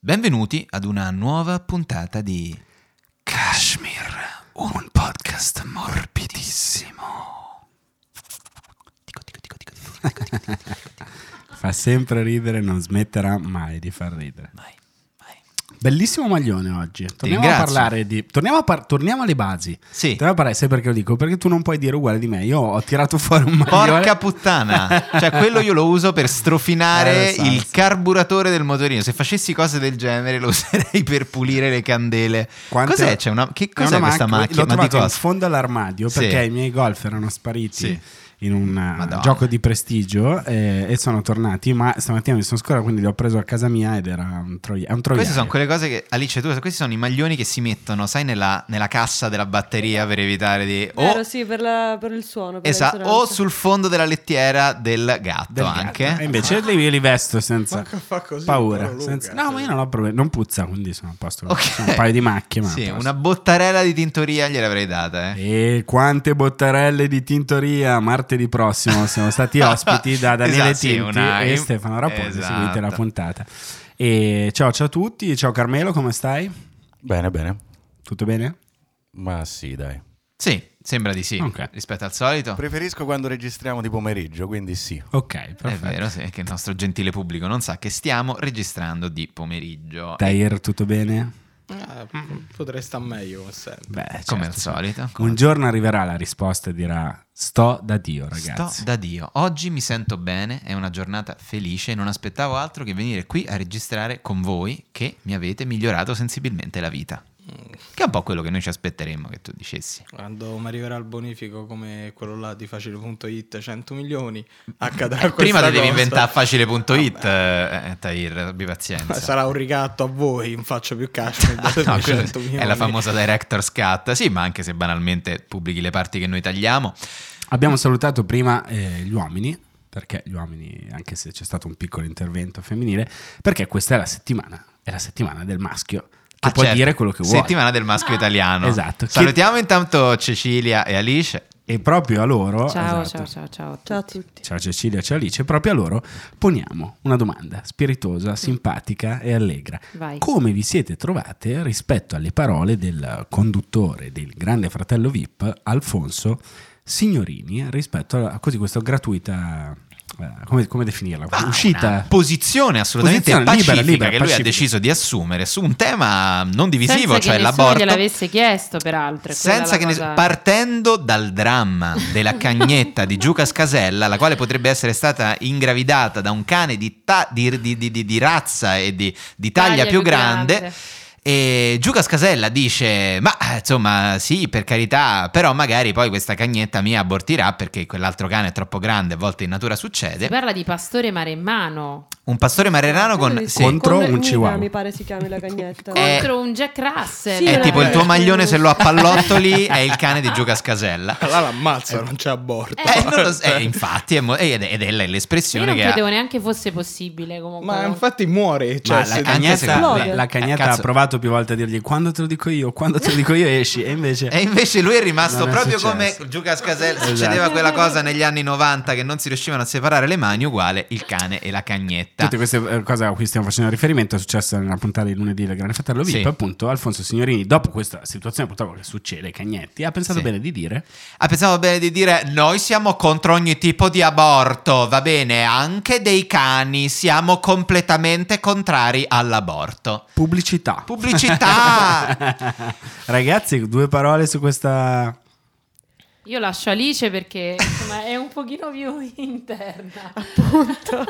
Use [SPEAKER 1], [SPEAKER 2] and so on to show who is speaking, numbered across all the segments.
[SPEAKER 1] Benvenuti ad una nuova puntata di Kashmir, un podcast morbidissimo. Dico, dico, dico, dico, dico, dico, dico, dico, dico, dico.
[SPEAKER 2] Fa sempre ridere, non smetterà mai di far ridere.
[SPEAKER 1] Vai, vai.
[SPEAKER 2] Bellissimo maglione oggi. Torniamo a
[SPEAKER 1] ringrazio.
[SPEAKER 2] parlare di. Torniamo, a par- torniamo alle basi.
[SPEAKER 1] Sì.
[SPEAKER 2] Torniamo a parlare, sai perché lo dico? Perché tu non puoi dire uguale di me. Io ho tirato fuori un maglione.
[SPEAKER 1] Porca puttana, cioè quello io lo uso per strofinare
[SPEAKER 2] Eh, lo so, lo
[SPEAKER 1] il
[SPEAKER 2] so.
[SPEAKER 1] carburatore del motorino. Se facessi cose del genere lo userei per pulire le candele.
[SPEAKER 2] Quante-
[SPEAKER 1] Cos'è? C'è una... Che
[SPEAKER 2] È
[SPEAKER 1] cos'è
[SPEAKER 2] una
[SPEAKER 1] questa macchina?
[SPEAKER 2] L'ho
[SPEAKER 1] Ma di
[SPEAKER 2] trovato in
[SPEAKER 1] cosa?
[SPEAKER 2] fondo all'armadio
[SPEAKER 1] Sì.
[SPEAKER 2] perché i miei golf erano spariti.
[SPEAKER 1] Sì.
[SPEAKER 2] In un eh,
[SPEAKER 1] Madonna.
[SPEAKER 2] gioco di prestigio eh, e sono tornati, ma stamattina mi sono scordato, quindi li ho preso a casa mia ed era un, troia- è un troiaio.
[SPEAKER 1] Queste sono quelle cose che Alice, tu questi sono i maglioni che si mettono, sai, nella, nella cassa della batteria per evitare di. O,
[SPEAKER 3] Vero, Eh, sì, per, la- per il suono. per
[SPEAKER 1] esatto,
[SPEAKER 3] la
[SPEAKER 1] o
[SPEAKER 3] risonanza.
[SPEAKER 1] sul fondo della lettiera del gatto
[SPEAKER 2] Del gatto.
[SPEAKER 1] anche. Ah.
[SPEAKER 2] E invece li- io li vesto senza
[SPEAKER 4] Fa- fa così,
[SPEAKER 2] paura.
[SPEAKER 4] però, Luca.
[SPEAKER 2] senza- no, ma io non ho problemi. Non puzza, quindi sono a posto.
[SPEAKER 1] Ok.
[SPEAKER 2] Sono un paio di macchie. Ma
[SPEAKER 1] Sì,
[SPEAKER 2] a posto.
[SPEAKER 1] una bottarella di tintoria gliel'avrei data, eh.
[SPEAKER 2] E quante bottarelle di tintoria martedì prossimo siamo stati ospiti da Daniele
[SPEAKER 1] Esatto, sì,
[SPEAKER 2] Tinti
[SPEAKER 1] una-
[SPEAKER 2] e Stefano Rapone.
[SPEAKER 1] Esatto.
[SPEAKER 2] Seguite la puntata. E ciao, ciao a tutti. Ciao Carmelo, come stai?
[SPEAKER 5] Bene, bene.
[SPEAKER 2] Tutto bene?
[SPEAKER 5] Ma sì, dai.
[SPEAKER 1] Sì, sembra di sì.
[SPEAKER 2] Ok.
[SPEAKER 1] Rispetto al solito.
[SPEAKER 5] Preferisco quando registriamo di pomeriggio, quindi sì.
[SPEAKER 2] Ok,
[SPEAKER 1] È
[SPEAKER 2] perfetto.
[SPEAKER 1] vero, sì, è che il nostro gentile pubblico non sa che stiamo registrando di pomeriggio.
[SPEAKER 2] Tair, tutto bene?
[SPEAKER 4] Ah, potrei star meglio come sempre.
[SPEAKER 2] Beh,
[SPEAKER 1] Come
[SPEAKER 2] certo.
[SPEAKER 1] al solito.
[SPEAKER 2] Un giorno arriverà la risposta e dirà: Sto da Dio, ragazzi.
[SPEAKER 1] Sto da Dio. Oggi mi sento bene, è una giornata felice, non aspettavo altro che venire qui a registrare con voi che mi avete migliorato sensibilmente la vita. Che è un po' quello che noi ci aspetteremmo che tu dicessi.
[SPEAKER 4] Quando mi arriverà il bonifico come quello là di facile.it 100 milioni, accadrà
[SPEAKER 1] Eh, Prima
[SPEAKER 4] questa
[SPEAKER 1] te devi
[SPEAKER 4] cosa.
[SPEAKER 1] inventare facile.it, eh, eh, Tahir, abbi pazienza.
[SPEAKER 4] Sarà un ricatto a voi, in faccio più cash.
[SPEAKER 1] Ah, No, quello è la famosa director's cut. Sì, ma anche se banalmente pubblichi le parti che noi tagliamo.
[SPEAKER 2] Abbiamo salutato prima eh, gli uomini, perché gli uomini, anche se c'è stato un piccolo intervento femminile, perché questa è la settimana, è la settimana del maschio, che
[SPEAKER 1] Ah,
[SPEAKER 2] può
[SPEAKER 1] certo.
[SPEAKER 2] dire quello che vuole.
[SPEAKER 1] Settimana del
[SPEAKER 6] Ah,
[SPEAKER 1] maschio italiano.
[SPEAKER 2] Esatto.
[SPEAKER 1] Salutiamo intanto Cecilia e Alice.
[SPEAKER 2] E proprio a loro,
[SPEAKER 6] Ciao,
[SPEAKER 2] esatto.
[SPEAKER 6] ciao, ciao, ciao. a
[SPEAKER 3] Ciao a
[SPEAKER 6] tutti.
[SPEAKER 3] tutti.
[SPEAKER 2] Ciao Cecilia, ciao Alice, proprio a loro poniamo una domanda spiritosa, simpatica e allegra.
[SPEAKER 6] Vai.
[SPEAKER 2] Come vi siete trovate rispetto alle parole del conduttore del Grande Fratello VIP, Alfonso Signorini, rispetto a così questa gratuita, eh, come, come definirla?
[SPEAKER 1] Ah, una
[SPEAKER 2] Uscita.
[SPEAKER 1] posizione assolutamente
[SPEAKER 2] Posizione libera,
[SPEAKER 1] pacifica
[SPEAKER 2] libera,
[SPEAKER 1] che lui ha
[SPEAKER 2] pacifica.
[SPEAKER 1] deciso di assumere su un tema non divisivo,
[SPEAKER 6] Senza
[SPEAKER 1] cioè
[SPEAKER 6] che nessuno
[SPEAKER 1] l'aborto.
[SPEAKER 6] gliel'avesse chiesto, peraltro. è quella
[SPEAKER 1] Senza
[SPEAKER 6] la
[SPEAKER 1] che ne-
[SPEAKER 6] cosa-
[SPEAKER 1] partendo dal dramma della cagnetta di Giuca Scasella, la quale potrebbe essere stata ingravidata da un cane di, ta- di- di- di- di- di razza e di, di taglia, più, grande. E Giuca Scasella dice: Ma eh, insomma, sì, per carità, però magari poi questa cagnetta mia abortirà perché quell'altro cane è troppo grande. A volte in natura
[SPEAKER 6] Si
[SPEAKER 1] succede.
[SPEAKER 6] parla di pastore maremmano
[SPEAKER 1] Un pastore marerano con.
[SPEAKER 3] Sì,
[SPEAKER 1] sì.
[SPEAKER 2] Contro
[SPEAKER 3] con
[SPEAKER 2] un
[SPEAKER 3] Nina,
[SPEAKER 2] chihuahua.
[SPEAKER 3] Mi pare si chiami la cagnetta.
[SPEAKER 1] Eh,
[SPEAKER 6] contro un Jack Russell. Eh,
[SPEAKER 3] Sì,
[SPEAKER 1] È
[SPEAKER 3] Io
[SPEAKER 1] tipo il
[SPEAKER 3] l'avrei
[SPEAKER 1] tuo maglione, se lo
[SPEAKER 3] detto.
[SPEAKER 1] appallottoli, è il cane di Giuca Scasella.
[SPEAKER 4] Là l'ammazza, non c'è aborto.
[SPEAKER 1] Eh, non lo so, eh, infatti, è mo- ed è, ed è
[SPEAKER 6] Io
[SPEAKER 1] l'espressione
[SPEAKER 6] non
[SPEAKER 1] che ha.
[SPEAKER 6] credevo neanche fosse possibile comunque.
[SPEAKER 4] Ma infatti muore. Cioè,
[SPEAKER 2] Ma la
[SPEAKER 4] se-
[SPEAKER 2] cagnetta,
[SPEAKER 1] secondo
[SPEAKER 2] la-
[SPEAKER 3] me-
[SPEAKER 2] la cagnetta
[SPEAKER 1] Eh, cazzo.
[SPEAKER 2] ha provato più volte a dirgli quando te lo dico io, quando te lo dico io esci e invece
[SPEAKER 1] E invece lui è rimasto
[SPEAKER 2] Non è
[SPEAKER 1] proprio
[SPEAKER 2] successo.
[SPEAKER 1] come Giuca Scasella. Succedeva
[SPEAKER 2] Esatto.
[SPEAKER 1] quella cosa negli anni 90 che non si riuscivano a separare le mani, uguale il cane e la cagnetta.
[SPEAKER 2] Tutte queste eh, cose a cui stiamo facendo riferimento è successo nella puntata di lunedì del Grande Fratello VIP.
[SPEAKER 1] Sì.
[SPEAKER 2] Appunto, Alfonso Signorini, dopo questa situazione purtroppo che succede ai cagnetti, ha pensato
[SPEAKER 1] Sì.
[SPEAKER 2] bene di dire
[SPEAKER 1] Ah, pensavo bene di dire noi siamo contro ogni tipo di aborto, va bene, anche dei cani, siamo completamente contrari all'aborto.
[SPEAKER 2] pubblicità.
[SPEAKER 1] Pubblicità!
[SPEAKER 2] Ragazzi, due parole su questa
[SPEAKER 6] Io lascio Alice perché insomma è un pochino più interna.
[SPEAKER 3] Appunto.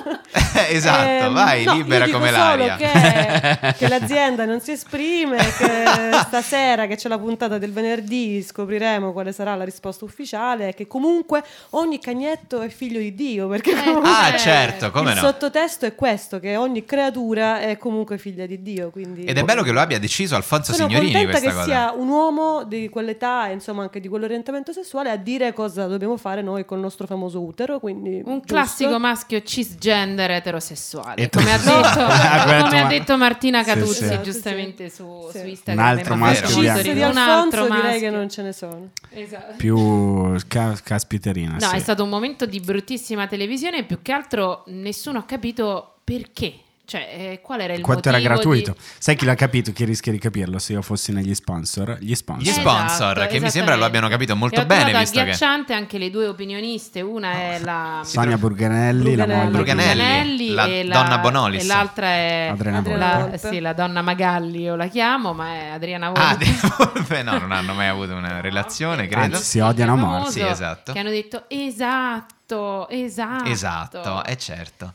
[SPEAKER 1] esatto,
[SPEAKER 3] Ehm,
[SPEAKER 1] vai,
[SPEAKER 3] no, io
[SPEAKER 1] libera
[SPEAKER 3] dico
[SPEAKER 1] come
[SPEAKER 3] solo
[SPEAKER 1] l'aria.
[SPEAKER 3] Che, che l'azienda non si esprime, che stasera che c'è la puntata del venerdì scopriremo quale sarà la risposta ufficiale, che comunque ogni cagnetto è figlio di Dio, perché
[SPEAKER 6] Eh,
[SPEAKER 3] comunque
[SPEAKER 1] Ah, certo, come
[SPEAKER 3] cioè, il
[SPEAKER 1] no.
[SPEAKER 3] sottotesto è questo, che ogni creatura è comunque figlia di Dio. Quindi
[SPEAKER 1] Ed è bello che lo abbia deciso Alfonso
[SPEAKER 3] sono
[SPEAKER 1] Signorini
[SPEAKER 3] contenta
[SPEAKER 1] questa
[SPEAKER 3] che
[SPEAKER 1] cosa.
[SPEAKER 3] sia un uomo di quell'età e insomma anche di quell'orientamento sessuale a dire cosa dobbiamo fare noi col nostro famoso utero. Quindi
[SPEAKER 6] Un
[SPEAKER 3] giusto.
[SPEAKER 6] classico maschio cisgender eterosessuale,
[SPEAKER 1] E-
[SPEAKER 6] come ha
[SPEAKER 2] Ah,
[SPEAKER 6] detto,
[SPEAKER 2] quello
[SPEAKER 6] come
[SPEAKER 2] ma-
[SPEAKER 6] ha detto Martina
[SPEAKER 2] Sì,
[SPEAKER 6] Catuzzi
[SPEAKER 3] sì.
[SPEAKER 6] giustamente su,
[SPEAKER 3] Sì.
[SPEAKER 6] su Instagram.
[SPEAKER 2] Un altro
[SPEAKER 6] Mi ha fatto
[SPEAKER 1] maschio
[SPEAKER 6] molto
[SPEAKER 2] bianco.
[SPEAKER 3] Sì,
[SPEAKER 6] ridere.
[SPEAKER 3] di
[SPEAKER 6] un altro
[SPEAKER 3] Alfonso direi
[SPEAKER 6] maschio.
[SPEAKER 3] che non ce ne sono.
[SPEAKER 6] Esatto.
[SPEAKER 2] Più ca- caspiterina.
[SPEAKER 6] No,
[SPEAKER 2] Ah, sì.
[SPEAKER 6] è stato un momento di bruttissima televisione e più che altro nessuno ha capito perché. Cioè, eh, qual era il
[SPEAKER 2] Quanto era
[SPEAKER 6] motivo
[SPEAKER 2] gratuito.
[SPEAKER 6] di-
[SPEAKER 2] Sai chi l'ha capito? Chi rischia di capirlo? Se io fossi negli sponsor, gli sponsor.
[SPEAKER 1] Gli
[SPEAKER 6] Esatto,
[SPEAKER 1] sponsor, che mi sembra lo abbiano capito molto
[SPEAKER 6] E ho
[SPEAKER 1] bene,
[SPEAKER 6] trovato
[SPEAKER 1] visto che-
[SPEAKER 6] agghiacciante anche le due opinioniste, una è la
[SPEAKER 2] Sonia Burganelli, la
[SPEAKER 3] Burganelli.
[SPEAKER 2] moglie. di-
[SPEAKER 1] Burganelli. la
[SPEAKER 6] e
[SPEAKER 1] donna Bonolis.
[SPEAKER 6] e l'altra è
[SPEAKER 2] Adriana
[SPEAKER 6] la-
[SPEAKER 3] Volpe.
[SPEAKER 6] sì, la donna Magalli, io la chiamo, ma è Adriana Volpe.
[SPEAKER 1] Ah, Volpe no, non hanno mai avuto una relazione, credo.
[SPEAKER 2] Anzi, si odiano a morte.
[SPEAKER 1] Sì, esatto.
[SPEAKER 6] Che hanno detto esatto, esatto.
[SPEAKER 1] Esatto, è certo.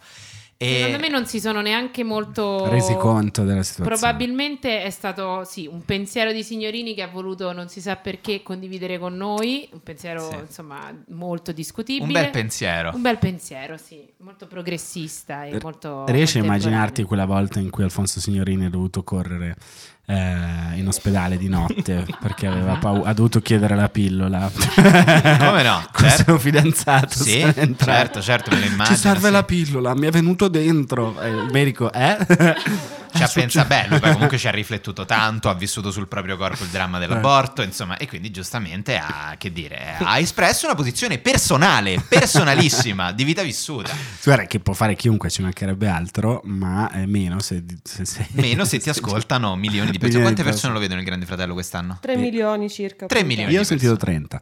[SPEAKER 1] E-
[SPEAKER 6] Secondo me non si sono neanche molto
[SPEAKER 2] Resi conto della situazione.
[SPEAKER 6] Probabilmente è stato sì, un pensiero di signorini che ha voluto, non si sa perché, condividere con noi. Un pensiero
[SPEAKER 1] Sì.
[SPEAKER 6] insomma molto discutibile.
[SPEAKER 1] Un bel pensiero.
[SPEAKER 6] Un bel pensiero, sì, molto progressista e
[SPEAKER 2] R-
[SPEAKER 6] molto.
[SPEAKER 2] Riesci a
[SPEAKER 6] contemporaneo.
[SPEAKER 2] immaginarti quella volta in cui Alfonso Signorini è dovuto correre eh, in ospedale di notte perché aveva pau- ha dovuto chiedere la pillola?
[SPEAKER 1] Come no?
[SPEAKER 2] Con il
[SPEAKER 1] Certo.
[SPEAKER 2] suo fidanzato.
[SPEAKER 1] Sì,
[SPEAKER 2] se n'è entrato.
[SPEAKER 1] certo, certo, me lo immagino,
[SPEAKER 2] Ci serve
[SPEAKER 1] sì.
[SPEAKER 2] la pillola, mi è venuto dentro. Eh, il medico, eh?
[SPEAKER 1] Ci
[SPEAKER 2] È
[SPEAKER 1] ha
[SPEAKER 2] succe-
[SPEAKER 1] pensato, beh, Cioè, lui poi comunque ci ha riflettuto tanto, ha vissuto sul proprio corpo il
[SPEAKER 2] Eh.
[SPEAKER 1] dramma dell'aborto, insomma, e quindi giustamente ha, che dire, ha espresso una posizione personale, personalissima, di vita vissuta.
[SPEAKER 2] Guarda che può fare chiunque, ci mancherebbe altro, ma eh, meno se, se- se-
[SPEAKER 1] Meno se ti ascoltano milioni di persone.
[SPEAKER 2] Milioni
[SPEAKER 1] Quante
[SPEAKER 2] di
[SPEAKER 1] persone lo vedono il Grande Fratello quest'anno?
[SPEAKER 3] 3
[SPEAKER 2] Eh,
[SPEAKER 3] milioni circa.
[SPEAKER 1] 3
[SPEAKER 3] appunto.
[SPEAKER 1] milioni.
[SPEAKER 2] Io ho sentito 30.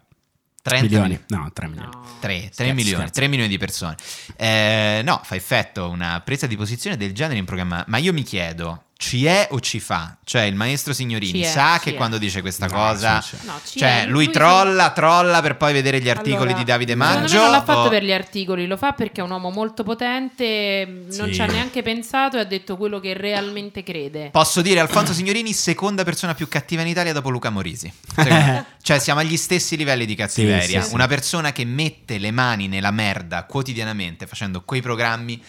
[SPEAKER 1] 30
[SPEAKER 2] milioni. No, 3 milioni.
[SPEAKER 6] No.
[SPEAKER 1] 3,
[SPEAKER 2] Scherzo,
[SPEAKER 1] milioni,
[SPEAKER 2] scherzo.
[SPEAKER 1] 3 milioni di persone. Eh, no, fa effetto una presa di posizione del genere in programma, ma io mi chiedo, ci è o ci fa? Cioè il maestro Signorini
[SPEAKER 6] Ci è,
[SPEAKER 1] sa
[SPEAKER 6] ci
[SPEAKER 1] che
[SPEAKER 6] è.
[SPEAKER 1] quando dice questa
[SPEAKER 2] No,
[SPEAKER 1] cosa...
[SPEAKER 2] sì, sì.
[SPEAKER 6] No, ci
[SPEAKER 1] Cioè,
[SPEAKER 6] è,
[SPEAKER 1] lui,
[SPEAKER 6] si-
[SPEAKER 1] trolla, trolla per poi vedere gli articoli
[SPEAKER 3] Allora,
[SPEAKER 1] di Davide
[SPEAKER 6] secondo me
[SPEAKER 1] Maggio.
[SPEAKER 6] non l'ha fatto
[SPEAKER 1] o-
[SPEAKER 6] per gli articoli, lo fa perché è un uomo molto potente, non
[SPEAKER 2] Sì.
[SPEAKER 6] ci ha neanche pensato e ha detto quello che realmente crede.
[SPEAKER 1] Posso dire Alfonso Signorini, seconda persona più cattiva in Italia dopo Luca Morisi. Secondo me. cioè, siamo agli stessi livelli di cattiveria.
[SPEAKER 2] sì, sì.
[SPEAKER 1] Una persona che mette le mani nella merda quotidianamente facendo quei programmi.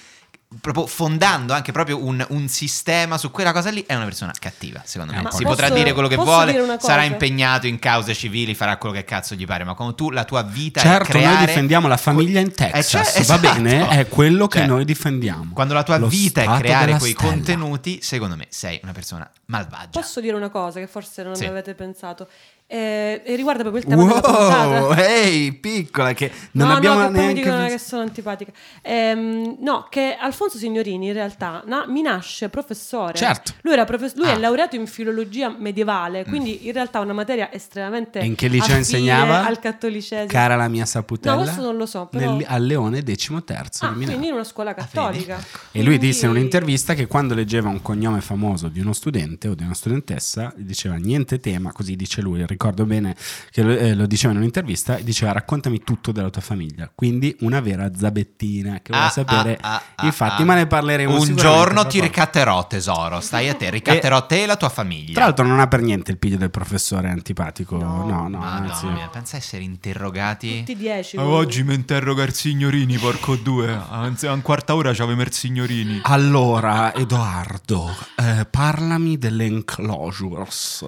[SPEAKER 1] Proprio fondando anche proprio un, un sistema su quella cosa lì, è una persona cattiva, secondo me.
[SPEAKER 2] Eh, ma
[SPEAKER 1] si
[SPEAKER 2] posso-
[SPEAKER 1] potrà dire quello che
[SPEAKER 3] posso dire
[SPEAKER 1] vuole,
[SPEAKER 3] una
[SPEAKER 1] sarà
[SPEAKER 3] cosa?
[SPEAKER 1] impegnato in cause civili, farà quello che cazzo gli pare. Ma quando tu la tua vita è
[SPEAKER 2] Certo,
[SPEAKER 1] creare...
[SPEAKER 2] noi difendiamo la famiglia in
[SPEAKER 1] Eh,
[SPEAKER 2] Texas,
[SPEAKER 1] cioè,
[SPEAKER 2] va
[SPEAKER 1] esatto.
[SPEAKER 2] bene? È quello che
[SPEAKER 1] Cioè,
[SPEAKER 2] noi difendiamo.
[SPEAKER 1] Quando la tua
[SPEAKER 2] Lo
[SPEAKER 1] vita è
[SPEAKER 2] stato
[SPEAKER 1] creare
[SPEAKER 2] della
[SPEAKER 1] quei
[SPEAKER 2] stella.
[SPEAKER 1] contenuti, secondo me sei una persona malvagia.
[SPEAKER 3] Posso dire una cosa che forse non
[SPEAKER 1] Sì.
[SPEAKER 3] avete pensato? Eh, e riguarda proprio il tema della
[SPEAKER 2] Wow,
[SPEAKER 3] puntata.
[SPEAKER 2] ehi, piccola, che non
[SPEAKER 3] no,
[SPEAKER 2] abbiamo
[SPEAKER 3] no, che poi mi
[SPEAKER 2] neanche...
[SPEAKER 3] dicono che sono antipatica. Ehm, no, che Alfonso Signorini in realtà na- mi nasce professore.
[SPEAKER 2] Certo.
[SPEAKER 3] Lui, era profes- lui
[SPEAKER 1] Ah.
[SPEAKER 3] è laureato in filologia medievale, quindi in realtà è una materia estremamente...
[SPEAKER 2] E in che liceo
[SPEAKER 3] affine
[SPEAKER 2] insegnava?
[SPEAKER 3] Al cattolicesimo.
[SPEAKER 2] Cara la mia saputella.
[SPEAKER 3] No, questo non lo so, però-
[SPEAKER 2] nel- a Leone decimo terzo
[SPEAKER 3] ah,
[SPEAKER 2] di Milano.
[SPEAKER 3] quindi in una scuola cattolica.
[SPEAKER 2] E lui
[SPEAKER 3] Quindi-
[SPEAKER 2] disse in un'intervista che quando leggeva un cognome famoso di uno studente o di una studentessa, gli diceva niente tema, così dice lui, ricordo bene che lo, eh, lo diceva in un'intervista, diceva raccontami tutto della tua famiglia, quindi una vera zabettina che vuole
[SPEAKER 1] Ah,
[SPEAKER 2] sapere
[SPEAKER 1] ah, ah,
[SPEAKER 2] i fatti,
[SPEAKER 1] ah.
[SPEAKER 2] ma ne parleremo
[SPEAKER 1] Un
[SPEAKER 2] sicuramente
[SPEAKER 1] giorno
[SPEAKER 2] tra
[SPEAKER 1] ti
[SPEAKER 2] poco.
[SPEAKER 1] ricatterò, tesoro. Stai a te, ricatterò te e la tua famiglia.
[SPEAKER 2] Tra l'altro non ha per niente il piglio del professore antipatico, no, no,
[SPEAKER 1] Madonna
[SPEAKER 2] anzi...
[SPEAKER 1] mia, pensa a essere interrogati.
[SPEAKER 3] Tutti dieci.
[SPEAKER 2] Oh,
[SPEAKER 7] Ah,
[SPEAKER 3] quindi.
[SPEAKER 7] oggi mi interroga il signorini, porco due. Anzi, a un quarta ora c'aveva il signorini.
[SPEAKER 2] Allora, Edoardo, eh, parlami delle enclosures.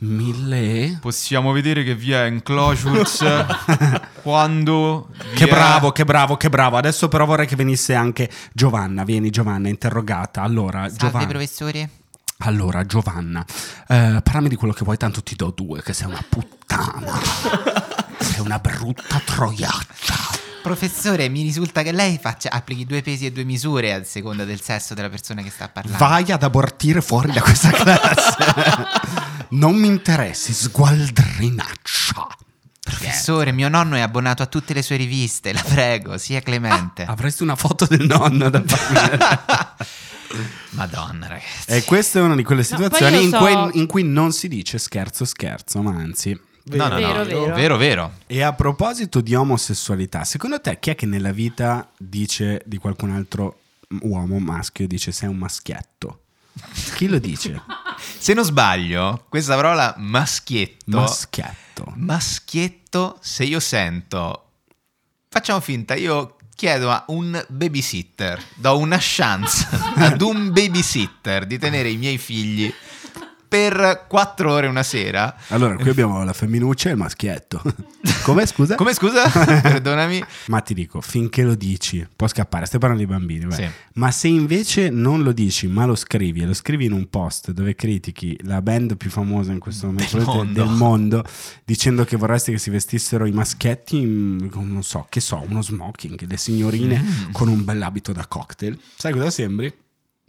[SPEAKER 2] Mille...
[SPEAKER 7] Possiamo vedere che via è Enclosures quando... vi
[SPEAKER 2] Che
[SPEAKER 7] è-
[SPEAKER 2] bravo, che bravo, che bravo. Adesso però vorrei che venisse anche Giovanna. Vieni Giovanna, interrogata. Allora,
[SPEAKER 1] Salve,
[SPEAKER 2] Giovanna.
[SPEAKER 1] professore.
[SPEAKER 2] Allora, Giovanna, eh, parlami di quello che vuoi, tanto ti do due, che sei una puttana. sei una brutta troiaccia.
[SPEAKER 1] Professore, mi risulta che lei faccia, applichi due pesi e due misure a seconda del sesso della persona che sta parlando.
[SPEAKER 2] Vai ad abortire fuori da questa classe. non mi interessi, sgualdrinaccia.
[SPEAKER 1] Professore, mio nonno è abbonato a tutte le sue riviste, la prego, sia clemente.
[SPEAKER 2] Eh. Avresti una foto del nonno da farmi.
[SPEAKER 1] Madonna, ragazzi.
[SPEAKER 2] e Eh, questa è una di quelle
[SPEAKER 6] No, poi
[SPEAKER 2] situazioni
[SPEAKER 6] io
[SPEAKER 2] in,
[SPEAKER 6] so-
[SPEAKER 2] cui, in cui non si dice scherzo scherzo, ma anzi
[SPEAKER 1] No, no, no.
[SPEAKER 6] Vero, vero.
[SPEAKER 1] Vero, vero.
[SPEAKER 2] E a proposito di omosessualità, secondo te chi è che nella vita dice di qualcun altro uomo maschio dice sei un maschietto? Chi lo dice?
[SPEAKER 1] Se non sbaglio, questa parola maschietto.
[SPEAKER 2] Maschietto.
[SPEAKER 1] Maschietto, se io sento, facciamo finta, io chiedo a un babysitter, do una chance ad un babysitter di tenere i miei figli per quattro ore una sera.
[SPEAKER 2] Allora, qui abbiamo la femminuccia e il maschietto. Come scusa?
[SPEAKER 1] Come scusa? Perdonami.
[SPEAKER 2] Ma ti dico, finché lo dici, può scappare, stai parlando di bambini, vai.
[SPEAKER 1] Sì.
[SPEAKER 2] ma se invece non lo dici, ma lo scrivi e lo scrivi in un post dove critichi la band più famosa in questo momento del
[SPEAKER 1] mondo.
[SPEAKER 2] del mondo, dicendo che vorresti che si vestissero i maschietti, in, con, non so, che so, uno smoking, le signorine
[SPEAKER 1] Mm.
[SPEAKER 2] con un bell'abito da cocktail, sai cosa sembri?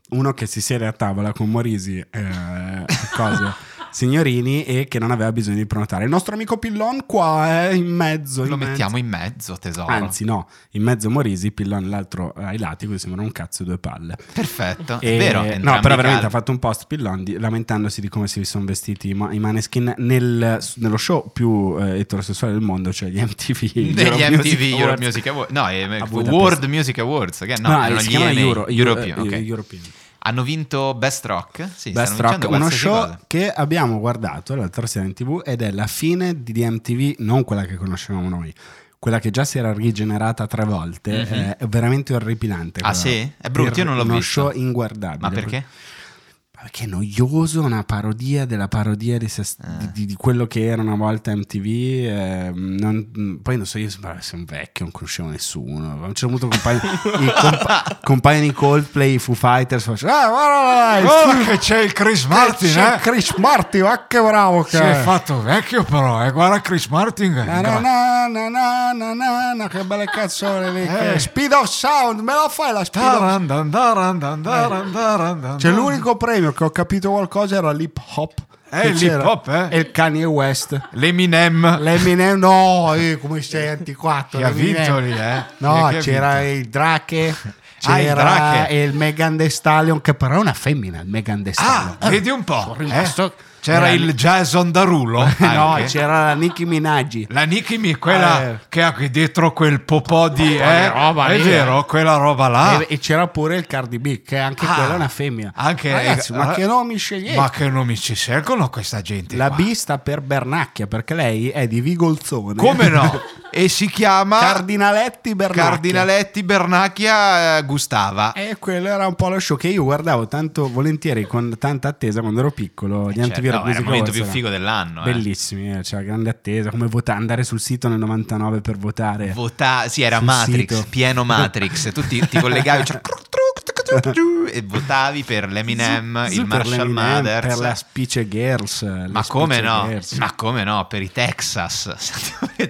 [SPEAKER 2] Uno che si siede a tavola con Morisi, eh, cosa? Signorini e che non aveva bisogno di prenotare. Il nostro amico Pillon qua è in mezzo.
[SPEAKER 1] Lo
[SPEAKER 2] in mezzo.
[SPEAKER 1] mettiamo in mezzo, tesoro.
[SPEAKER 2] Anzi, no, in mezzo Morisi, Pillon l'altro ai lati, così sembrano un cazzo e due palle.
[SPEAKER 1] Perfetto,
[SPEAKER 2] E-
[SPEAKER 1] Ah, è vero.
[SPEAKER 2] no,
[SPEAKER 1] entrambi
[SPEAKER 2] però veramente
[SPEAKER 1] caldi.
[SPEAKER 2] ha fatto un post Pillon di- lamentandosi di come si sono vestiti i, ma- i Maneskin nel- nello show più eh, eterosessuale del mondo, cioè gli MTV.
[SPEAKER 1] degli
[SPEAKER 2] Euro Music
[SPEAKER 1] MTV Euro
[SPEAKER 2] Awards.
[SPEAKER 1] Music Awards, no, eh,
[SPEAKER 2] A Budapest.
[SPEAKER 1] World Music Awards, che no,
[SPEAKER 2] No,
[SPEAKER 1] erano
[SPEAKER 2] si
[SPEAKER 1] gli
[SPEAKER 2] chiamano
[SPEAKER 1] EMA,
[SPEAKER 2] Euro-
[SPEAKER 1] European,
[SPEAKER 2] eh,
[SPEAKER 1] ok.
[SPEAKER 2] European.
[SPEAKER 1] Hanno vinto Best Rock, sì,
[SPEAKER 2] Best
[SPEAKER 1] stanno
[SPEAKER 2] Rock,
[SPEAKER 1] vincendo
[SPEAKER 2] uno
[SPEAKER 1] qualsiasi
[SPEAKER 2] show
[SPEAKER 1] cosa.
[SPEAKER 2] che abbiamo guardato l'altra sera in tv ed è la fine di DMTV, non quella che conoscevamo noi, quella che già si era rigenerata tre volte,
[SPEAKER 1] Mhm.
[SPEAKER 2] è veramente orripilante.
[SPEAKER 1] Ah,
[SPEAKER 2] quella.
[SPEAKER 1] sì? È brutto, io non l'ho
[SPEAKER 2] uno
[SPEAKER 1] visto.
[SPEAKER 2] show inguardabile.
[SPEAKER 1] Ma perché?
[SPEAKER 2] Ma Perché è noioso, una parodia della parodia di, se- di- di- di quello che era una volta MTV. ehm, non- poi non so, io sembrava essere un vecchio, non conoscevo nessuno. A un certo punto compaio, i compa- compaiono i Coldplay, i Foo Fighters, faccio, ah, guarda, guarda,
[SPEAKER 7] Guarda che c'è il Chris Martin,
[SPEAKER 2] c'è
[SPEAKER 7] eh?
[SPEAKER 2] Chris Martin, ma che bravo
[SPEAKER 7] Si
[SPEAKER 2] che
[SPEAKER 7] è
[SPEAKER 2] è.
[SPEAKER 7] fatto vecchio però, eh? Guarda Chris Martin. che-
[SPEAKER 2] Na na na na na na na na, che belle canzoni lì. che- Speed of Sound, me la fai la Speed of Sound?
[SPEAKER 7] Eh. Taran, dan, daran, dan, daran, daran, dan,
[SPEAKER 2] C'è
[SPEAKER 7] dan.
[SPEAKER 2] l'unico premio che ho capito qualcosa era l'hip hop.
[SPEAKER 7] Eh,
[SPEAKER 2] Che
[SPEAKER 7] l'hip
[SPEAKER 2] c'era.
[SPEAKER 7] hop, eh.
[SPEAKER 2] E il Kanye West.
[SPEAKER 7] L'Eminem.
[SPEAKER 2] L'Eminem, no, eh, come sei antiquato.
[SPEAKER 7] Chi ha
[SPEAKER 2] l'Eminem.
[SPEAKER 7] vinto lì, eh?
[SPEAKER 2] No,
[SPEAKER 7] Chi è che ha
[SPEAKER 2] c'era
[SPEAKER 7] vinto?
[SPEAKER 2] il Drake,
[SPEAKER 7] Ah, il
[SPEAKER 2] c'era
[SPEAKER 7] Drake.
[SPEAKER 2] il Megan Thee Stallion, che però è una femmina, il Megan Thee Stallion.
[SPEAKER 7] Ah, vedi un po'.
[SPEAKER 2] Sono rimasto-
[SPEAKER 7] eh? C'era
[SPEAKER 2] veramente-
[SPEAKER 7] il Jason Darulo.
[SPEAKER 1] Ah,
[SPEAKER 2] No,
[SPEAKER 7] anche.
[SPEAKER 2] c'era la Nicki Minaj.
[SPEAKER 7] La Nicki Mi, quella
[SPEAKER 2] Eh.
[SPEAKER 7] che ha qui dietro quel popò di...
[SPEAKER 2] quella
[SPEAKER 7] eh,
[SPEAKER 2] roba
[SPEAKER 7] è
[SPEAKER 2] lì,
[SPEAKER 7] vero,
[SPEAKER 2] eh.
[SPEAKER 7] quella roba là.
[SPEAKER 1] Ah.
[SPEAKER 2] E, e c'era pure il Cardi B, che anche
[SPEAKER 7] Ah,
[SPEAKER 2] quella è una femmina.
[SPEAKER 7] anche-
[SPEAKER 2] Ragazzi, ma
[SPEAKER 7] eh,
[SPEAKER 2] che nomi scegliete?
[SPEAKER 7] Ma che nomi ci servono questa gente
[SPEAKER 2] La
[SPEAKER 7] qua?
[SPEAKER 2] B sta per Bernacchia, perché lei è di Vigolzone.
[SPEAKER 7] Come no? E si chiama...
[SPEAKER 2] Cardinaletti Bernacchia.
[SPEAKER 1] Cardinaletti Bernacchia eh, Gustava.
[SPEAKER 2] E quello era un po' lo show che io guardavo tanto volentieri, con tanta attesa quando ero piccolo. Gli
[SPEAKER 1] Eh,
[SPEAKER 2] MTV
[SPEAKER 1] certo,
[SPEAKER 2] Rock
[SPEAKER 1] no, era il
[SPEAKER 2] Music
[SPEAKER 1] momento
[SPEAKER 2] Awards
[SPEAKER 1] più
[SPEAKER 2] era-
[SPEAKER 1] figo dell'anno. eh.
[SPEAKER 2] Bellissimi, eh, c'era grande attesa. Come vota- andare sul sito nel 99 per votare.
[SPEAKER 1] Vota- sì, era
[SPEAKER 2] Sul
[SPEAKER 1] Matrix,
[SPEAKER 2] sito.
[SPEAKER 1] pieno Matrix. Tu ti, ti collegavi cioè, e votavi per l'Eminem,
[SPEAKER 2] Su- su
[SPEAKER 1] il
[SPEAKER 2] per
[SPEAKER 1] Marshall
[SPEAKER 2] l'Eminem,
[SPEAKER 1] Mathers.
[SPEAKER 2] Per la Spice Girls. eh, le
[SPEAKER 1] Ma come
[SPEAKER 2] Spice
[SPEAKER 1] no?
[SPEAKER 2] Girls.
[SPEAKER 1] Ma come no? Per i Texas.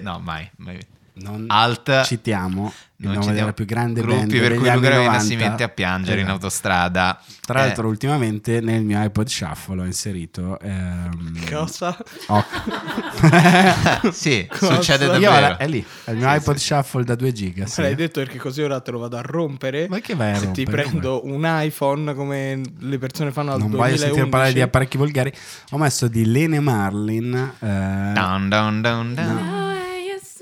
[SPEAKER 1] no, mai. mai.
[SPEAKER 2] Non
[SPEAKER 1] Alt.
[SPEAKER 2] citiamo il
[SPEAKER 1] Non
[SPEAKER 2] nome
[SPEAKER 1] citiamo
[SPEAKER 2] della più grande
[SPEAKER 1] gruppi
[SPEAKER 2] band
[SPEAKER 1] per
[SPEAKER 2] degli
[SPEAKER 1] cui
[SPEAKER 2] anni
[SPEAKER 1] Luca Ravena
[SPEAKER 2] 90.
[SPEAKER 1] si mette a piangere in
[SPEAKER 2] Esatto.
[SPEAKER 1] autostrada.
[SPEAKER 2] Tra
[SPEAKER 1] Eh,
[SPEAKER 2] l'altro, ultimamente nel mio iPod Shuffle ho inserito. ehm,
[SPEAKER 4] Cosa?
[SPEAKER 2] ho-
[SPEAKER 1] Ah, sì, succede
[SPEAKER 4] Cosa?
[SPEAKER 2] Io eh, ho
[SPEAKER 1] davvero.
[SPEAKER 2] la- è lì, è il mio iPod Shuffle da 2 giga. sì.
[SPEAKER 4] Me l'hai detto perché così ora te lo vado a rompere.
[SPEAKER 2] Ma che vai a
[SPEAKER 4] Se ti
[SPEAKER 2] rompere,
[SPEAKER 4] prendo un iPhone come le persone fanno al
[SPEAKER 2] Non voglio
[SPEAKER 4] 2011.
[SPEAKER 2] sentire parlare di apparecchi volgari. Ho messo di Lene Marlin. eh,
[SPEAKER 1] Dun, dun, dun, dun.
[SPEAKER 6] Ah,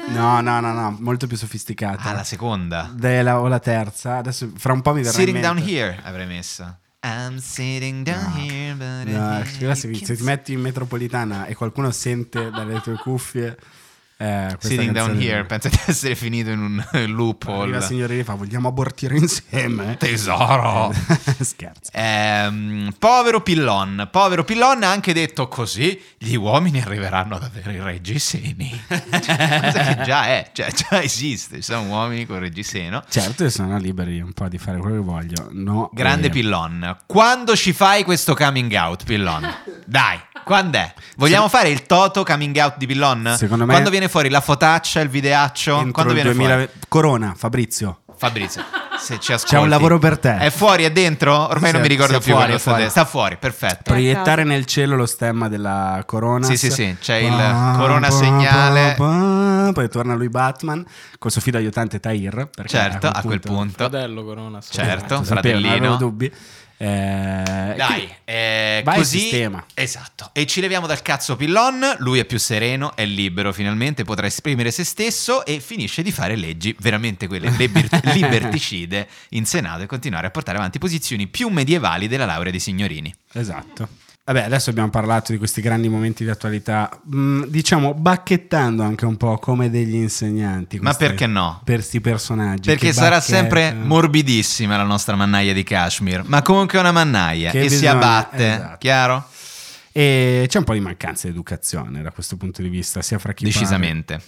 [SPEAKER 2] No, no, no, no, molto più sofisticata.
[SPEAKER 1] Ah, la seconda.
[SPEAKER 2] Della- o la terza. Adesso fra un po' mi verrà. in
[SPEAKER 1] Sitting
[SPEAKER 2] mente.
[SPEAKER 1] down here avrei messo. I'm sitting down here. But
[SPEAKER 2] No,
[SPEAKER 1] I
[SPEAKER 2] quella se,
[SPEAKER 1] can't
[SPEAKER 2] se ti metti in metropolitana e qualcuno sente dalle tue cuffie. eh, questa
[SPEAKER 1] Sitting down
[SPEAKER 2] canzone-
[SPEAKER 1] here, penso di essere finito in un
[SPEAKER 2] Arriva la
[SPEAKER 1] loophole.
[SPEAKER 2] signorina e fa: Vogliamo abortire insieme?
[SPEAKER 1] Tesoro.
[SPEAKER 2] Scherzo.
[SPEAKER 1] Ehm, povero Pillon, povero Pillon ha anche detto così gli uomini arriveranno ad avere i reggiseni. Cosa che già è, cioè, già esiste, ci sono uomini con reggiseno.
[SPEAKER 2] Certo, io sono liberi un po' di fare quello che voglio. No,
[SPEAKER 1] Grande
[SPEAKER 2] eh,
[SPEAKER 1] Pillon, quando ci fai questo coming out, Pillon? Dai, quando è? Vogliamo fare il Toto coming out di Pillon?
[SPEAKER 2] Secondo me-
[SPEAKER 1] Quando viene fuori la fotaccia, il videaccio?
[SPEAKER 2] entro
[SPEAKER 1] Quando
[SPEAKER 2] il
[SPEAKER 1] viene
[SPEAKER 2] 2000
[SPEAKER 1] fuori?
[SPEAKER 2] Corona, Fabrizio.
[SPEAKER 1] Fabrizio, se ci ascolti.
[SPEAKER 2] C'è un lavoro per te.
[SPEAKER 1] È fuori, è dentro? Ormai
[SPEAKER 2] Sì,
[SPEAKER 1] non mi ricordo
[SPEAKER 2] sia
[SPEAKER 1] più
[SPEAKER 2] fuori,
[SPEAKER 1] quello
[SPEAKER 2] è fuori.
[SPEAKER 1] sta fuori, perfetto.
[SPEAKER 2] Proiettare nel cielo lo stemma della corona.
[SPEAKER 1] Sì, sì, sì, c'è il corona segnale.
[SPEAKER 2] Poi torna lui Batman con suo figlio aiutante Tahir. perché
[SPEAKER 1] Certo, a quel punto.
[SPEAKER 4] Fratello Corona.
[SPEAKER 1] Certo.
[SPEAKER 2] Eh, lo sapevo, non
[SPEAKER 1] fratellino.
[SPEAKER 2] avevo dubbi. Eh,
[SPEAKER 1] Dai,
[SPEAKER 2] quindi
[SPEAKER 1] eh,
[SPEAKER 2] vai al
[SPEAKER 1] così
[SPEAKER 2] sistema.
[SPEAKER 1] Esatto. E ci leviamo dal cazzo Pillon, lui è più sereno, è libero finalmente, potrà esprimere se stesso e finisce di fare leggi, veramente quelle liber- liberticide in Senato e continuare a portare avanti posizioni più medievali della laurea di signorini.
[SPEAKER 2] Esatto. Vabbè, adesso abbiamo parlato di questi grandi momenti di attualità, mm, diciamo bacchettando anche un po' come degli insegnanti.
[SPEAKER 1] Ma
[SPEAKER 2] queste-
[SPEAKER 1] perché no?
[SPEAKER 2] Per questi personaggi.
[SPEAKER 1] Perché
[SPEAKER 2] che
[SPEAKER 1] sarà
[SPEAKER 2] bacchettano.
[SPEAKER 1] sempre morbidissima la nostra mannaia di Kashmir, ma comunque è una mannaia
[SPEAKER 2] Che
[SPEAKER 1] e si
[SPEAKER 2] bisogna-
[SPEAKER 1] abbatte,
[SPEAKER 2] esatto.
[SPEAKER 1] chiaro?
[SPEAKER 2] E c'è un po' di mancanza di educazione da questo punto di vista, sia fra chi parla-
[SPEAKER 1] Decisamente.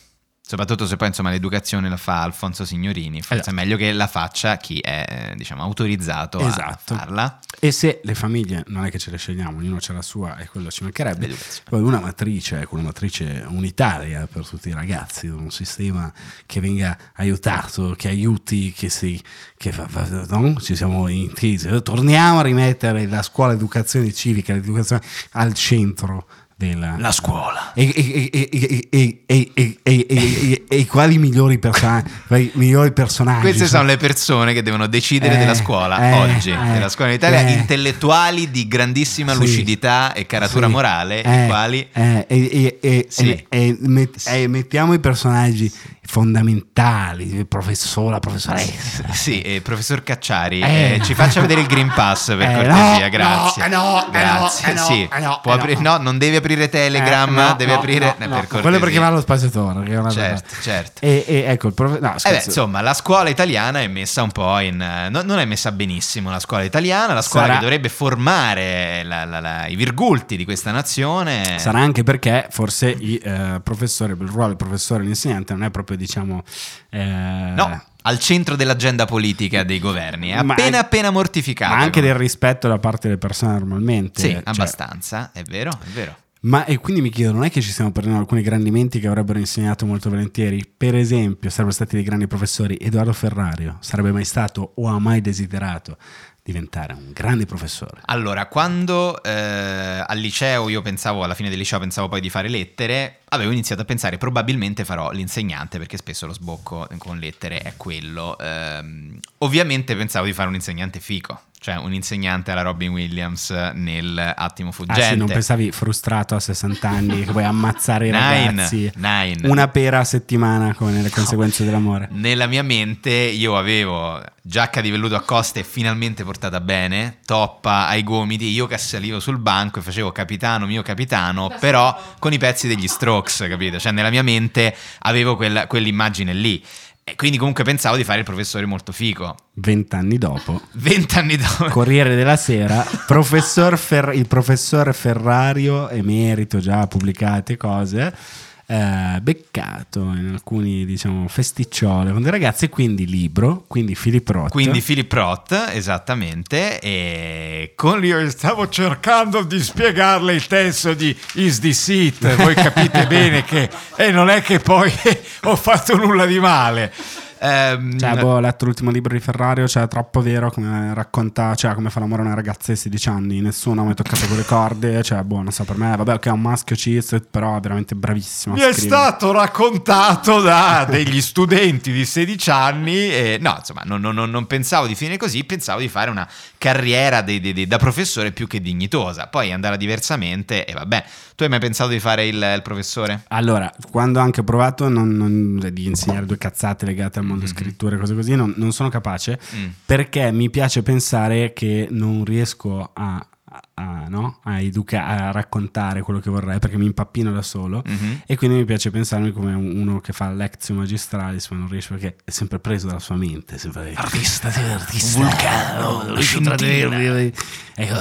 [SPEAKER 1] Soprattutto se poi insomma l'educazione la fa Alfonso Signorini, forse
[SPEAKER 2] Esatto.
[SPEAKER 1] è meglio che la faccia chi è diciamo autorizzato
[SPEAKER 2] Esatto.
[SPEAKER 1] a farla.
[SPEAKER 2] E se le famiglie non è che ce le scegliamo, ognuno c'è la sua e quello ci mancherebbe.
[SPEAKER 1] L'educazione.
[SPEAKER 2] Poi una matrice, ecco, una matrice unitaria per tutti i ragazzi, un sistema che venga aiutato, che aiuti, che si. Che fa, fa- no? Ci siamo intesi. Torniamo a rimettere la scuola, educazione civica, l'educazione al centro della.
[SPEAKER 1] La scuola.
[SPEAKER 2] E, e- e- e- e- e- e- e- e- e- e quali migliori, person- i migliori personaggi?
[SPEAKER 1] Queste
[SPEAKER 2] Ah, sono-
[SPEAKER 1] sono le persone che devono decidere
[SPEAKER 2] Eh,
[SPEAKER 1] della scuola
[SPEAKER 2] eh,
[SPEAKER 1] oggi,
[SPEAKER 2] eh,
[SPEAKER 1] della scuola in Italia,
[SPEAKER 2] eh.
[SPEAKER 1] intellettuali di grandissima
[SPEAKER 2] Sì.
[SPEAKER 1] lucidità e caratura
[SPEAKER 2] Sì.
[SPEAKER 1] morale,
[SPEAKER 2] Eh,
[SPEAKER 1] i quali
[SPEAKER 2] eh, e, e- e-
[SPEAKER 1] Sì.
[SPEAKER 2] e- e met- e mettiamo i personaggi fondamentali, il professore, la professoressa.
[SPEAKER 1] Sì, eh, professor Cacciari,
[SPEAKER 2] Eh.
[SPEAKER 1] eh, ci faccia vedere il Green Pass per
[SPEAKER 2] Eh,
[SPEAKER 1] cortesia,
[SPEAKER 2] no,
[SPEAKER 1] grazie.
[SPEAKER 2] no, eh, no, eh, no,
[SPEAKER 1] grazie.
[SPEAKER 2] eh, no,
[SPEAKER 1] sì.
[SPEAKER 2] eh, no,
[SPEAKER 1] Può
[SPEAKER 2] eh,
[SPEAKER 1] apri-
[SPEAKER 2] no.
[SPEAKER 1] no, non deve aprire Telegram,
[SPEAKER 2] Eh, no,
[SPEAKER 1] deve
[SPEAKER 2] no,
[SPEAKER 1] aprire
[SPEAKER 2] no,
[SPEAKER 1] eh,
[SPEAKER 2] no.
[SPEAKER 1] per cortesia.
[SPEAKER 2] Quello perché va allo spazio che è una
[SPEAKER 1] Certo,
[SPEAKER 2] cosa-
[SPEAKER 1] certo.
[SPEAKER 2] E, e ecco il prof- no,
[SPEAKER 1] Eh beh,
[SPEAKER 2] scherzo.
[SPEAKER 1] insomma, la scuola italiana è messa un po' in. eh, no- non è messa benissimo la scuola italiana, la scuola
[SPEAKER 2] Sarà-
[SPEAKER 1] che dovrebbe formare la- la- la- i virgulti di questa nazione.
[SPEAKER 2] Sarà anche perché forse i, eh, professori, il ruolo del professore e l'insegnante non è proprio, diciamo... eh,
[SPEAKER 1] No, al centro dell'agenda politica dei governi. È
[SPEAKER 2] ma-
[SPEAKER 1] appena appena mortificata.
[SPEAKER 2] Ma anche
[SPEAKER 1] come-
[SPEAKER 2] del rispetto da parte delle persone normalmente.
[SPEAKER 1] Sì,
[SPEAKER 2] cioè-
[SPEAKER 1] abbastanza, è vero, è vero.
[SPEAKER 2] Ma e quindi mi chiedo, non è che ci stiamo perdendo alcuni grandimenti che avrebbero insegnato molto volentieri? Per esempio, sarebbero stati dei grandi professori. Edoardo Ferrario sarebbe mai stato o ha mai desiderato diventare un grande professore?
[SPEAKER 1] Allora, quando eh, al liceo io pensavo, alla fine del liceo pensavo poi di fare lettere, avevo iniziato a pensare probabilmente farò l'insegnante perché spesso lo sbocco con lettere è quello. Ehm, ovviamente pensavo di fare un insegnante fico, cioè un insegnante alla Robin Williams nel Attimo
[SPEAKER 2] Ah, sì, non
[SPEAKER 1] Fuggente.
[SPEAKER 2] pensavi frustrato a 60 anni che puoi ammazzare i ragazzi?
[SPEAKER 1] Nine, nine.
[SPEAKER 2] Una pera a settimana come nelle conseguenze dell'amore.
[SPEAKER 1] Nella mia mente io avevo giacca di velluto a coste finalmente portata bene, toppa ai gomiti, io che salivo sul banco e facevo capitano, mio capitano, però con i pezzi degli strokes, capito? Cioè nella mia mente avevo quella- quell'immagine lì. E quindi comunque pensavo di fare il professore molto fico.
[SPEAKER 2] Vent'anni dopo,
[SPEAKER 1] Vent'anni dopo.
[SPEAKER 2] Corriere della Sera, professor Fer- il professor Ferrario, emerito già pubblicate cose, eh, beccato in alcuni diciamo, festicciole con dei ragazzi, quindi libro, quindi Filippo Roth. Cioè,
[SPEAKER 1] Quindi Philip Roth, esattamente, e con
[SPEAKER 7] Io stavo cercando di spiegarle il testo di Is This It, voi capite bene che e non è che poi ho fatto nulla di male.
[SPEAKER 1] ehm,
[SPEAKER 2] Cioè, boh, ho letto l'ultimo libro di Ferrario, cioè, è troppo vero come racconta, cioè, come fa l'amore a una ragazza di 16 anni, nessuno ha mai toccato quelle corde, cioè, boh, non so, per me, vabbè, ok, è un maschio cis, però è veramente bravissimo. a
[SPEAKER 7] Mi è
[SPEAKER 2] scrivere.
[SPEAKER 7] stato raccontato da degli studenti di
[SPEAKER 1] 16 anni e no, insomma, non, non- non- non pensavo di finire così, pensavo di fare una carriera dei- dei- dei- da professore più che dignitosa, poi andare diversamente e vabbè. Tu hai mai pensato di fare il, il professore?
[SPEAKER 2] Allora, quando anche ho provato non- non- di insegnare due cazzate legate al mondo scrittura e cose così, non, non sono capace
[SPEAKER 1] Mm.
[SPEAKER 2] perché mi piace pensare che non riesco a, a- a- no? a educa- a raccontare quello che vorrei perché mi impappino da solo.
[SPEAKER 1] Mhm.
[SPEAKER 2] E quindi mi piace pensarmi come un- uno che fa lectio magistralis, ma non riesce perché è sempre preso dalla sua mente. Sempre artista, sì, artista, vulcano, non riesco a tradurre. Ecco,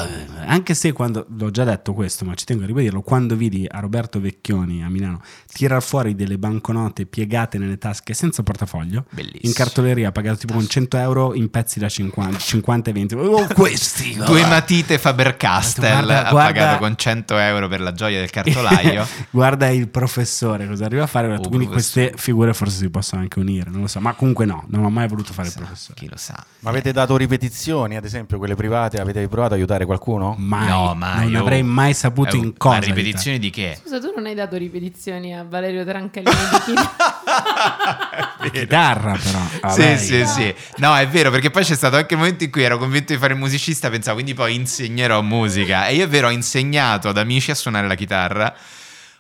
[SPEAKER 2] anche se quando l'ho già detto questo, ma ci tengo a ribadirlo, quando vidi a Roberto Vecchioni a Milano tirar fuori delle banconote piegate nelle tasche senza portafoglio,
[SPEAKER 1] Bellissimo.
[SPEAKER 2] in cartoleria pagato tipo con 100 euro in pezzi da 50, 50 e 20, oh, questi
[SPEAKER 1] Due
[SPEAKER 2] guarda.
[SPEAKER 1] matite Faber Castell,
[SPEAKER 2] Guarda,
[SPEAKER 1] ha
[SPEAKER 2] guarda.
[SPEAKER 1] pagato con 100 euro per la gioia del cartolaio.
[SPEAKER 2] Guarda il professore cosa arriva a fare.
[SPEAKER 1] Oh,
[SPEAKER 2] Quindi
[SPEAKER 1] professore.
[SPEAKER 2] queste figure forse si possono anche unire, non lo so. Ma comunque no, non ho mai voluto fare il
[SPEAKER 1] Sa,
[SPEAKER 2] professore.
[SPEAKER 1] chi lo sa.
[SPEAKER 5] Ma avete dato ripetizioni, ad esempio quelle private? Avete provato ad aiutare qualcuno?
[SPEAKER 2] Mai,
[SPEAKER 1] No, mai.
[SPEAKER 2] non
[SPEAKER 1] oh.
[SPEAKER 2] avrei mai saputo
[SPEAKER 1] Eh, oh,
[SPEAKER 2] in cosa.
[SPEAKER 1] Ma ripetizioni di che?
[SPEAKER 6] Scusa, tu non hai dato ripetizioni a Valerio Trancalini di chi-
[SPEAKER 2] Chitarra però. Ah,
[SPEAKER 1] Sì,
[SPEAKER 2] vai.
[SPEAKER 1] sì, sì. No, è vero, perché poi c'è stato anche il momento in cui ero convinto di fare il musicista, pensavo, quindi poi insegnerò musica. E io è vero, ho insegnato ad amici a suonare la chitarra.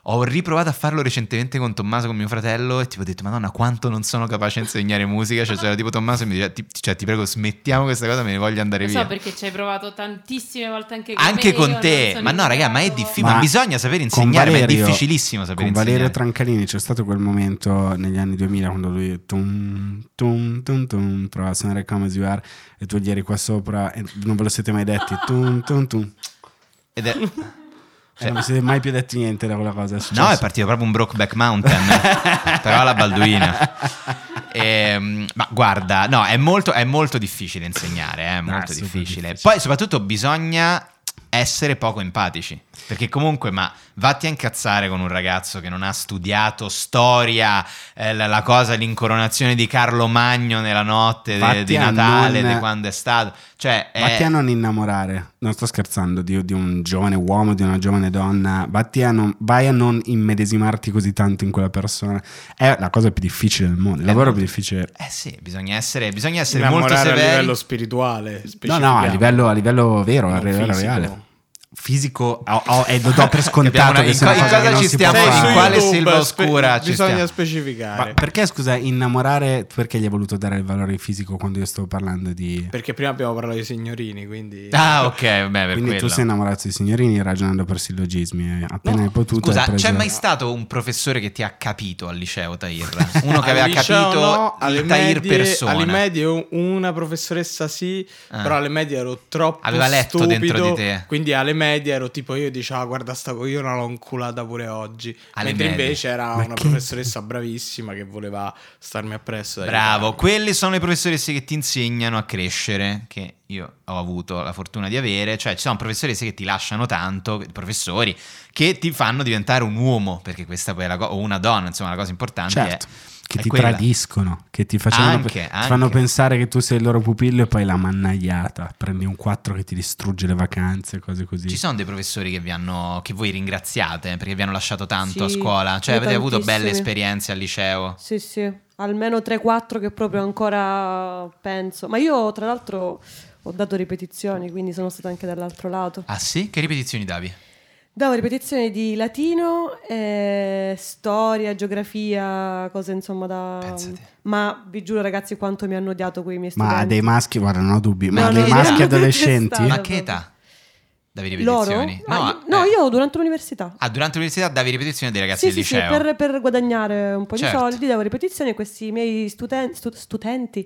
[SPEAKER 1] Ho riprovato a farlo recentemente con Tommaso, con mio fratello, e tipo ho detto, madonna, quanto non sono capace a insegnare musica. Cioè, c'era tipo Tommaso e mi diceva, ti, cioè, ti prego, smettiamo questa cosa, me ne voglio andare
[SPEAKER 6] Lo
[SPEAKER 1] via.
[SPEAKER 6] so perché ci hai provato tantissime volte anche con
[SPEAKER 1] Anche
[SPEAKER 6] me, io
[SPEAKER 1] con
[SPEAKER 6] non
[SPEAKER 1] te,
[SPEAKER 6] sono
[SPEAKER 1] ma no, raga, ma è
[SPEAKER 6] riuscito.
[SPEAKER 1] difficile. Ma, bisogna saper insegnare,
[SPEAKER 2] Con
[SPEAKER 1] ma è
[SPEAKER 2] Valerio-
[SPEAKER 1] difficilissimo saper
[SPEAKER 2] Con
[SPEAKER 1] insegnare.
[SPEAKER 2] Valerio Trancarini c'è stato quel momento negli anni 2000 quando lui tum, tum, tum, tum, provava a suonare Come As You Are e tu gli eri qua sopra e non ve lo siete mai detti. Tum, tum, tum.
[SPEAKER 1] Ed è-
[SPEAKER 2] E non vi siete mai più detti niente da quella cosa. È successo.
[SPEAKER 1] No, è partito proprio un Brokeback Mountain, però alla Balduina. Ehm, ma guarda, no, è molto, è molto difficile insegnare, è molto
[SPEAKER 2] Ah, super
[SPEAKER 1] difficile.
[SPEAKER 2] difficile.
[SPEAKER 1] Poi soprattutto bisogna essere poco empatici, perché comunque, ma vatti a incazzare con un ragazzo che non ha studiato storia, eh, la, la cosa, l'incoronazione di Carlo Magno nella notte de-
[SPEAKER 2] Vatti
[SPEAKER 1] di
[SPEAKER 2] a
[SPEAKER 1] Natale,
[SPEAKER 2] non-
[SPEAKER 1] di quando è stato. Cioè, è-
[SPEAKER 2] Batti a non innamorare, non sto scherzando, di, di un giovane uomo, di una giovane donna, batti a non, vai a non immedesimarti così tanto in quella persona, è la cosa più difficile del mondo, il lavoro più difficile.
[SPEAKER 1] eh sì, bisogna essere, bisogna essere molto
[SPEAKER 4] innamorare a
[SPEAKER 1] severi.
[SPEAKER 4] livello spirituale.
[SPEAKER 2] No, no, a
[SPEAKER 4] specifichiamo.
[SPEAKER 2] livello, a livello vero, a
[SPEAKER 4] Non
[SPEAKER 2] livello
[SPEAKER 4] fisico.
[SPEAKER 2] reale. Fisico, ho- ho- e lo do
[SPEAKER 1] Abbiamo
[SPEAKER 2] per scontato
[SPEAKER 1] una-
[SPEAKER 2] che
[SPEAKER 1] in
[SPEAKER 2] sia una
[SPEAKER 1] co- in
[SPEAKER 2] cosa che
[SPEAKER 1] cosa
[SPEAKER 2] non
[SPEAKER 1] ci
[SPEAKER 2] si
[SPEAKER 1] stiamo?
[SPEAKER 2] può
[SPEAKER 4] Sei
[SPEAKER 1] in
[SPEAKER 4] su
[SPEAKER 2] fare.
[SPEAKER 1] quale
[SPEAKER 4] YouTube,
[SPEAKER 1] selva
[SPEAKER 4] spe-
[SPEAKER 1] oscura ci
[SPEAKER 4] bisogna
[SPEAKER 1] stiamo?
[SPEAKER 4] specificare.
[SPEAKER 2] Ma perché scusa, innamorare, perché gli hai voluto dare il valore fisico quando io stavo parlando di...
[SPEAKER 4] Perché prima abbiamo parlato di signorini, quindi...
[SPEAKER 1] Ah, ok, beh, per
[SPEAKER 2] Quindi
[SPEAKER 1] quello.
[SPEAKER 2] tu sei innamorato di signorini ragionando per sillogismi, eh, appena hai potuto...
[SPEAKER 1] Scusa,
[SPEAKER 2] hai preso-
[SPEAKER 1] c'è mai stato un professore che ti ha capito al liceo, Tahir? Uno che aveva
[SPEAKER 4] Al liceo
[SPEAKER 1] capito
[SPEAKER 4] no, alle
[SPEAKER 1] il Tahir
[SPEAKER 4] medie-
[SPEAKER 1] persona.
[SPEAKER 4] Alle medie una professoressa sì,
[SPEAKER 1] Ah.
[SPEAKER 4] però alle medie ero troppo
[SPEAKER 1] Aveva letto
[SPEAKER 4] stupido,
[SPEAKER 1] dentro di te.
[SPEAKER 4] Quindi alle medie ero tipo io dicevo "Ah, guarda sta cogliona l'ho inculata pure oggi.
[SPEAKER 1] Alle
[SPEAKER 4] Mentre
[SPEAKER 1] medie.
[SPEAKER 4] invece era
[SPEAKER 2] Ma
[SPEAKER 4] una
[SPEAKER 2] che-
[SPEAKER 4] professoressa bravissima che voleva starmi appresso.
[SPEAKER 1] Bravo, quelli sono le professoresse che ti insegnano a crescere, che io ho avuto la fortuna di avere, cioè ci sono professoresse che ti lasciano tanto, professori, che ti fanno diventare un uomo, perché questa poi è la cosa, o una donna, insomma la cosa importante
[SPEAKER 2] Certo.
[SPEAKER 1] è...
[SPEAKER 2] Che
[SPEAKER 1] è
[SPEAKER 2] ti
[SPEAKER 1] quella.
[SPEAKER 2] tradiscono, che ti, facevano-
[SPEAKER 1] Anche,
[SPEAKER 2] ti
[SPEAKER 1] anche.
[SPEAKER 2] fanno pensare che tu sei il loro pupillo e poi la mannagliata. Prendi un 4 che ti distrugge le vacanze, cose così.
[SPEAKER 1] Ci sono dei professori che, vi hanno, che voi ringraziate eh, perché vi hanno lasciato tanto
[SPEAKER 3] Sì,
[SPEAKER 1] a scuola, cioè
[SPEAKER 3] io
[SPEAKER 1] avete avuto
[SPEAKER 3] tantissimi.
[SPEAKER 1] belle esperienze al liceo.
[SPEAKER 3] Sì, sì, almeno 3-4 che proprio ancora penso. Ma io tra l'altro ho dato ripetizioni, quindi sono stata anche dall'altro lato.
[SPEAKER 1] Ah sì? Che ripetizioni davi?
[SPEAKER 3] Davo ripetizioni di latino, eh, storia, geografia, cose insomma da...
[SPEAKER 1] Pensate.
[SPEAKER 3] Ma vi giuro ragazzi quanto mi hanno odiato quei miei
[SPEAKER 2] Ma
[SPEAKER 3] studenti.
[SPEAKER 2] dei maschi, guarda, non ho dubbi, ma
[SPEAKER 3] No,
[SPEAKER 2] dei
[SPEAKER 3] no,
[SPEAKER 2] maschi
[SPEAKER 3] no,
[SPEAKER 2] adolescenti.
[SPEAKER 3] no,
[SPEAKER 1] Ma
[SPEAKER 3] no,
[SPEAKER 1] che
[SPEAKER 3] no.
[SPEAKER 1] età? Davi
[SPEAKER 3] Loro?
[SPEAKER 1] ripetizioni?
[SPEAKER 3] Ah,
[SPEAKER 1] eh.
[SPEAKER 3] io- no, io durante l'università.
[SPEAKER 1] Ah, durante l'università davi ripetizioni dei ragazzi
[SPEAKER 3] Sì,
[SPEAKER 1] del
[SPEAKER 3] sì, sì,
[SPEAKER 1] liceo.
[SPEAKER 3] per, per guadagnare un po'
[SPEAKER 1] Certo.
[SPEAKER 3] di soldi davo ripetizioni e questi miei studen- stu- studenti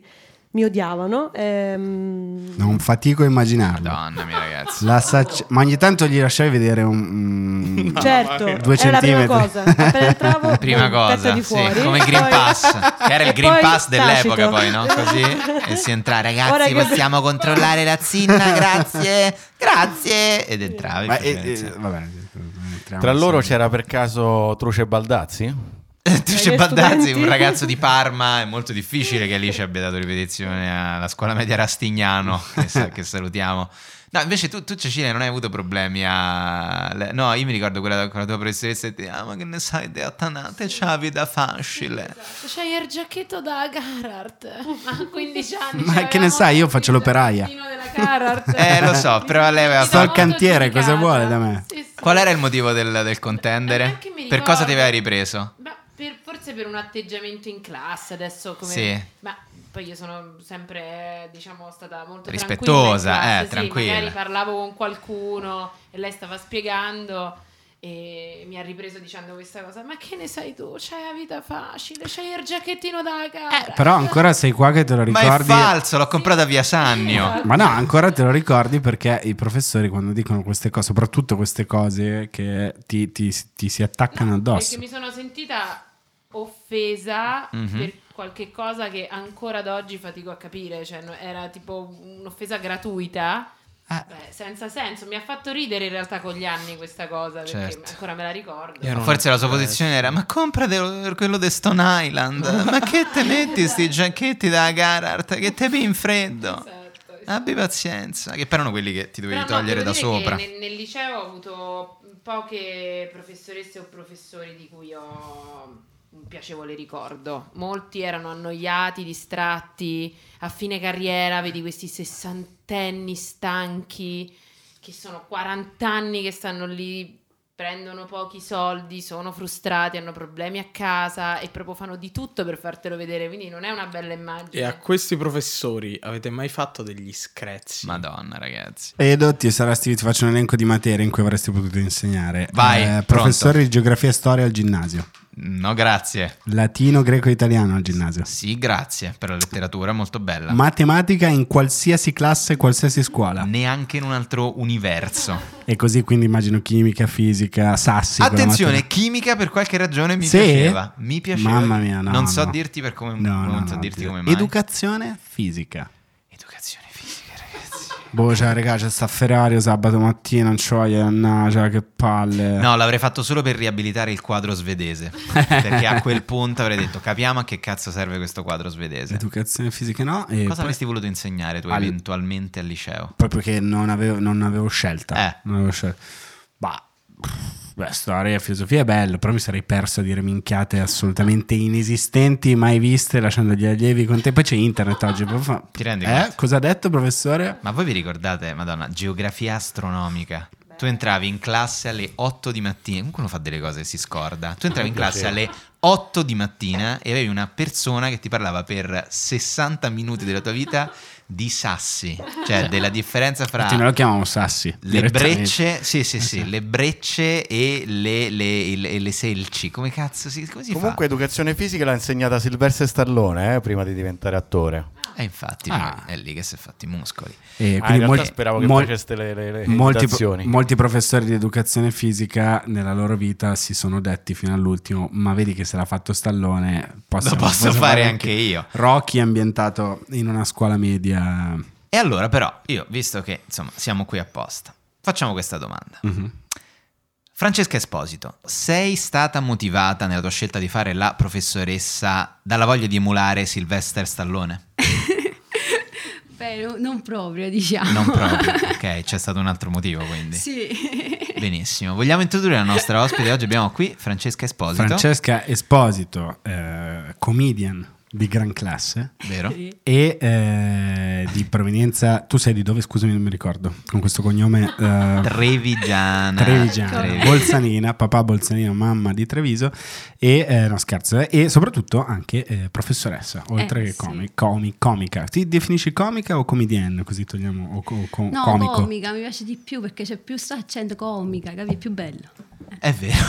[SPEAKER 3] mi odiavano. ehm,
[SPEAKER 2] Non fatico a immaginarlo.
[SPEAKER 1] Madonna mia, ragazzi.
[SPEAKER 2] La sac- ma ogni tanto gli lasciavi vedere un... mm,
[SPEAKER 3] Certo,
[SPEAKER 2] Due
[SPEAKER 3] era la prima
[SPEAKER 2] centimetri.
[SPEAKER 3] cosa. Appena entravo,
[SPEAKER 1] Prima
[SPEAKER 3] boom, testa
[SPEAKER 1] cosa,
[SPEAKER 3] di
[SPEAKER 1] sì,
[SPEAKER 3] fuori.
[SPEAKER 1] come il Green
[SPEAKER 3] Poi-
[SPEAKER 1] Pass, che era il
[SPEAKER 3] e
[SPEAKER 1] Green
[SPEAKER 3] poi
[SPEAKER 1] Pass dell'epoca
[SPEAKER 3] tacito.
[SPEAKER 1] poi, no? Così, e si entra,
[SPEAKER 3] Ora
[SPEAKER 1] ragazzi,
[SPEAKER 3] che-
[SPEAKER 1] possiamo controllare la zinna, grazie, grazie, ed entravi.
[SPEAKER 2] Ma, eh,
[SPEAKER 1] facevi
[SPEAKER 2] eh,
[SPEAKER 1] lezione.
[SPEAKER 2] vabbè, entriamo
[SPEAKER 5] Tra
[SPEAKER 2] sempre.
[SPEAKER 5] loro c'era per caso Truce e Baldazzi?
[SPEAKER 1] Tu
[SPEAKER 3] Dai,
[SPEAKER 1] c'è
[SPEAKER 3] gli
[SPEAKER 1] Baldazzi, un
[SPEAKER 3] studenti.
[SPEAKER 1] ragazzo di Parma, è molto difficile che lì ci abbia dato ripetizione alla scuola media Rastignano, che, sa- che salutiamo. No, invece tu, tu Cecilia non hai avuto problemi a... le- No, io mi ricordo quella, quella tua professoressa che ti ah ma che ne sai di Atanate, c'ha vita facile.
[SPEAKER 6] Esatto. C'hai il giacchetto da Carhartt a 15 anni.
[SPEAKER 2] Ma
[SPEAKER 6] cioè,
[SPEAKER 2] che ne sai, io faccio
[SPEAKER 6] il
[SPEAKER 2] l'operaia.
[SPEAKER 6] giacchettino della Carhartt.
[SPEAKER 1] Eh, lo so, però lei aveva
[SPEAKER 6] Mi
[SPEAKER 1] Sto al
[SPEAKER 6] sono molto
[SPEAKER 2] cantiere, cosa
[SPEAKER 6] giudicata.
[SPEAKER 2] vuole da me?
[SPEAKER 6] Sì, sì.
[SPEAKER 1] Qual era il motivo del, del
[SPEAKER 6] Eh,
[SPEAKER 1] contendere?
[SPEAKER 6] neanche mi
[SPEAKER 1] Per cosa ti
[SPEAKER 6] ricordo.
[SPEAKER 1] aveva ripreso?
[SPEAKER 6] Ma per- forse per un atteggiamento in classe adesso come...
[SPEAKER 1] Sì.
[SPEAKER 6] Ma poi io sono sempre, eh, diciamo, stata molto
[SPEAKER 1] Rispettosa,
[SPEAKER 6] tranquilla in classe,
[SPEAKER 1] eh, tranquilla.
[SPEAKER 6] Sì, magari parlavo con qualcuno e lei stava spiegando e mi ha ripreso dicendo questa cosa. Ma che ne sai tu? C'hai la vita facile, c'hai il giacchettino
[SPEAKER 1] Eh,
[SPEAKER 6] da gara.
[SPEAKER 2] Però ancora sei qua che te lo
[SPEAKER 1] Ma
[SPEAKER 2] ricordi.
[SPEAKER 1] è falso, l'ho comprata a Via Sannio.
[SPEAKER 2] Ma no, ancora te lo ricordi perché i professori quando dicono queste cose, soprattutto queste cose che ti, ti- ti si attaccano addosso.
[SPEAKER 6] Perché mi sono sentita offesa
[SPEAKER 1] Mhm.
[SPEAKER 6] per qualche cosa che ancora ad oggi fatico a capire, cioè no- era tipo un'offesa gratuita.
[SPEAKER 1] Eh.
[SPEAKER 2] Ah.
[SPEAKER 6] Beh, senza senso, mi ha fatto ridere in realtà con gli anni questa cosa perché
[SPEAKER 1] Certo.
[SPEAKER 6] ancora me la ricordo.
[SPEAKER 4] Io
[SPEAKER 1] Ma
[SPEAKER 4] non-
[SPEAKER 1] Forse la sua
[SPEAKER 4] eh,
[SPEAKER 1] posizione era: Ma compra de- quello di Stone Island. Ma che te metti sti giacchetti da Garart? Che te in freddo?
[SPEAKER 6] Esatto, esatto.
[SPEAKER 1] Abbi pazienza. Che però erano quelli che ti dovevi
[SPEAKER 6] Però no,
[SPEAKER 1] togliere
[SPEAKER 6] devo
[SPEAKER 1] da
[SPEAKER 6] dire che
[SPEAKER 1] sopra.
[SPEAKER 6] Nel, nel liceo ho avuto poche professoresse o professori di cui ho un piacevole ricordo. Molti erano annoiati, distratti, a fine carriera vedi questi sessantenni stanchi che sono 40 anni che stanno lì, prendono pochi soldi, sono frustrati, hanno problemi a casa e proprio fanno di tutto per fartelo vedere, quindi non è una bella immagine.
[SPEAKER 4] E a questi professori avete mai fatto degli screzi?
[SPEAKER 1] Madonna, ragazzi.
[SPEAKER 2] E Dotti, saresti, ti faccio un elenco di materie in cui avresti potuto insegnare.
[SPEAKER 1] Vai, pronto.
[SPEAKER 2] professore di geografia e storia al ginnasio.
[SPEAKER 1] No, grazie.
[SPEAKER 2] Latino, greco e italiano al ginnasio.
[SPEAKER 1] Sì, grazie per la letteratura, molto bella.
[SPEAKER 2] Matematica in qualsiasi classe, qualsiasi scuola.
[SPEAKER 1] Neanche in un altro universo.
[SPEAKER 2] E così quindi immagino chimica, fisica, sassi. quella
[SPEAKER 1] Attenzione,
[SPEAKER 2] materia.
[SPEAKER 1] chimica per qualche ragione mi
[SPEAKER 2] Sì?
[SPEAKER 1] piaceva. Mi piaceva.
[SPEAKER 2] Mamma mia, no,
[SPEAKER 1] Non so
[SPEAKER 2] no.
[SPEAKER 1] dirti per come
[SPEAKER 2] No, no,
[SPEAKER 1] non
[SPEAKER 2] no,
[SPEAKER 1] so
[SPEAKER 2] no,
[SPEAKER 1] dirti
[SPEAKER 2] ti-
[SPEAKER 1] come mai.
[SPEAKER 2] Educazione fisica.
[SPEAKER 1] Educazione fisica, ragazzi.
[SPEAKER 2] Boh, cioè, raga, c'è sta Ferrari sabato mattina, non c'ho io, mannaggia, cioè, che palle.
[SPEAKER 1] No, l'avrei fatto solo per riabilitare il quadro svedese. perché a quel punto avrei detto: capiamo a che cazzo serve questo quadro svedese.
[SPEAKER 2] Educazione fisica no. E
[SPEAKER 1] Cosa
[SPEAKER 2] poi-
[SPEAKER 1] avresti voluto insegnare tu
[SPEAKER 2] Al-
[SPEAKER 1] eventualmente al liceo?
[SPEAKER 2] Proprio che non avevo, non avevo scelta.
[SPEAKER 1] Eh.
[SPEAKER 2] Non avevo scelta. Bah, pff, beh, storia e filosofia è bello, però mi sarei perso a dire minchiate assolutamente inesistenti, mai viste, lasciando gli allievi con te. Poi c'è internet oggi. proprio fa-
[SPEAKER 1] Ti rendi
[SPEAKER 2] Eh?
[SPEAKER 1] conto?
[SPEAKER 2] Cosa ha detto, professore?
[SPEAKER 1] Ma voi vi ricordate, madonna, geografia astronomica? Tu entravi in classe alle 8 di mattina, qualcuno fa delle cose e si scorda. Tu entravi in classe alle 8 di mattina e avevi una persona che ti parlava per 60 minuti della tua vita di sassi, cioè della differenza fra
[SPEAKER 2] Infatti, noi lo chiamavamo Sassi.
[SPEAKER 1] Ah. le
[SPEAKER 2] direttamente.
[SPEAKER 1] brecce, sì, sì, sì, le brecce e le, le- il- e le selci. Come cazzo si, come si
[SPEAKER 5] Comunque,
[SPEAKER 1] fa?
[SPEAKER 5] educazione fisica l'ha insegnata Silvestre Stallone eh, prima di diventare attore.
[SPEAKER 1] Eh, infatti,
[SPEAKER 2] Ah.
[SPEAKER 1] è lì che si è fatti i muscoli.
[SPEAKER 2] E
[SPEAKER 5] Ah, in
[SPEAKER 2] Eh, quindi
[SPEAKER 5] realtà
[SPEAKER 2] molti,
[SPEAKER 5] speravo che
[SPEAKER 2] mol-
[SPEAKER 5] faceste le, le, le
[SPEAKER 2] molti,
[SPEAKER 5] imitazioni.
[SPEAKER 2] molti professori di educazione fisica nella loro vita si sono detti fino all'ultimo: Ma vedi che se l'ha fatto Stallone, posso,
[SPEAKER 1] Lo posso fare anche io.
[SPEAKER 2] Rocky è ambientato in una scuola media.
[SPEAKER 1] E allora, però, io, visto che insomma siamo qui apposta, facciamo questa domanda.
[SPEAKER 2] Mhm.
[SPEAKER 1] Francesca Esposito, sei stata motivata nella tua scelta di fare la professoressa dalla voglia di emulare Sylvester Stallone?
[SPEAKER 8] Beh, no- non proprio, diciamo.
[SPEAKER 1] Non proprio, ok, c'è stato un altro motivo quindi.
[SPEAKER 8] Sì.
[SPEAKER 1] Benissimo, vogliamo introdurre la nostra ospite. Oggi abbiamo qui Francesca Esposito.
[SPEAKER 2] Francesca Esposito, eh, comedian di gran classe.
[SPEAKER 1] Vero?
[SPEAKER 8] Sì.
[SPEAKER 2] E eh, di provenienza, tu sei di dove? Scusami, non mi ricordo. Con questo cognome eh,
[SPEAKER 1] Trevigiana.
[SPEAKER 2] Trevigiana,
[SPEAKER 8] Ecco.
[SPEAKER 1] Trevi-
[SPEAKER 2] Bolzanina, papà Bolzanina, mamma di Treviso e eh, no scherzo eh, e soprattutto anche eh, professoressa, oltre
[SPEAKER 8] Eh,
[SPEAKER 2] che
[SPEAKER 8] sì.
[SPEAKER 2] comi- comi- comica. Ti definisci comica o comedienne, così togliamo o co- co-
[SPEAKER 8] No,
[SPEAKER 2] comico?
[SPEAKER 8] comica mi piace di più perché c'è più sta accento comica, capi? È più bello.
[SPEAKER 1] È vero,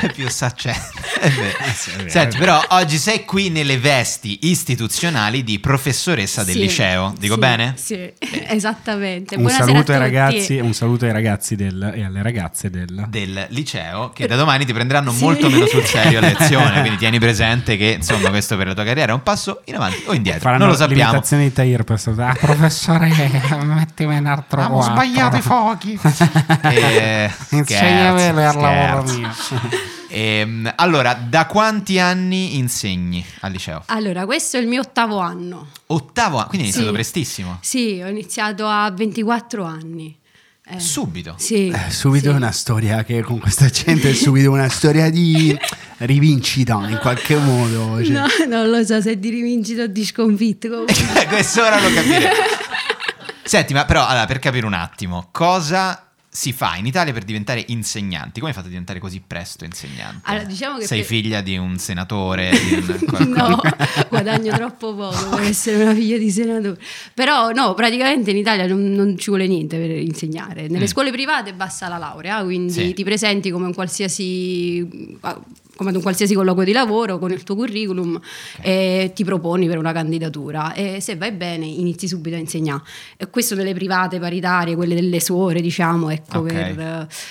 [SPEAKER 1] è più saccente. È vero.
[SPEAKER 2] Eh, sì, è vero.
[SPEAKER 1] Senti, però oggi sei qui nelle vesti istituzionali di professoressa del
[SPEAKER 8] Sì,
[SPEAKER 1] liceo, dico
[SPEAKER 8] sì,
[SPEAKER 1] bene?
[SPEAKER 8] Sì, esattamente.
[SPEAKER 2] Un
[SPEAKER 8] Buonasera
[SPEAKER 2] saluto, ai
[SPEAKER 8] a tutti.
[SPEAKER 2] ragazzi, un saluto ai ragazzi del- e alle ragazze del...
[SPEAKER 1] Del liceo che da domani ti prenderanno
[SPEAKER 8] Eh, Sì.
[SPEAKER 1] molto meno sul serio a lezione, quindi tieni presente che insomma questo per la tua carriera è un passo in avanti o indietro,
[SPEAKER 2] Faranno
[SPEAKER 1] non lo sappiamo.
[SPEAKER 2] l'imitazione di Tahir per strada. Ah, professore, mettimi un altro Abbiamo sbagliato i fuochi.
[SPEAKER 1] Eh, scherzo,
[SPEAKER 2] Insegnamelo al lavoro
[SPEAKER 1] scherzo.
[SPEAKER 2] mio.
[SPEAKER 1] Ehm, allora, da quanti anni insegni al liceo?
[SPEAKER 8] Allora, questo è il mio ottavo anno.
[SPEAKER 1] Ottavo anno, quindi è iniziato
[SPEAKER 8] Sì.
[SPEAKER 1] prestissimo.
[SPEAKER 8] Sì, ho iniziato a 24 anni. Eh,
[SPEAKER 1] Subito.
[SPEAKER 8] Sì.
[SPEAKER 2] Eh, subito
[SPEAKER 8] sì.
[SPEAKER 2] una storia che con questa gente è subito una storia di rivincita in qualche modo. cioè.
[SPEAKER 8] No, non lo so se è di rivincita o di sconfitto. comunque.
[SPEAKER 1] Questo ora lo capiremo. Senti, ma però allora, per capire un attimo, cosa si fa in Italia per diventare insegnanti? Come hai fatto a diventare così presto insegnante?
[SPEAKER 8] Allora, diciamo che
[SPEAKER 1] Sei
[SPEAKER 8] per-
[SPEAKER 1] figlia di un senatore? di un qualcuno?
[SPEAKER 8] No, guadagno troppo poco per essere una figlia di senatore. Però no, praticamente in Italia non, non ci vuole niente per insegnare. Nelle
[SPEAKER 1] Mm.
[SPEAKER 8] scuole private basta la laurea, quindi
[SPEAKER 1] Sì.
[SPEAKER 8] ti presenti come un qualsiasi ah, come ad un qualsiasi colloquio di lavoro con il tuo curriculum e ti proponi per una candidatura e se vai bene inizi subito a insegnare. E questo delle private paritarie, quelle delle suore, diciamo, ecco,
[SPEAKER 1] Ok.
[SPEAKER 8] per,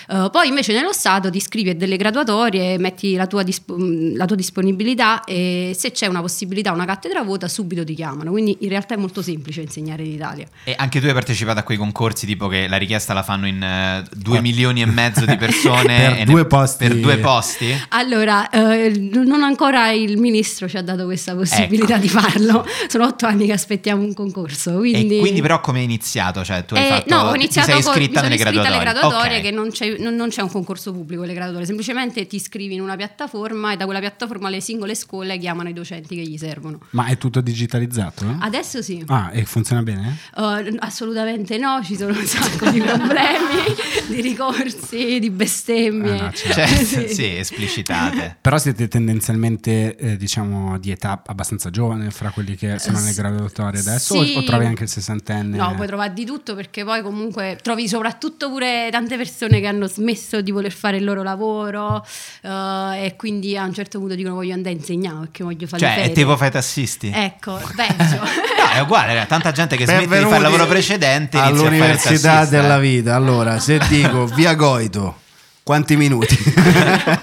[SPEAKER 8] eh, poi invece nello Stato ti iscrivi a delle graduatorie, metti la tua, disp- mh, la tua disponibilità e se c'è una possibilità, una cattedra vuota, subito ti chiamano. Quindi in realtà è molto semplice insegnare in Italia.
[SPEAKER 1] E anche tu hai partecipato a quei concorsi tipo che la richiesta la fanno in eh, due milioni e mezzo di persone
[SPEAKER 2] Per
[SPEAKER 1] e
[SPEAKER 2] due posti.
[SPEAKER 1] per due posti?
[SPEAKER 8] Allora, Allora, eh, non ancora il ministro ci ha dato questa possibilità
[SPEAKER 1] Ecco.
[SPEAKER 8] di farlo. Sono otto anni che aspettiamo un concorso. Quindi...
[SPEAKER 1] E quindi però come è iniziato? Cioè tu hai
[SPEAKER 8] Eh,
[SPEAKER 1] fatto,
[SPEAKER 8] no, ho iniziato
[SPEAKER 1] ti sei
[SPEAKER 8] con-
[SPEAKER 1] iscritta
[SPEAKER 8] mi sono
[SPEAKER 1] nelle
[SPEAKER 8] iscritta
[SPEAKER 1] graduatorie.
[SPEAKER 8] alle graduatorie
[SPEAKER 1] Ok.
[SPEAKER 8] che non c'è, non- non c'è un concorso pubblico le graduatorie, semplicemente ti iscrivi in una piattaforma e da quella piattaforma le singole scuole chiamano i docenti che gli servono.
[SPEAKER 2] Ma è tutto digitalizzato? eh?
[SPEAKER 8] Adesso sì.
[SPEAKER 2] Ah, e funziona bene?
[SPEAKER 8] Eh, assolutamente no, ci sono un sacco di problemi, di ricorsi, di bestemmie.
[SPEAKER 2] Ah, no, certo.
[SPEAKER 1] Cioè,
[SPEAKER 8] Sì.
[SPEAKER 1] sì. esplicitate.
[SPEAKER 2] Però siete tendenzialmente, eh, diciamo, di età abbastanza giovane fra quelli che sono nelle
[SPEAKER 8] Eh, s-
[SPEAKER 2] graduatorie adesso?
[SPEAKER 8] sì.
[SPEAKER 2] O, o trovi anche il sessantenne?
[SPEAKER 8] No, puoi trovare di tutto perché poi comunque trovi soprattutto pure tante persone che hanno smesso di voler fare il loro lavoro eh, e quindi a un certo punto dicono voglio andare a insegnare perché voglio fare le
[SPEAKER 1] Cioè, è
[SPEAKER 8] ferie.
[SPEAKER 1] tipo fai tassisti.
[SPEAKER 8] Ecco, peggio.
[SPEAKER 1] No, è uguale, era tanta gente che smette di fare il
[SPEAKER 9] Benvenuti
[SPEAKER 1] lavoro precedente e inizia a fare il
[SPEAKER 9] all'università
[SPEAKER 1] tassista.
[SPEAKER 9] della vita. Allora, se dico via Goito, quanti minuti?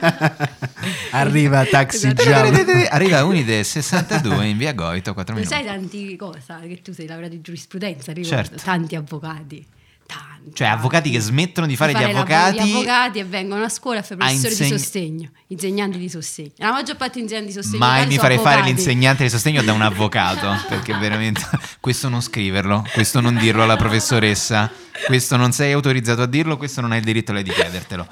[SPEAKER 9] Arriva Taxi
[SPEAKER 8] Esatto.
[SPEAKER 9] Giallo.
[SPEAKER 1] Arriva Unide 62 in via Goito 4
[SPEAKER 8] Lo sai
[SPEAKER 1] minuti.
[SPEAKER 8] tanti cosa? Che tu sei laureato in giurisprudenza, ricordo.
[SPEAKER 1] Certo.
[SPEAKER 8] Tanti avvocati. Tanti.
[SPEAKER 1] Cioè, avvocati che smettono di fare,
[SPEAKER 8] Di
[SPEAKER 1] gli
[SPEAKER 8] la-
[SPEAKER 1] avvocati.
[SPEAKER 8] gli avvocati e vengono a scuola a fare
[SPEAKER 1] a
[SPEAKER 8] professori
[SPEAKER 1] insegn-
[SPEAKER 8] di sostegno, insegnanti di sostegno. La maggior parte degli insegnanti di sostegno.
[SPEAKER 1] Mai
[SPEAKER 8] locali
[SPEAKER 1] mi
[SPEAKER 8] sono
[SPEAKER 1] farei fare
[SPEAKER 8] avvocati.
[SPEAKER 1] l'insegnante di sostegno da un avvocato, perché veramente questo non scriverlo, questo non dirlo alla professoressa, questo non sei autorizzato a dirlo, questo non hai il diritto lei di chiedertelo.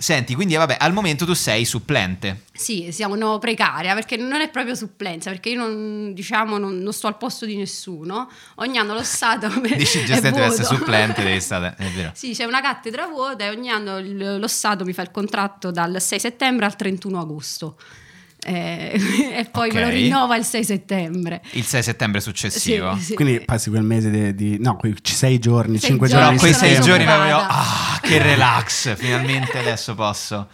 [SPEAKER 1] Senti, quindi vabbè, al momento tu sei supplente.
[SPEAKER 8] Sì, siamo no, precaria perché non è proprio supplenza, perché io non, diciamo, non, non sto al posto di nessuno. Ogni anno lo Stato
[SPEAKER 1] Dici il gestente deve essere supplente, devi stare, è vero.
[SPEAKER 8] Sì, c'è una cattedra vuota e ogni anno il- lo Stato mi fa il contratto dal 6 settembre al 31 agosto. Eh, e poi me lo
[SPEAKER 1] Ok.
[SPEAKER 8] rinnova il 6 settembre.
[SPEAKER 1] Il 6 settembre successivo.
[SPEAKER 8] Sì, sì.
[SPEAKER 2] Quindi passi quel mese de- di... no, quei c- sei giorni,
[SPEAKER 8] Sei
[SPEAKER 2] cinque
[SPEAKER 1] Però
[SPEAKER 2] giorni.
[SPEAKER 8] giorni, mi
[SPEAKER 1] quei
[SPEAKER 8] sono
[SPEAKER 1] sei giorni
[SPEAKER 8] disoccupata.
[SPEAKER 1] proprio, ah, che relax, finalmente adesso posso.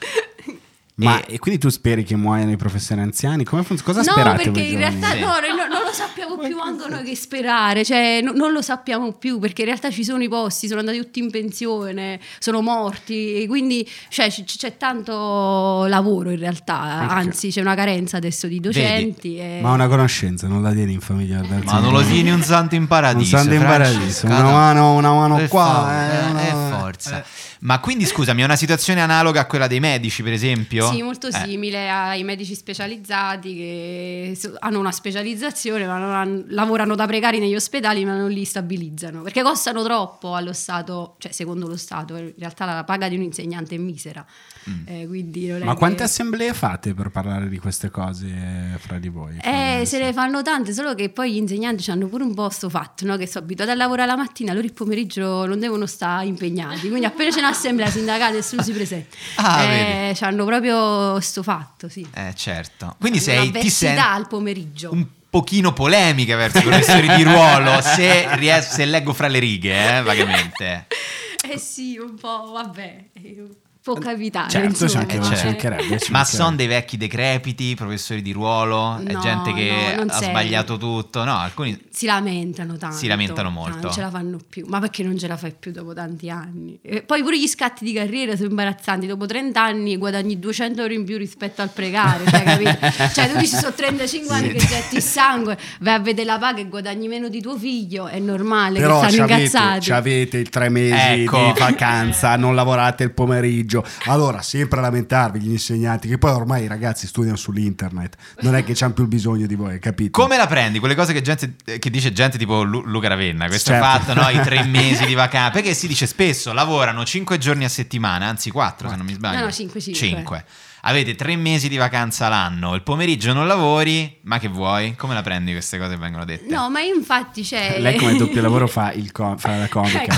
[SPEAKER 2] Ma
[SPEAKER 1] E-
[SPEAKER 2] e quindi tu speri che muoiano i professori anziani? Come funziona? Cosa
[SPEAKER 8] Eh. No,
[SPEAKER 2] sperate?
[SPEAKER 8] perché
[SPEAKER 2] voi
[SPEAKER 8] in
[SPEAKER 2] giovani?
[SPEAKER 8] realtà
[SPEAKER 1] Sì.
[SPEAKER 8] no, noi no- non lo sappiamo più anche noi che sperare, cioè no- non lo sappiamo più perché in realtà ci sono i posti, sono andati tutti in pensione, sono morti, e quindi cioè, c- c- c'è tanto lavoro in realtà,
[SPEAKER 2] Ok.
[SPEAKER 8] anzi c'è una carenza adesso di docenti. e-
[SPEAKER 2] Ma una conoscenza, non la tieni in famiglia. D'Alzano.
[SPEAKER 1] Ma non lo tieni un santo in paradiso.
[SPEAKER 9] Un santo in
[SPEAKER 1] Francesca.
[SPEAKER 9] paradiso, una mano- una mano
[SPEAKER 1] Per
[SPEAKER 9] qua,
[SPEAKER 1] favore,
[SPEAKER 9] eh, una-
[SPEAKER 1] eh, forza. Ma quindi scusami, è una situazione analoga a quella dei medici, per esempio?
[SPEAKER 8] Sì, molto
[SPEAKER 1] Eh,
[SPEAKER 8] simile ai medici specializzati che so- hanno una specializzazione, ma non han- lavorano da precari negli ospedali, ma non li stabilizzano perché costano troppo allo Stato, cioè secondo lo Stato, in realtà la paga di un insegnante è misera.
[SPEAKER 1] Mm.
[SPEAKER 8] Eh, quindi non è
[SPEAKER 2] Ma
[SPEAKER 8] che-
[SPEAKER 2] quante assemblee fate per parlare di queste cose fra di voi?
[SPEAKER 8] Eh, se ne
[SPEAKER 2] le
[SPEAKER 8] fanno tante, solo che poi gli insegnanti hanno pure un po' sto fatto, no? che sono abituati a lavorare la mattina, loro il pomeriggio non devono stare impegnati, quindi appena c'è un'assemblea sindacale nessuno si presenta.
[SPEAKER 1] Ah,
[SPEAKER 8] eh, hanno proprio sto fatto, sì.
[SPEAKER 1] eh, certo. Quindi
[SPEAKER 8] una
[SPEAKER 1] sei ti
[SPEAKER 8] avversità
[SPEAKER 1] senti
[SPEAKER 8] al pomeriggio.
[SPEAKER 1] un pochino polemica verso i professori di ruolo, se, ries- se leggo fra le righe, eh, vagamente.
[SPEAKER 8] Eh sì, un po', vabbè, eh, può capitare.
[SPEAKER 2] Certo, c'è
[SPEAKER 8] insomma. cioè,
[SPEAKER 2] anche,
[SPEAKER 1] Eh,
[SPEAKER 2] ci
[SPEAKER 1] certo.
[SPEAKER 2] mancherebbe, ci
[SPEAKER 1] Ma
[SPEAKER 2] mancherebbe.
[SPEAKER 1] sono dei vecchi decrepiti, professori di ruolo, è
[SPEAKER 8] No,
[SPEAKER 1] gente che
[SPEAKER 8] no, non
[SPEAKER 1] ha
[SPEAKER 8] sei.
[SPEAKER 1] sbagliato tutto. No, alcuni
[SPEAKER 8] Si lamentano tanto.
[SPEAKER 1] Si lamentano
[SPEAKER 8] Ah,
[SPEAKER 1] molto.
[SPEAKER 8] non ce la fanno più. Ma perché non ce la fai più dopo tanti anni? E poi pure gli scatti di carriera sono imbarazzanti. Dopo 30 anni guadagni 200 euro in più rispetto al precario. Cioè, capito? cioè tu dici sono 35 anni che getti il sangue, vai a vedere la paga e guadagni meno di tuo figlio. È normale
[SPEAKER 9] Però
[SPEAKER 8] che
[SPEAKER 9] ci
[SPEAKER 8] stanno
[SPEAKER 9] avete,
[SPEAKER 8] incazzati.
[SPEAKER 9] ci avete il tre mesi
[SPEAKER 1] Ecco.
[SPEAKER 9] di vacanza, non lavorate il pomeriggio. Allora, sempre a lamentarvi gli insegnanti, che poi ormai i ragazzi studiano sull'internet, non è che c'hanno più il bisogno di voi, capito?
[SPEAKER 1] Come la prendi? Quelle cose che, gente- eh, che dice gente tipo Lu- Luca Ravenna, questo è
[SPEAKER 9] Certo.
[SPEAKER 1] fatto, no? I tre mesi di vacanza. Perché si dice spesso lavorano cinque giorni a settimana, anzi quattro se non mi sbaglio.
[SPEAKER 8] No, no, cinque, cinque.
[SPEAKER 1] Cinque. Avete tre mesi di vacanza l'anno, il pomeriggio non lavori, ma che vuoi? Come la prendi queste cose che vengono dette?
[SPEAKER 8] No, ma infatti cioè, c'è.
[SPEAKER 2] Lei come doppio lavoro fa, il co- fa la comica.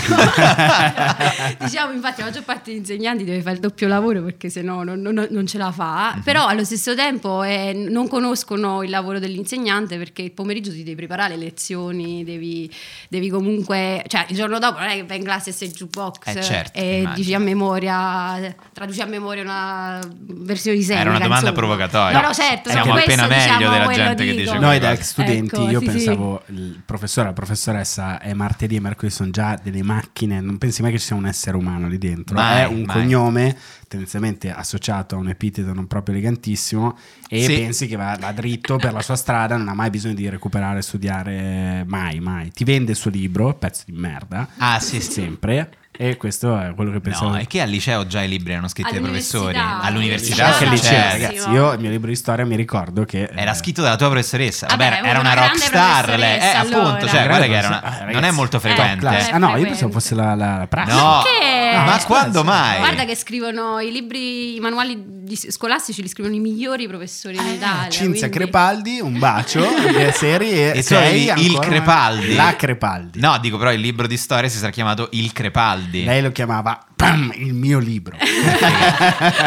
[SPEAKER 8] Ecco. diciamo, infatti, la maggior parte degli insegnanti deve fare il doppio lavoro perché sennò non, non- non ce la fa.
[SPEAKER 1] Mhm.
[SPEAKER 8] Però allo stesso tempo eh, non conoscono il lavoro dell'insegnante perché il pomeriggio ti devi preparare le lezioni, devi, devi comunque. cioè, il giorno dopo non è che vai in classe e sei jukebox
[SPEAKER 1] Eh, certo,
[SPEAKER 8] e
[SPEAKER 1] immagino.
[SPEAKER 8] dici a memoria, traduci a memoria una versione di serie.
[SPEAKER 1] Era una domanda provocatoria.
[SPEAKER 8] No, no, certo,
[SPEAKER 1] Siamo
[SPEAKER 8] per
[SPEAKER 1] appena
[SPEAKER 8] questo,
[SPEAKER 1] meglio
[SPEAKER 8] diciamo,
[SPEAKER 1] della
[SPEAKER 8] quello
[SPEAKER 1] gente che
[SPEAKER 8] dico.
[SPEAKER 1] dice quelle
[SPEAKER 2] Noi
[SPEAKER 1] cose.
[SPEAKER 2] da ex studenti,
[SPEAKER 8] Ecco,
[SPEAKER 2] io
[SPEAKER 8] sì, sì.
[SPEAKER 2] pensavo il professore, la professoressa è martedì e mercoledì sono già delle macchine, non pensi mai che ci sia un essere umano lì dentro.
[SPEAKER 1] Mai,
[SPEAKER 2] è un
[SPEAKER 1] mai.
[SPEAKER 2] cognome tendenzialmente associato a un epiteto non proprio elegantissimo e
[SPEAKER 1] Sì.
[SPEAKER 2] pensi che va, va dritto per la sua strada, non ha mai bisogno di recuperare, studiare, mai, mai. Ti vende il suo libro, pezzo di merda,
[SPEAKER 1] Ah, sì, sì.
[SPEAKER 2] sempre.
[SPEAKER 10] E questo è quello che pensavo.
[SPEAKER 1] No, è che al liceo già i libri erano scritti dai professori.
[SPEAKER 6] All'università.
[SPEAKER 1] All'università,
[SPEAKER 10] Anche
[SPEAKER 6] Anche
[SPEAKER 10] il
[SPEAKER 6] al
[SPEAKER 1] certo.
[SPEAKER 10] liceo,
[SPEAKER 6] liceo,
[SPEAKER 10] ragazzi. Io il mio libro di storia mi ricordo che
[SPEAKER 1] Era
[SPEAKER 2] Eh.
[SPEAKER 1] scritto dalla tua professoressa. Vabbè,
[SPEAKER 6] Vabbè,
[SPEAKER 1] era una
[SPEAKER 6] una grande
[SPEAKER 1] rockstar lei. Eh,
[SPEAKER 6] professoressa,
[SPEAKER 1] appunto,
[SPEAKER 6] allora.
[SPEAKER 1] cioè, guarda che era
[SPEAKER 10] Ah,
[SPEAKER 1] una,
[SPEAKER 10] ragazzi,
[SPEAKER 1] non è molto frequente.
[SPEAKER 10] class.
[SPEAKER 6] Eh,
[SPEAKER 10] Ah, no, io
[SPEAKER 6] frequente.
[SPEAKER 10] pensavo fosse la, la, la prassi.
[SPEAKER 1] No,
[SPEAKER 6] Perché?
[SPEAKER 1] ma
[SPEAKER 6] Aspetta,
[SPEAKER 1] quando mai?
[SPEAKER 8] Guarda che scrivono i libri, i manuali di- scolastici li scrivono i migliori professori in Italia.
[SPEAKER 2] Ah, Cinzia
[SPEAKER 8] quindi-
[SPEAKER 2] Crepaldi, un bacio, due serie
[SPEAKER 1] E tu
[SPEAKER 2] sei
[SPEAKER 1] eri il
[SPEAKER 2] Cioè, ancora-
[SPEAKER 1] Crepaldi.
[SPEAKER 2] La Crepaldi.
[SPEAKER 1] No, dico però il libro di storia si sarà chiamato Il Crepaldi.
[SPEAKER 2] Lei lo chiamava pam, il mio libro.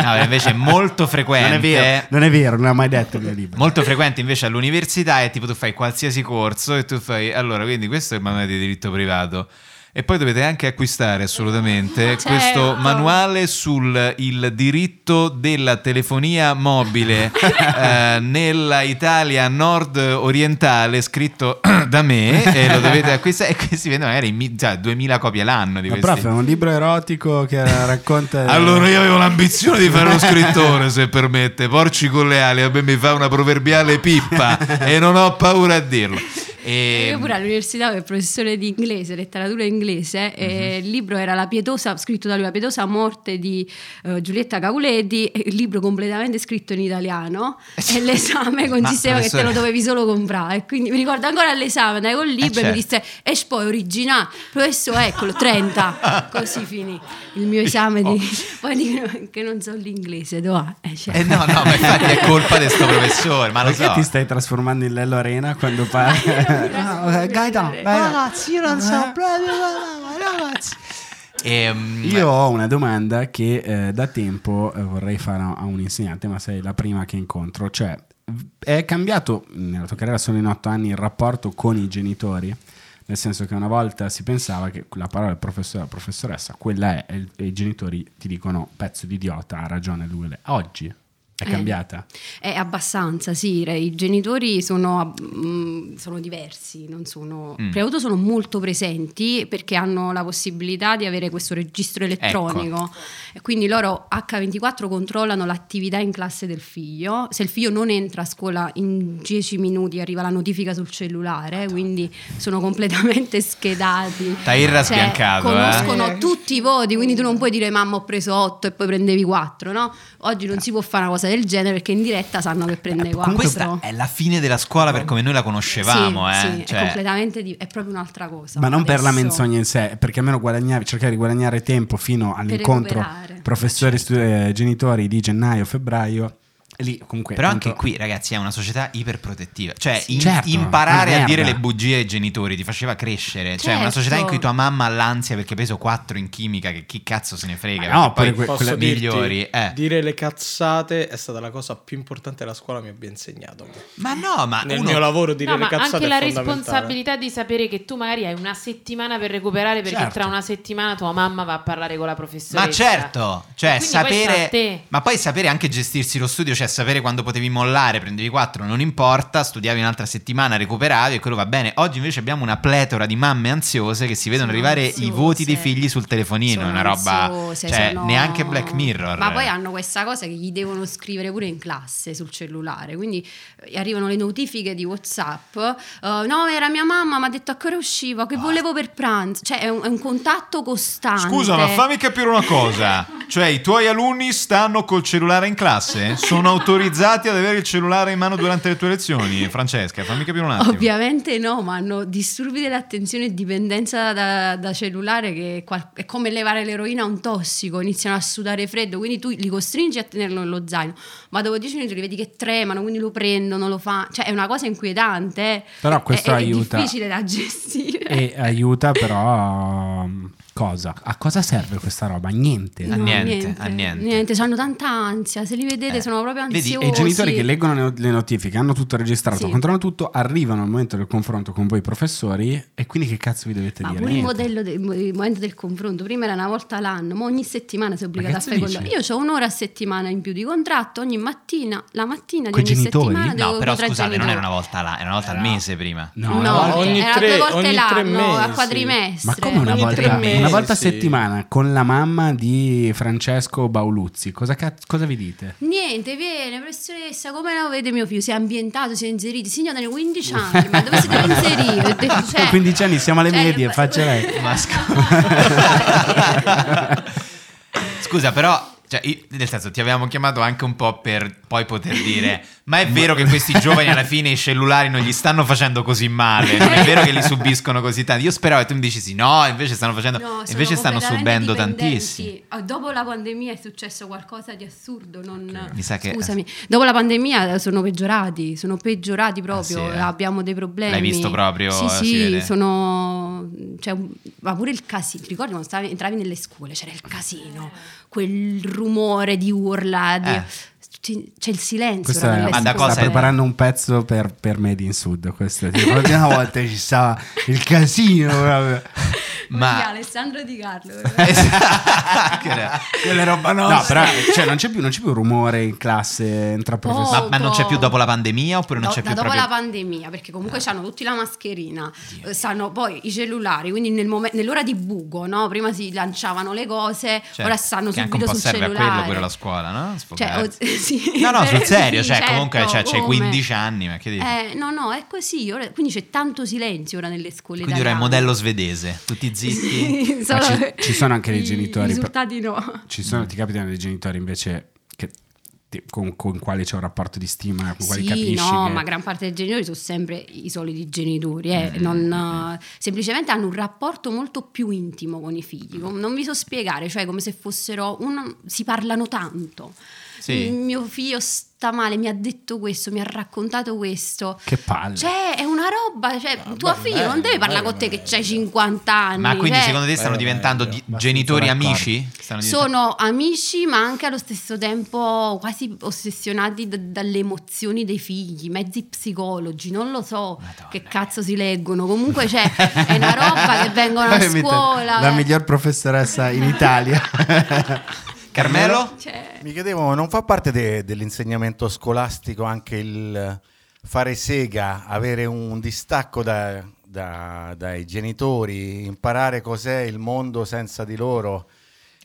[SPEAKER 1] No, invece è molto frequente.
[SPEAKER 2] non è vero, non è vero, non ha mai detto il mio libro.
[SPEAKER 1] Molto frequente invece all'università è tipo tu fai qualsiasi corso e tu fai allora quindi questo è il manuale di diritto privato e poi dovete anche acquistare assolutamente
[SPEAKER 8] Certo.
[SPEAKER 1] questo manuale sul il diritto della telefonia mobile eh, nella Italia nord orientale scritto da me e lo dovete acquistare e che si vende magari mi- già 2000 copie l'anno di
[SPEAKER 2] Ma
[SPEAKER 1] questi.
[SPEAKER 2] prof, è un libro erotico che racconta...
[SPEAKER 1] Allora io avevo l'ambizione di fare uno scrittore, se permette, porci con le ali, a me mi fa una proverbiale pippa e non ho paura a dirlo. Ehm, E-
[SPEAKER 8] Io pure all'università avevo il professore di inglese, letteratura inglese, e
[SPEAKER 1] Mhm.
[SPEAKER 8] il libro era La pietosa, scritto da lui, La pietosa morte di eh, Giulietta Cauleti, e il libro completamente scritto in italiano e l'esame consisteva che te
[SPEAKER 1] Eh professore-
[SPEAKER 8] lo dovevi solo comprare. Quindi mi ricordo ancora all'esame, andai col libro e mi
[SPEAKER 1] certo.
[SPEAKER 8] disse, e poi originale, professore, eccolo, 30. Così finì il mio esame
[SPEAKER 1] Oh.
[SPEAKER 8] di... Poi dico che non so l'inglese, dov'è? Eh, cioè.
[SPEAKER 1] Eh no, no, ma infatti è colpa di sto professore, ma lo
[SPEAKER 2] Perché
[SPEAKER 1] so.
[SPEAKER 2] ti stai trasformando in Lello Arena quando parli? eh,
[SPEAKER 8] Ah, Gaetano,
[SPEAKER 2] ragazzi, io non so proprio, ragazzi.
[SPEAKER 1] Ehm,
[SPEAKER 2] Io ho una domanda che eh, da tempo eh, vorrei fare a, a un insegnante, ma sei la prima che incontro. Cioè, v- è cambiato nella tua carriera solo in otto anni il rapporto con i genitori? Nel senso che una volta si pensava che la parola del professore o professoressa, quella è, e il- e i genitori ti dicono pezzo di idiota, ha ragione lui. le-". Oggi è
[SPEAKER 8] Eh.
[SPEAKER 2] cambiata.
[SPEAKER 8] È abbastanza, sì. re- I genitori sono, mm, sono diversi, non sono... Prima di tutto sono molto presenti perché hanno la possibilità di avere questo registro elettronico. E Quindi loro H24 controllano l'attività in classe del figlio. Se il figlio non entra a scuola in 10 minuti arriva la notifica sul cellulare, quindi sono completamente schedati.
[SPEAKER 1] Tahirra sbiancato, eh.
[SPEAKER 8] Cioè, Conoscono tutti i voti, quindi tu non puoi dire mamma ho preso 8 e poi prendevi 4, no? Oggi non si può fare una cosa del genere perché in diretta sanno che prende 4.
[SPEAKER 1] questa è la fine della scuola per come noi la conoscevamo,
[SPEAKER 8] sì,
[SPEAKER 1] eh.
[SPEAKER 8] sì,
[SPEAKER 1] Cioè,
[SPEAKER 8] è completamente di- è proprio un'altra cosa.
[SPEAKER 2] Ma non per la
[SPEAKER 8] adesso.
[SPEAKER 2] menzogna in sé, perché almeno guadagnavi, cercavi di guadagnare tempo fino all'incontro
[SPEAKER 8] recuperare.
[SPEAKER 2] professori stu- eh, genitori di gennaio-febbraio. E Lì comunque
[SPEAKER 1] Però
[SPEAKER 2] tanto-
[SPEAKER 1] anche qui, ragazzi, è una società iperprotettiva. Cioè,
[SPEAKER 2] Sì.
[SPEAKER 1] in-
[SPEAKER 2] Certo,
[SPEAKER 1] imparare
[SPEAKER 2] una
[SPEAKER 1] a dire
[SPEAKER 2] merda.
[SPEAKER 1] le bugie ai genitori ti faceva crescere. Cioè, una
[SPEAKER 8] Certo.
[SPEAKER 1] società in cui tua mamma ha l'ansia perché hai preso 4 in chimica, che chi cazzo se ne frega.
[SPEAKER 2] Ma Ah, no,
[SPEAKER 1] perché
[SPEAKER 2] pure que-
[SPEAKER 1] poi
[SPEAKER 2] quella-
[SPEAKER 1] sono migliori. eh.
[SPEAKER 4] Dire le cazzate è stata la cosa più importante che la scuola mi abbia insegnato.
[SPEAKER 1] Ma no, ma
[SPEAKER 4] Nel
[SPEAKER 1] uno-
[SPEAKER 4] mio lavoro dire
[SPEAKER 6] No,
[SPEAKER 4] le
[SPEAKER 6] ma
[SPEAKER 4] cazzate
[SPEAKER 6] anche la
[SPEAKER 4] è fondamentale.
[SPEAKER 6] responsabilità di sapere che tu magari hai una settimana per recuperare perché
[SPEAKER 2] Certo.
[SPEAKER 6] tra una settimana tua mamma va a parlare con la professoressa.
[SPEAKER 1] Ma certo,
[SPEAKER 6] E
[SPEAKER 1] cioè
[SPEAKER 6] quindi poi sta a
[SPEAKER 1] sapere,
[SPEAKER 6] te.
[SPEAKER 1] ma poi sapere anche gestirsi lo studio, cioè sapere quando potevi mollare, prendevi 4, non importa, studiavi un'altra settimana, recuperavi e quello va bene. Oggi invece abbiamo una pletora di mamme ansiose che si vedono
[SPEAKER 8] Sono
[SPEAKER 1] arrivare i
[SPEAKER 8] ansiose.
[SPEAKER 1] voti dei figli sul telefonino,
[SPEAKER 8] Sono
[SPEAKER 1] una roba,
[SPEAKER 8] ansiose,
[SPEAKER 1] cioè
[SPEAKER 8] sono-
[SPEAKER 1] neanche Black Mirror.
[SPEAKER 8] Ma poi hanno questa cosa che gli devono scrivere pure in classe sul cellulare, quindi eh, arrivano le notifiche di WhatsApp. eh, no, era mia mamma, mi ha detto a che ora uscivo,
[SPEAKER 1] Boh.
[SPEAKER 8] che volevo per pranzo. Cioè, è un, è un contatto costante.
[SPEAKER 1] Scusa, ma fammi capire una cosa. Cioè, i tuoi alunni stanno col cellulare in classe? Sono autorizzati ad avere il cellulare in mano durante le tue lezioni? Francesca, fammi capire un attimo.
[SPEAKER 8] Ovviamente no, ma hanno disturbi dell'attenzione e dipendenza da, da cellulare che qual- è come levare l'eroina a un tossico, iniziano a sudare freddo, quindi tu li costringi a tenerlo nello zaino, ma dopo 10 minuti li vedi che tremano, quindi lo prendono, lo fa, cioè è una cosa inquietante, eh.
[SPEAKER 2] Però questo
[SPEAKER 8] è, è
[SPEAKER 2] aiuta.
[SPEAKER 8] difficile da gestire.
[SPEAKER 1] Eh,
[SPEAKER 2] E aiuta però um, cosa? A cosa serve questa roba? Niente.
[SPEAKER 1] A
[SPEAKER 8] No,
[SPEAKER 1] niente, a niente.
[SPEAKER 8] hanno tanta ansia, se li vedete
[SPEAKER 1] Eh.
[SPEAKER 8] sono proprio
[SPEAKER 1] Vedi, e i
[SPEAKER 8] ansiosi.
[SPEAKER 2] E i genitori che leggono le- le notifiche, hanno tutto registrato,
[SPEAKER 8] Oh, Sì.
[SPEAKER 2] controllano tutto, arrivano al momento del confronto con voi professori e quindi che cazzo vi dovete
[SPEAKER 8] Ma
[SPEAKER 2] dire?
[SPEAKER 8] Ah, pure il,
[SPEAKER 2] Niente.
[SPEAKER 8] modello del, il momento del confronto, prima era una volta l'anno, ma ogni settimana sei obbligata a
[SPEAKER 2] cazzo
[SPEAKER 8] fare quello.
[SPEAKER 2] dici?
[SPEAKER 8] Io ho un'ora a settimana in più di contratto, ogni mattina, la mattina
[SPEAKER 2] Coi
[SPEAKER 8] di ogni
[SPEAKER 2] genitori?
[SPEAKER 8] settimana devo
[SPEAKER 1] No, però
[SPEAKER 8] incontrare i
[SPEAKER 1] scusate, non
[SPEAKER 8] genitori.
[SPEAKER 1] era una volta là, era una volta al mese prima.
[SPEAKER 2] No, una
[SPEAKER 8] No, cioè,
[SPEAKER 2] volta-
[SPEAKER 4] ogni
[SPEAKER 8] era
[SPEAKER 4] tre-
[SPEAKER 8] due volte
[SPEAKER 4] ogni tre
[SPEAKER 8] l'anno, a
[SPEAKER 4] mesi.
[SPEAKER 8] quadrimestre.
[SPEAKER 2] Ma come una
[SPEAKER 4] Ogni tre
[SPEAKER 2] volta,
[SPEAKER 4] mesi.
[SPEAKER 2] una una volta a settimana con la mamma di Francesco Bauluzzi, cosa, cazzo- cosa vi dite?
[SPEAKER 8] Niente, viene, professoressa, come lo vede mio figlio? Si è ambientato, si è inserito. Signora, ne 15 anni, ma dove siete inseriti? Ho detto,
[SPEAKER 2] A
[SPEAKER 8] Cioè,
[SPEAKER 2] 15 anni siamo alle
[SPEAKER 8] cioè,
[SPEAKER 2] medie,
[SPEAKER 8] ma-
[SPEAKER 2] faccia lei.
[SPEAKER 1] Ma Scusa, però. Cioè, i- nel senso, ti avevamo chiamato anche un po' per poi poter dire: Ma è vero che questi giovani alla fine i cellulari non gli stanno facendo così male, non è vero che li subiscono così tanto. Io speravo e tu mi dici sì, no, invece stanno facendo.
[SPEAKER 8] No, sono
[SPEAKER 1] invece stanno
[SPEAKER 8] completamente
[SPEAKER 1] subendo
[SPEAKER 8] dipendenti.
[SPEAKER 1] tantissimo.
[SPEAKER 8] Ah, Dopo la pandemia è successo qualcosa di assurdo. non-
[SPEAKER 1] Mi sa che-
[SPEAKER 8] Scusami, dopo la pandemia eh, sono peggiorati, sono peggiorati proprio,
[SPEAKER 1] Ah, sì, eh.
[SPEAKER 8] abbiamo dei problemi.
[SPEAKER 1] L'hai visto proprio,
[SPEAKER 8] Sì,
[SPEAKER 1] eh, si vede.
[SPEAKER 8] sì, sono... cioè, un- ma pure il casino, ti ricordi quando stavi- entravi nelle scuole, c'era il casino, quel rumore di urla, di-
[SPEAKER 1] Eh.
[SPEAKER 8] c'è, c'è il silenzio. ora
[SPEAKER 2] Questa
[SPEAKER 8] nelle
[SPEAKER 1] Ma da
[SPEAKER 2] sta
[SPEAKER 1] cosa è-
[SPEAKER 8] scuole.
[SPEAKER 2] preparando un pezzo per, per Made in Sud. Questo. Tipo, la prima volta ci stava il casino. proprio.
[SPEAKER 8] Guardi,
[SPEAKER 1] Ma.
[SPEAKER 8] Alessandro Di Carlo.
[SPEAKER 1] Eh. Esatto. Quella roba
[SPEAKER 2] No, però cioè, non, c'è più, non c'è più rumore in classe tra
[SPEAKER 8] Oh,
[SPEAKER 2] professori.
[SPEAKER 1] Ma, ma non c'è più dopo la pandemia oppure non
[SPEAKER 8] Do-
[SPEAKER 1] c'è
[SPEAKER 8] da
[SPEAKER 1] più
[SPEAKER 8] dopo
[SPEAKER 1] proprio... Eh.
[SPEAKER 8] la pandemia, perché comunque hanno tutti la mascherina, eh, sanno poi i cellulari, quindi nel momen- nell'ora di buco, no? prima si lanciavano le cose,
[SPEAKER 1] Cioè,
[SPEAKER 8] ora stanno
[SPEAKER 1] che anche
[SPEAKER 8] subito
[SPEAKER 1] un po'
[SPEAKER 8] sul
[SPEAKER 1] serve
[SPEAKER 8] cellulare.
[SPEAKER 1] a quello pure la scuola, no?
[SPEAKER 8] Cioè,
[SPEAKER 1] Sfogarsi.
[SPEAKER 8] o- sì,
[SPEAKER 1] no, no, sul
[SPEAKER 8] sì,
[SPEAKER 1] serio, cioè,
[SPEAKER 8] certo,
[SPEAKER 1] comunque cioè, c'hai
[SPEAKER 8] come.
[SPEAKER 1] 15 anni, ma che dici?
[SPEAKER 8] Eh, no, no, è così, ora- quindi c'è tanto silenzio ora nelle scuole
[SPEAKER 1] Quindi ora è
[SPEAKER 8] italiane.
[SPEAKER 1] modello svedese, tutti zitti.
[SPEAKER 8] Sì,
[SPEAKER 2] Ma
[SPEAKER 8] solo-
[SPEAKER 2] ci- ci sono anche dei
[SPEAKER 8] i-
[SPEAKER 2] genitori,
[SPEAKER 8] I
[SPEAKER 2] però-
[SPEAKER 8] risultati no.
[SPEAKER 2] Ci sono, ti capitano dei genitori invece che- ti- con, con quali c'è un rapporto di stima, con quali
[SPEAKER 8] sì,
[SPEAKER 2] capisci.
[SPEAKER 8] no,
[SPEAKER 2] che-
[SPEAKER 8] ma gran parte dei genitori sono sempre i soliti genitori, eh.
[SPEAKER 1] Mm.
[SPEAKER 8] Non, eh, semplicemente hanno un rapporto molto più intimo con i figli, com- non vi so spiegare, cioè come se fossero, un, si parlano tanto,
[SPEAKER 1] Sì.
[SPEAKER 8] M- mio figlio sta male, mi ha detto questo, mi ha raccontato questo,
[SPEAKER 2] Che palle.
[SPEAKER 8] cioè è una roba, cioè tuo
[SPEAKER 4] beh,
[SPEAKER 8] figlio
[SPEAKER 4] bello,
[SPEAKER 8] non deve parlare
[SPEAKER 4] bello,
[SPEAKER 8] con te che
[SPEAKER 4] bello.
[SPEAKER 8] c'hai 50 anni,
[SPEAKER 1] Ma quindi
[SPEAKER 8] cioè,
[SPEAKER 1] secondo te stanno
[SPEAKER 4] Eh,
[SPEAKER 1] diventando
[SPEAKER 4] meglio,
[SPEAKER 1] di-
[SPEAKER 5] ma
[SPEAKER 1] genitori
[SPEAKER 5] sono d'accordo.
[SPEAKER 1] amici? Stanno diventando-
[SPEAKER 8] sono amici ma anche allo stesso tempo quasi ossessionati d- dalle emozioni dei figli, mezzi psicologi, non lo so
[SPEAKER 1] Madonna.
[SPEAKER 8] che cazzo si leggono, comunque c'è è una roba che vengono a
[SPEAKER 2] Ovviamente
[SPEAKER 8] scuola. eh.
[SPEAKER 2] La miglior professoressa in Italia.
[SPEAKER 1] Carmelo?
[SPEAKER 8] Cioè,
[SPEAKER 5] Mi chiedevo, non fa parte de- dell'insegnamento scolastico anche il fare sega, avere un distacco da- da- dai genitori, imparare cos'è il mondo senza di loro?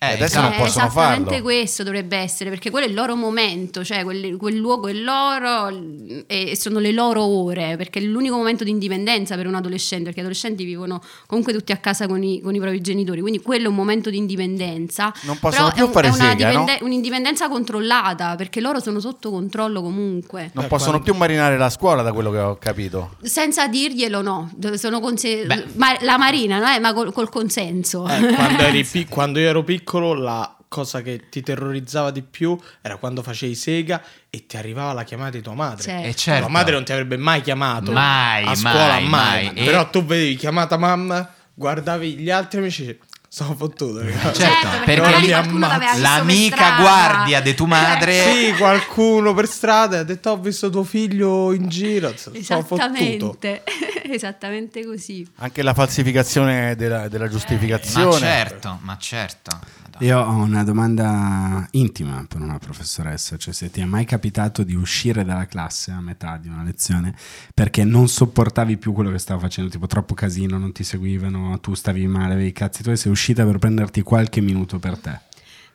[SPEAKER 1] Eh,
[SPEAKER 5] adesso
[SPEAKER 1] esatto.
[SPEAKER 5] non
[SPEAKER 8] eh,
[SPEAKER 5] possono
[SPEAKER 8] esattamente
[SPEAKER 5] farlo.
[SPEAKER 8] questo dovrebbe essere, perché quello è il loro momento, cioè quel, quel luogo è loro l- e sono le loro ore, perché è l'unico momento di indipendenza per un adolescente, perché gli adolescenti vivono comunque tutti a casa con i, con i propri genitori, quindi quello è un momento di indipendenza.
[SPEAKER 5] Non possono
[SPEAKER 8] Però
[SPEAKER 5] più
[SPEAKER 8] è, un-
[SPEAKER 5] fare
[SPEAKER 8] è una
[SPEAKER 5] sega, no?
[SPEAKER 8] dipende- un'indipendenza controllata perché loro sono sotto controllo comunque.
[SPEAKER 5] Non
[SPEAKER 4] Beh,
[SPEAKER 5] possono
[SPEAKER 4] quando-
[SPEAKER 5] più marinare la scuola, da quello che ho capito.
[SPEAKER 8] Senza dirglielo, no, d- sono conse-
[SPEAKER 1] Beh.
[SPEAKER 8] ma- la Marina, no? Eh, ma col, col consenso.
[SPEAKER 4] Eh, quando, eri pi- quando io ero piccolo, la cosa che ti terrorizzava di più era quando facevi sega e ti arrivava la chiamata di tua madre.
[SPEAKER 8] Certo.
[SPEAKER 1] E certo.
[SPEAKER 4] Tua madre non ti avrebbe mai chiamato
[SPEAKER 1] Mai,
[SPEAKER 4] a scuola,
[SPEAKER 1] mai,
[SPEAKER 4] mai.
[SPEAKER 1] mai. E-
[SPEAKER 4] Però tu vedevi chiamata mamma, guardavi gli altri amici e dicevi, sono fottuto. raga."
[SPEAKER 1] Certo,
[SPEAKER 8] perché
[SPEAKER 1] perché
[SPEAKER 8] magari
[SPEAKER 4] li
[SPEAKER 8] qualcuno
[SPEAKER 4] ammazza.
[SPEAKER 8] l'aveva visto per
[SPEAKER 1] L'amica
[SPEAKER 8] strada. Eh,
[SPEAKER 1] guardia di tua madre.
[SPEAKER 4] Sì, qualcuno per strada ha detto ho visto tuo figlio in giro, sono fottuto.
[SPEAKER 8] Esattamente, esattamente così.
[SPEAKER 5] Anche la falsificazione della, della giustificazione.
[SPEAKER 1] Ma certo, ma certo. Madonna.
[SPEAKER 2] Io ho una domanda intima per una professoressa, cioè se ti è mai capitato di uscire dalla classe a metà di una lezione perché non sopportavi più quello che stava facendo, tipo troppo casino, non ti seguivano, tu stavi male, avevi i cazzi tuoi, sei uscita per prenderti qualche minuto per te.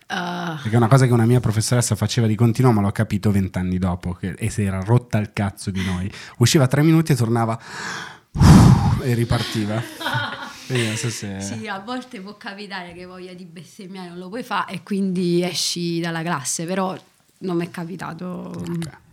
[SPEAKER 8] Ah,
[SPEAKER 2] Perché è una cosa che una mia professoressa faceva di continuo, ma l'ho capito vent'anni dopo, che- e si era rotta il cazzo di noi. Usciva tre minuti e tornava e ripartiva. Quindi non so se-
[SPEAKER 8] sì, a volte può capitare che voglia di bestemmiare non lo puoi fare e quindi esci dalla classe, però non mi è capitato.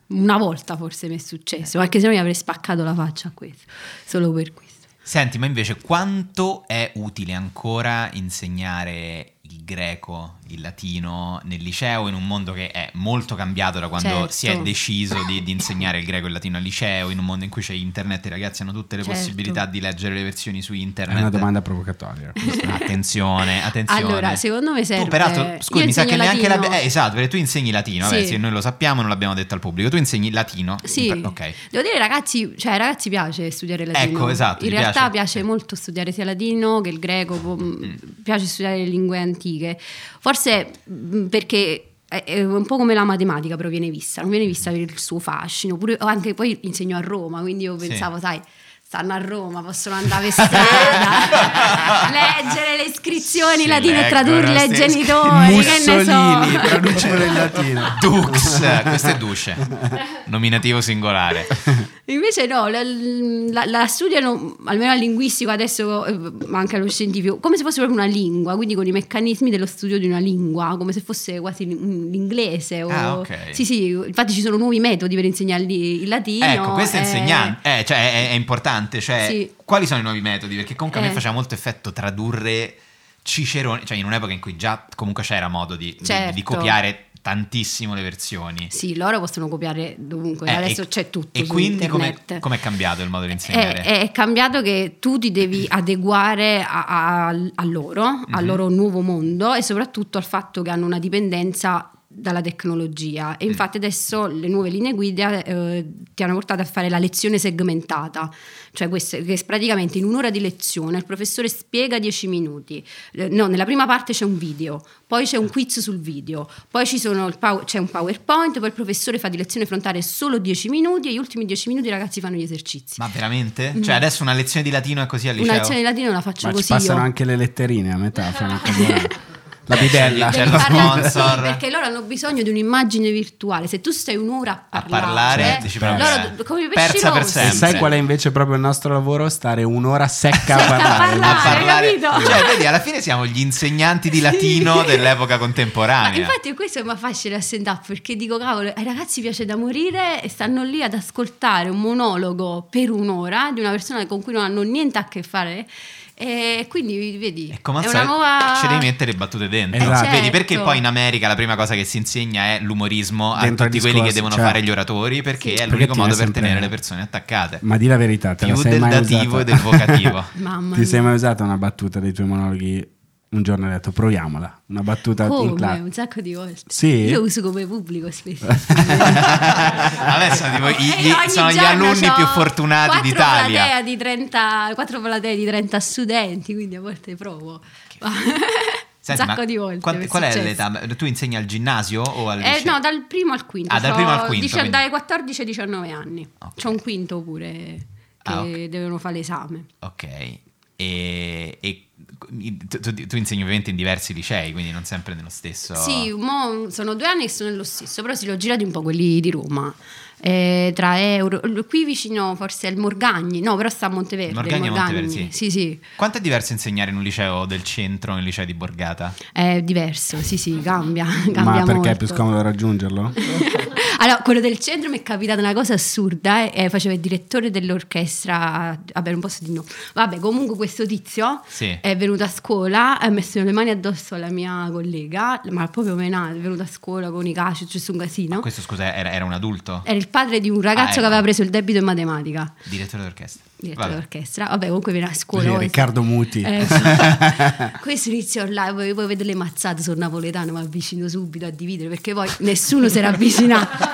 [SPEAKER 8] Una volta forse mi è successo, anche se no mi avrei spaccato la faccia a questo, solo per questo.
[SPEAKER 1] Senti, ma invece quanto è utile ancora insegnare il greco, il latino nel liceo in un mondo che è molto cambiato da quando
[SPEAKER 8] Certo.
[SPEAKER 1] si è deciso di, di insegnare il greco e il latino al liceo, in un mondo in cui c'è internet e i ragazzi hanno tutte le
[SPEAKER 8] Certo.
[SPEAKER 1] possibilità di leggere le versioni su
[SPEAKER 2] È
[SPEAKER 1] internet?
[SPEAKER 2] una domanda provocatoria.
[SPEAKER 1] Attenzione, attenzione.
[SPEAKER 8] Allora, secondo me serve-
[SPEAKER 1] Tu, peraltro, scusi,
[SPEAKER 8] Io
[SPEAKER 1] mi sa che
[SPEAKER 8] insegno
[SPEAKER 1] neanche
[SPEAKER 8] latino.
[SPEAKER 1] l'abbia- eh, esatto, perché tu insegni latino. Vabbè,
[SPEAKER 8] Sì.
[SPEAKER 1] sì, noi lo sappiamo, non l'abbiamo detto al pubblico. Tu insegni latino.
[SPEAKER 8] Sì,
[SPEAKER 1] Per- Ok.
[SPEAKER 8] devo dire ragazzi, cioè ai ragazzi piace studiare latino.
[SPEAKER 1] Ecco, esatto,
[SPEAKER 8] In
[SPEAKER 1] gli piace.
[SPEAKER 8] realtà
[SPEAKER 1] Mm,
[SPEAKER 8] piace, molto studiare sia latino che il greco, po- piace studiare le lingue antiche. Forse mh, perché è è un po' come la matematica,
[SPEAKER 1] Mm.
[SPEAKER 8] però viene vista, non viene vista per il suo fascino. Pure, anche poi insegno a Roma, quindi io
[SPEAKER 1] Sì.
[SPEAKER 8] pensavo, sai, stanno a Roma, possono andare per strada, leggere le iscrizioni
[SPEAKER 1] Si
[SPEAKER 8] latine e
[SPEAKER 1] leggono
[SPEAKER 8] tradurle ai
[SPEAKER 1] ste-
[SPEAKER 8] genitori, che ne
[SPEAKER 1] Mussolini,
[SPEAKER 8] so.
[SPEAKER 1] traducere in latino. Dux, questo è Duce, nominativo singolare.
[SPEAKER 8] Invece no, la, la- la studiano, almeno la linguistica adesso, eh, ma anche lo scientifico, come se fosse proprio una lingua, quindi con i meccanismi dello studio di una lingua, come se fosse quasi l'in- l'inglese. o-
[SPEAKER 1] Ah, ok.
[SPEAKER 8] Sì, sì, infatti ci sono nuovi metodi per insegnargli il latino.
[SPEAKER 1] Ecco, questo è
[SPEAKER 8] eh,
[SPEAKER 1] insegnante, eh, cioè è, è importante, cioè,
[SPEAKER 8] Sì.
[SPEAKER 1] quali sono i nuovi metodi? Perché comunque a me
[SPEAKER 8] Eh.
[SPEAKER 1] faceva molto effetto tradurre Cicerone, cioè in un'epoca in cui già comunque c'era modo di, di-
[SPEAKER 8] Certo.
[SPEAKER 1] di copiare tantissimo le versioni.
[SPEAKER 8] Sì, loro possono copiare dovunque,
[SPEAKER 1] Eh,
[SPEAKER 8] adesso
[SPEAKER 1] e-
[SPEAKER 8] c'è tutto.
[SPEAKER 1] E
[SPEAKER 8] su
[SPEAKER 1] quindi come
[SPEAKER 8] internet.
[SPEAKER 1] è cambiato il modo di insegnare?
[SPEAKER 8] È, è cambiato che tu ti devi adeguare a, a- a loro,
[SPEAKER 1] Mhm.
[SPEAKER 8] al loro nuovo mondo e soprattutto al fatto che hanno una dipendenza dalla tecnologia
[SPEAKER 1] Mm.
[SPEAKER 8] e infatti adesso le nuove linee guida eh, ti hanno portato a fare la lezione segmentata cioè questo, che praticamente in un'ora di lezione il professore spiega 10 minuti Eh, no nella prima parte c'è un video poi c'è un quiz sul video poi ci sono il pow- c'è un powerpoint poi il professore fa di lezione frontale solo 10 minuti e gli ultimi 10 minuti i ragazzi fanno gli esercizi
[SPEAKER 1] Ma veramente? Cioè adesso una lezione di latino è così al liceo?
[SPEAKER 8] Mm. una lezione di latino la faccio
[SPEAKER 9] Ma ci
[SPEAKER 8] così
[SPEAKER 9] passano
[SPEAKER 8] io.
[SPEAKER 9] anche le letterine a metà. fanno come- La bidella.
[SPEAKER 1] C'è
[SPEAKER 8] Devi
[SPEAKER 1] lo
[SPEAKER 8] parlare-
[SPEAKER 1] sponsor.
[SPEAKER 8] perché loro hanno bisogno di un'immagine virtuale se tu stai un'ora a
[SPEAKER 1] A
[SPEAKER 8] parlare,
[SPEAKER 1] parlare,
[SPEAKER 9] Certo,
[SPEAKER 1] dici
[SPEAKER 9] certo.
[SPEAKER 1] proprio,
[SPEAKER 8] Loro
[SPEAKER 1] eh,
[SPEAKER 8] do- come i pesci
[SPEAKER 1] persa per
[SPEAKER 8] rossi.
[SPEAKER 9] E
[SPEAKER 1] sempre.
[SPEAKER 9] sai qual è invece proprio il nostro lavoro? Stare un'ora secca a
[SPEAKER 8] Secca a
[SPEAKER 9] parlare.
[SPEAKER 8] parlare.
[SPEAKER 1] a parlare.
[SPEAKER 8] capito?
[SPEAKER 1] Cioè, vedi, alla fine siamo gli insegnanti di latino dell'epoca
[SPEAKER 8] ma
[SPEAKER 1] contemporanea.
[SPEAKER 8] infatti questo mi fa scendere a stand up perché dico cavolo ai ragazzi piace da morire e stanno lì ad ascoltare un monologo per un'ora di una persona con cui non hanno niente a che fare e quindi vedi
[SPEAKER 1] E come al
[SPEAKER 8] è una
[SPEAKER 1] solito
[SPEAKER 8] nuova
[SPEAKER 1] ci devi mettere le battute dentro.
[SPEAKER 9] Esatto.
[SPEAKER 1] Vedi, perché
[SPEAKER 8] Certo.
[SPEAKER 1] poi in America la prima cosa che si insegna è l'umorismo a
[SPEAKER 9] Dentro al
[SPEAKER 1] tutti quelli che
[SPEAKER 9] discorso,
[SPEAKER 1] devono
[SPEAKER 9] cioè.
[SPEAKER 1] fare gli oratori perché è
[SPEAKER 9] Perché
[SPEAKER 1] l'unico
[SPEAKER 9] tiene
[SPEAKER 1] modo per
[SPEAKER 9] sempre-
[SPEAKER 1] tenere le persone attaccate.
[SPEAKER 9] Ma di la verità, te la
[SPEAKER 1] Più
[SPEAKER 9] sei
[SPEAKER 1] del
[SPEAKER 9] mai
[SPEAKER 1] dativo
[SPEAKER 9] usata?
[SPEAKER 1] e del vocativo.
[SPEAKER 8] mamma
[SPEAKER 9] Ti sei
[SPEAKER 8] mia.
[SPEAKER 9] mai usata una battuta dei tuoi monologhi? Un giorno hai detto proviamola, una battuta in
[SPEAKER 8] come
[SPEAKER 9] classe.
[SPEAKER 8] un sacco di volte
[SPEAKER 9] Sì?
[SPEAKER 8] io uso come pubblico spesso
[SPEAKER 1] Vabbè, sono, tipo
[SPEAKER 8] Eh,
[SPEAKER 1] gli- gli-
[SPEAKER 8] ogni
[SPEAKER 1] sono gli
[SPEAKER 8] giorno
[SPEAKER 1] alunni
[SPEAKER 8] c'ho
[SPEAKER 1] più fortunati
[SPEAKER 8] quattro
[SPEAKER 1] d'Italia.
[SPEAKER 8] platea di 30 quattro platee di 30 studenti, quindi a volte provo. Ma-
[SPEAKER 1] Senti,
[SPEAKER 8] un sacco
[SPEAKER 1] ma
[SPEAKER 8] di volte.
[SPEAKER 1] quant-
[SPEAKER 8] mi
[SPEAKER 1] qual è
[SPEAKER 8] successo.
[SPEAKER 1] l'età? Tu insegni al ginnasio o al
[SPEAKER 8] Eh,
[SPEAKER 1] liceo?
[SPEAKER 8] no, dal primo al quinto.
[SPEAKER 1] Ah, dal
[SPEAKER 8] C'ho
[SPEAKER 1] primo al quinto,
[SPEAKER 8] dici-
[SPEAKER 1] quindi.
[SPEAKER 8] Dai 14 ai 19 anni.
[SPEAKER 1] Ok.
[SPEAKER 8] C'ho un quinto pure che
[SPEAKER 1] Ah,
[SPEAKER 8] devono fare l'esame.
[SPEAKER 1] Ok, e, e tu, tu- tu insegni ovviamente in diversi licei, quindi non sempre nello stesso.
[SPEAKER 8] Sì, mo sono due anni che sono nello stesso, però sì, li ho girati un po' quelli di Roma. Eh, tra Euro, qui vicino forse è il Morgagni, no, però sta a Monteverde.
[SPEAKER 1] Morgagni e
[SPEAKER 8] il Morgagni.
[SPEAKER 1] Monteverde, sì.
[SPEAKER 8] sì, sì.
[SPEAKER 1] Quanto è diverso insegnare in un liceo del centro o in un liceo di Borgata?
[SPEAKER 8] È diverso, sì, sì, cambia. cambia
[SPEAKER 9] Ma perché
[SPEAKER 8] molto.
[SPEAKER 9] è più scomodo raggiungerlo?
[SPEAKER 8] allora, quello del centro mi è capitata una cosa assurda. eh, eh, faceva il direttore dell'orchestra. Vabbè, non posso dire no. Vabbè, comunque, questo tizio
[SPEAKER 1] Sì.
[SPEAKER 8] è venuto a scuola, ha messo le mani addosso alla mia collega, ma proprio menata, è venuto a scuola con i calci, c'è stato un casino.
[SPEAKER 1] Questo, scusa, era, era un adulto?
[SPEAKER 8] Era il padre di un ragazzo
[SPEAKER 1] ecco.
[SPEAKER 8] che aveva preso il debito in matematica,
[SPEAKER 1] Direttore d'orchestra.
[SPEAKER 8] direttore
[SPEAKER 1] Vabbè.
[SPEAKER 8] d'orchestra. Vabbè, comunque viene a scuola.
[SPEAKER 9] Sì,
[SPEAKER 8] oh,
[SPEAKER 9] Riccardo Muti.
[SPEAKER 8] eh, questo inizio là, voi, voi vedete le mazzate sul napoletano, mi avvicino subito a dividere perché poi nessuno si era avvicinato.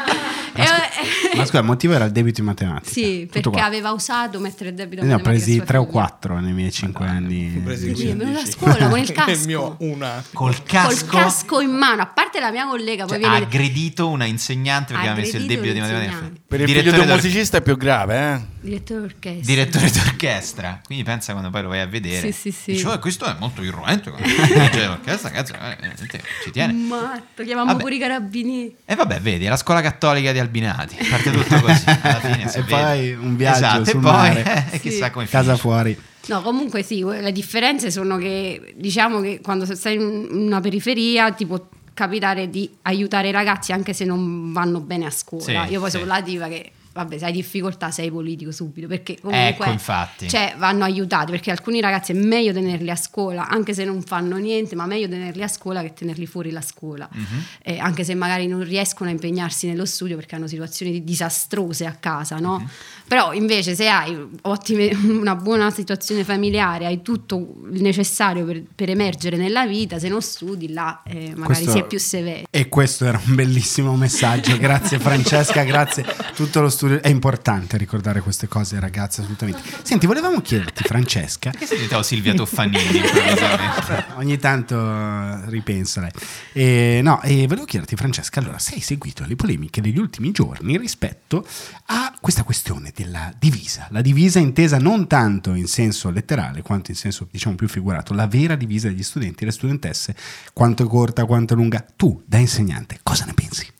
[SPEAKER 8] E- eh,
[SPEAKER 9] Ma scusa, il motivo era il debito in matematica.
[SPEAKER 8] sì,
[SPEAKER 9] Tutto
[SPEAKER 8] perché
[SPEAKER 9] qua.
[SPEAKER 8] aveva usato mettere il debito.
[SPEAKER 9] Io Ne ho
[SPEAKER 8] matematica a
[SPEAKER 9] presi
[SPEAKER 8] sua
[SPEAKER 9] tre o
[SPEAKER 8] figlia.
[SPEAKER 9] quattro nei miei cinque anni.
[SPEAKER 4] Presi
[SPEAKER 9] di
[SPEAKER 8] Quindi è venuto a
[SPEAKER 4] 15.
[SPEAKER 8] scuola con il
[SPEAKER 4] Il mio
[SPEAKER 8] casco.
[SPEAKER 4] una.
[SPEAKER 1] Col
[SPEAKER 8] Col
[SPEAKER 1] casco,
[SPEAKER 8] casco in mano, a parte la mia collega,
[SPEAKER 1] cioè,
[SPEAKER 8] poi
[SPEAKER 1] ha
[SPEAKER 8] viene...
[SPEAKER 1] aggredito una insegnante perché
[SPEAKER 8] Ha
[SPEAKER 1] aveva messo il
[SPEAKER 8] aggredito
[SPEAKER 1] debito di matematica.
[SPEAKER 8] l'insegnante.
[SPEAKER 5] Per il figlio di un musicista è più grave, eh?
[SPEAKER 8] Direttore d'orchestra.
[SPEAKER 1] direttore d'orchestra. Quindi pensa quando poi lo vai a vedere.
[SPEAKER 8] Sì, sì, sì.
[SPEAKER 1] Dici, "Oh, questo è molto irruente. quando è il direttore d'orchestra, cazzo, eh, veramente ci tiene.
[SPEAKER 8] Matto, chiamavamo
[SPEAKER 1] Vabbè.
[SPEAKER 8] pure i carabinieri.
[SPEAKER 1] E vabbè, vedi, è la scuola cattolica di Albinati. Parte tutto così. Alla fine si
[SPEAKER 9] E
[SPEAKER 1] vede.
[SPEAKER 9] poi un viaggio
[SPEAKER 1] Esatto,
[SPEAKER 9] sul
[SPEAKER 1] e poi
[SPEAKER 9] mare.
[SPEAKER 1] eh, chissà come
[SPEAKER 9] Casa
[SPEAKER 1] finisce.
[SPEAKER 9] fuori.
[SPEAKER 8] No, comunque sì, que- le differenze sono che diciamo che quando stai in una periferia ti può capitare di aiutare i ragazzi anche se non vanno bene a scuola.
[SPEAKER 1] Sì,
[SPEAKER 8] Io poi
[SPEAKER 1] sì.
[SPEAKER 8] sono la diva che vabbè, se hai difficoltà sei politico subito perché comunque
[SPEAKER 1] Ecco, infatti.
[SPEAKER 8] Cioè, vanno aiutati perché alcuni ragazzi è meglio tenerli a scuola anche se non fanno niente, ma meglio tenerli a scuola che tenerli fuori la scuola.
[SPEAKER 1] Mhm.
[SPEAKER 8] Eh, anche se magari non riescono a impegnarsi nello studio perché hanno situazioni di- disastrose a casa, no?
[SPEAKER 1] Mhm.
[SPEAKER 8] Però invece se hai ottime- una buona situazione familiare, hai tutto il necessario per, per emergere nella vita, se non studi là eh, magari
[SPEAKER 9] Questo-
[SPEAKER 8] si è più severi.
[SPEAKER 9] E questo era un bellissimo messaggio. Grazie Francesca, grazie tutto lo
[SPEAKER 2] studio. È importante ricordare queste cose, ragazzi, assolutamente. Senti, volevamo chiederti, Francesca.
[SPEAKER 1] Perché sei diventato Silvia Toffanini? improvvisamente?
[SPEAKER 2] Ogni tanto eh, ripensa lei. Eh, no, eh, volevo chiederti, Francesca, allora sei seguito le polemiche degli ultimi giorni rispetto a questa questione della divisa. La divisa intesa non tanto in senso letterale quanto in senso diciamo più figurato, la vera divisa degli studenti e le studentesse, quanto è corta, quanto è lunga. Tu, da insegnante, cosa ne pensi?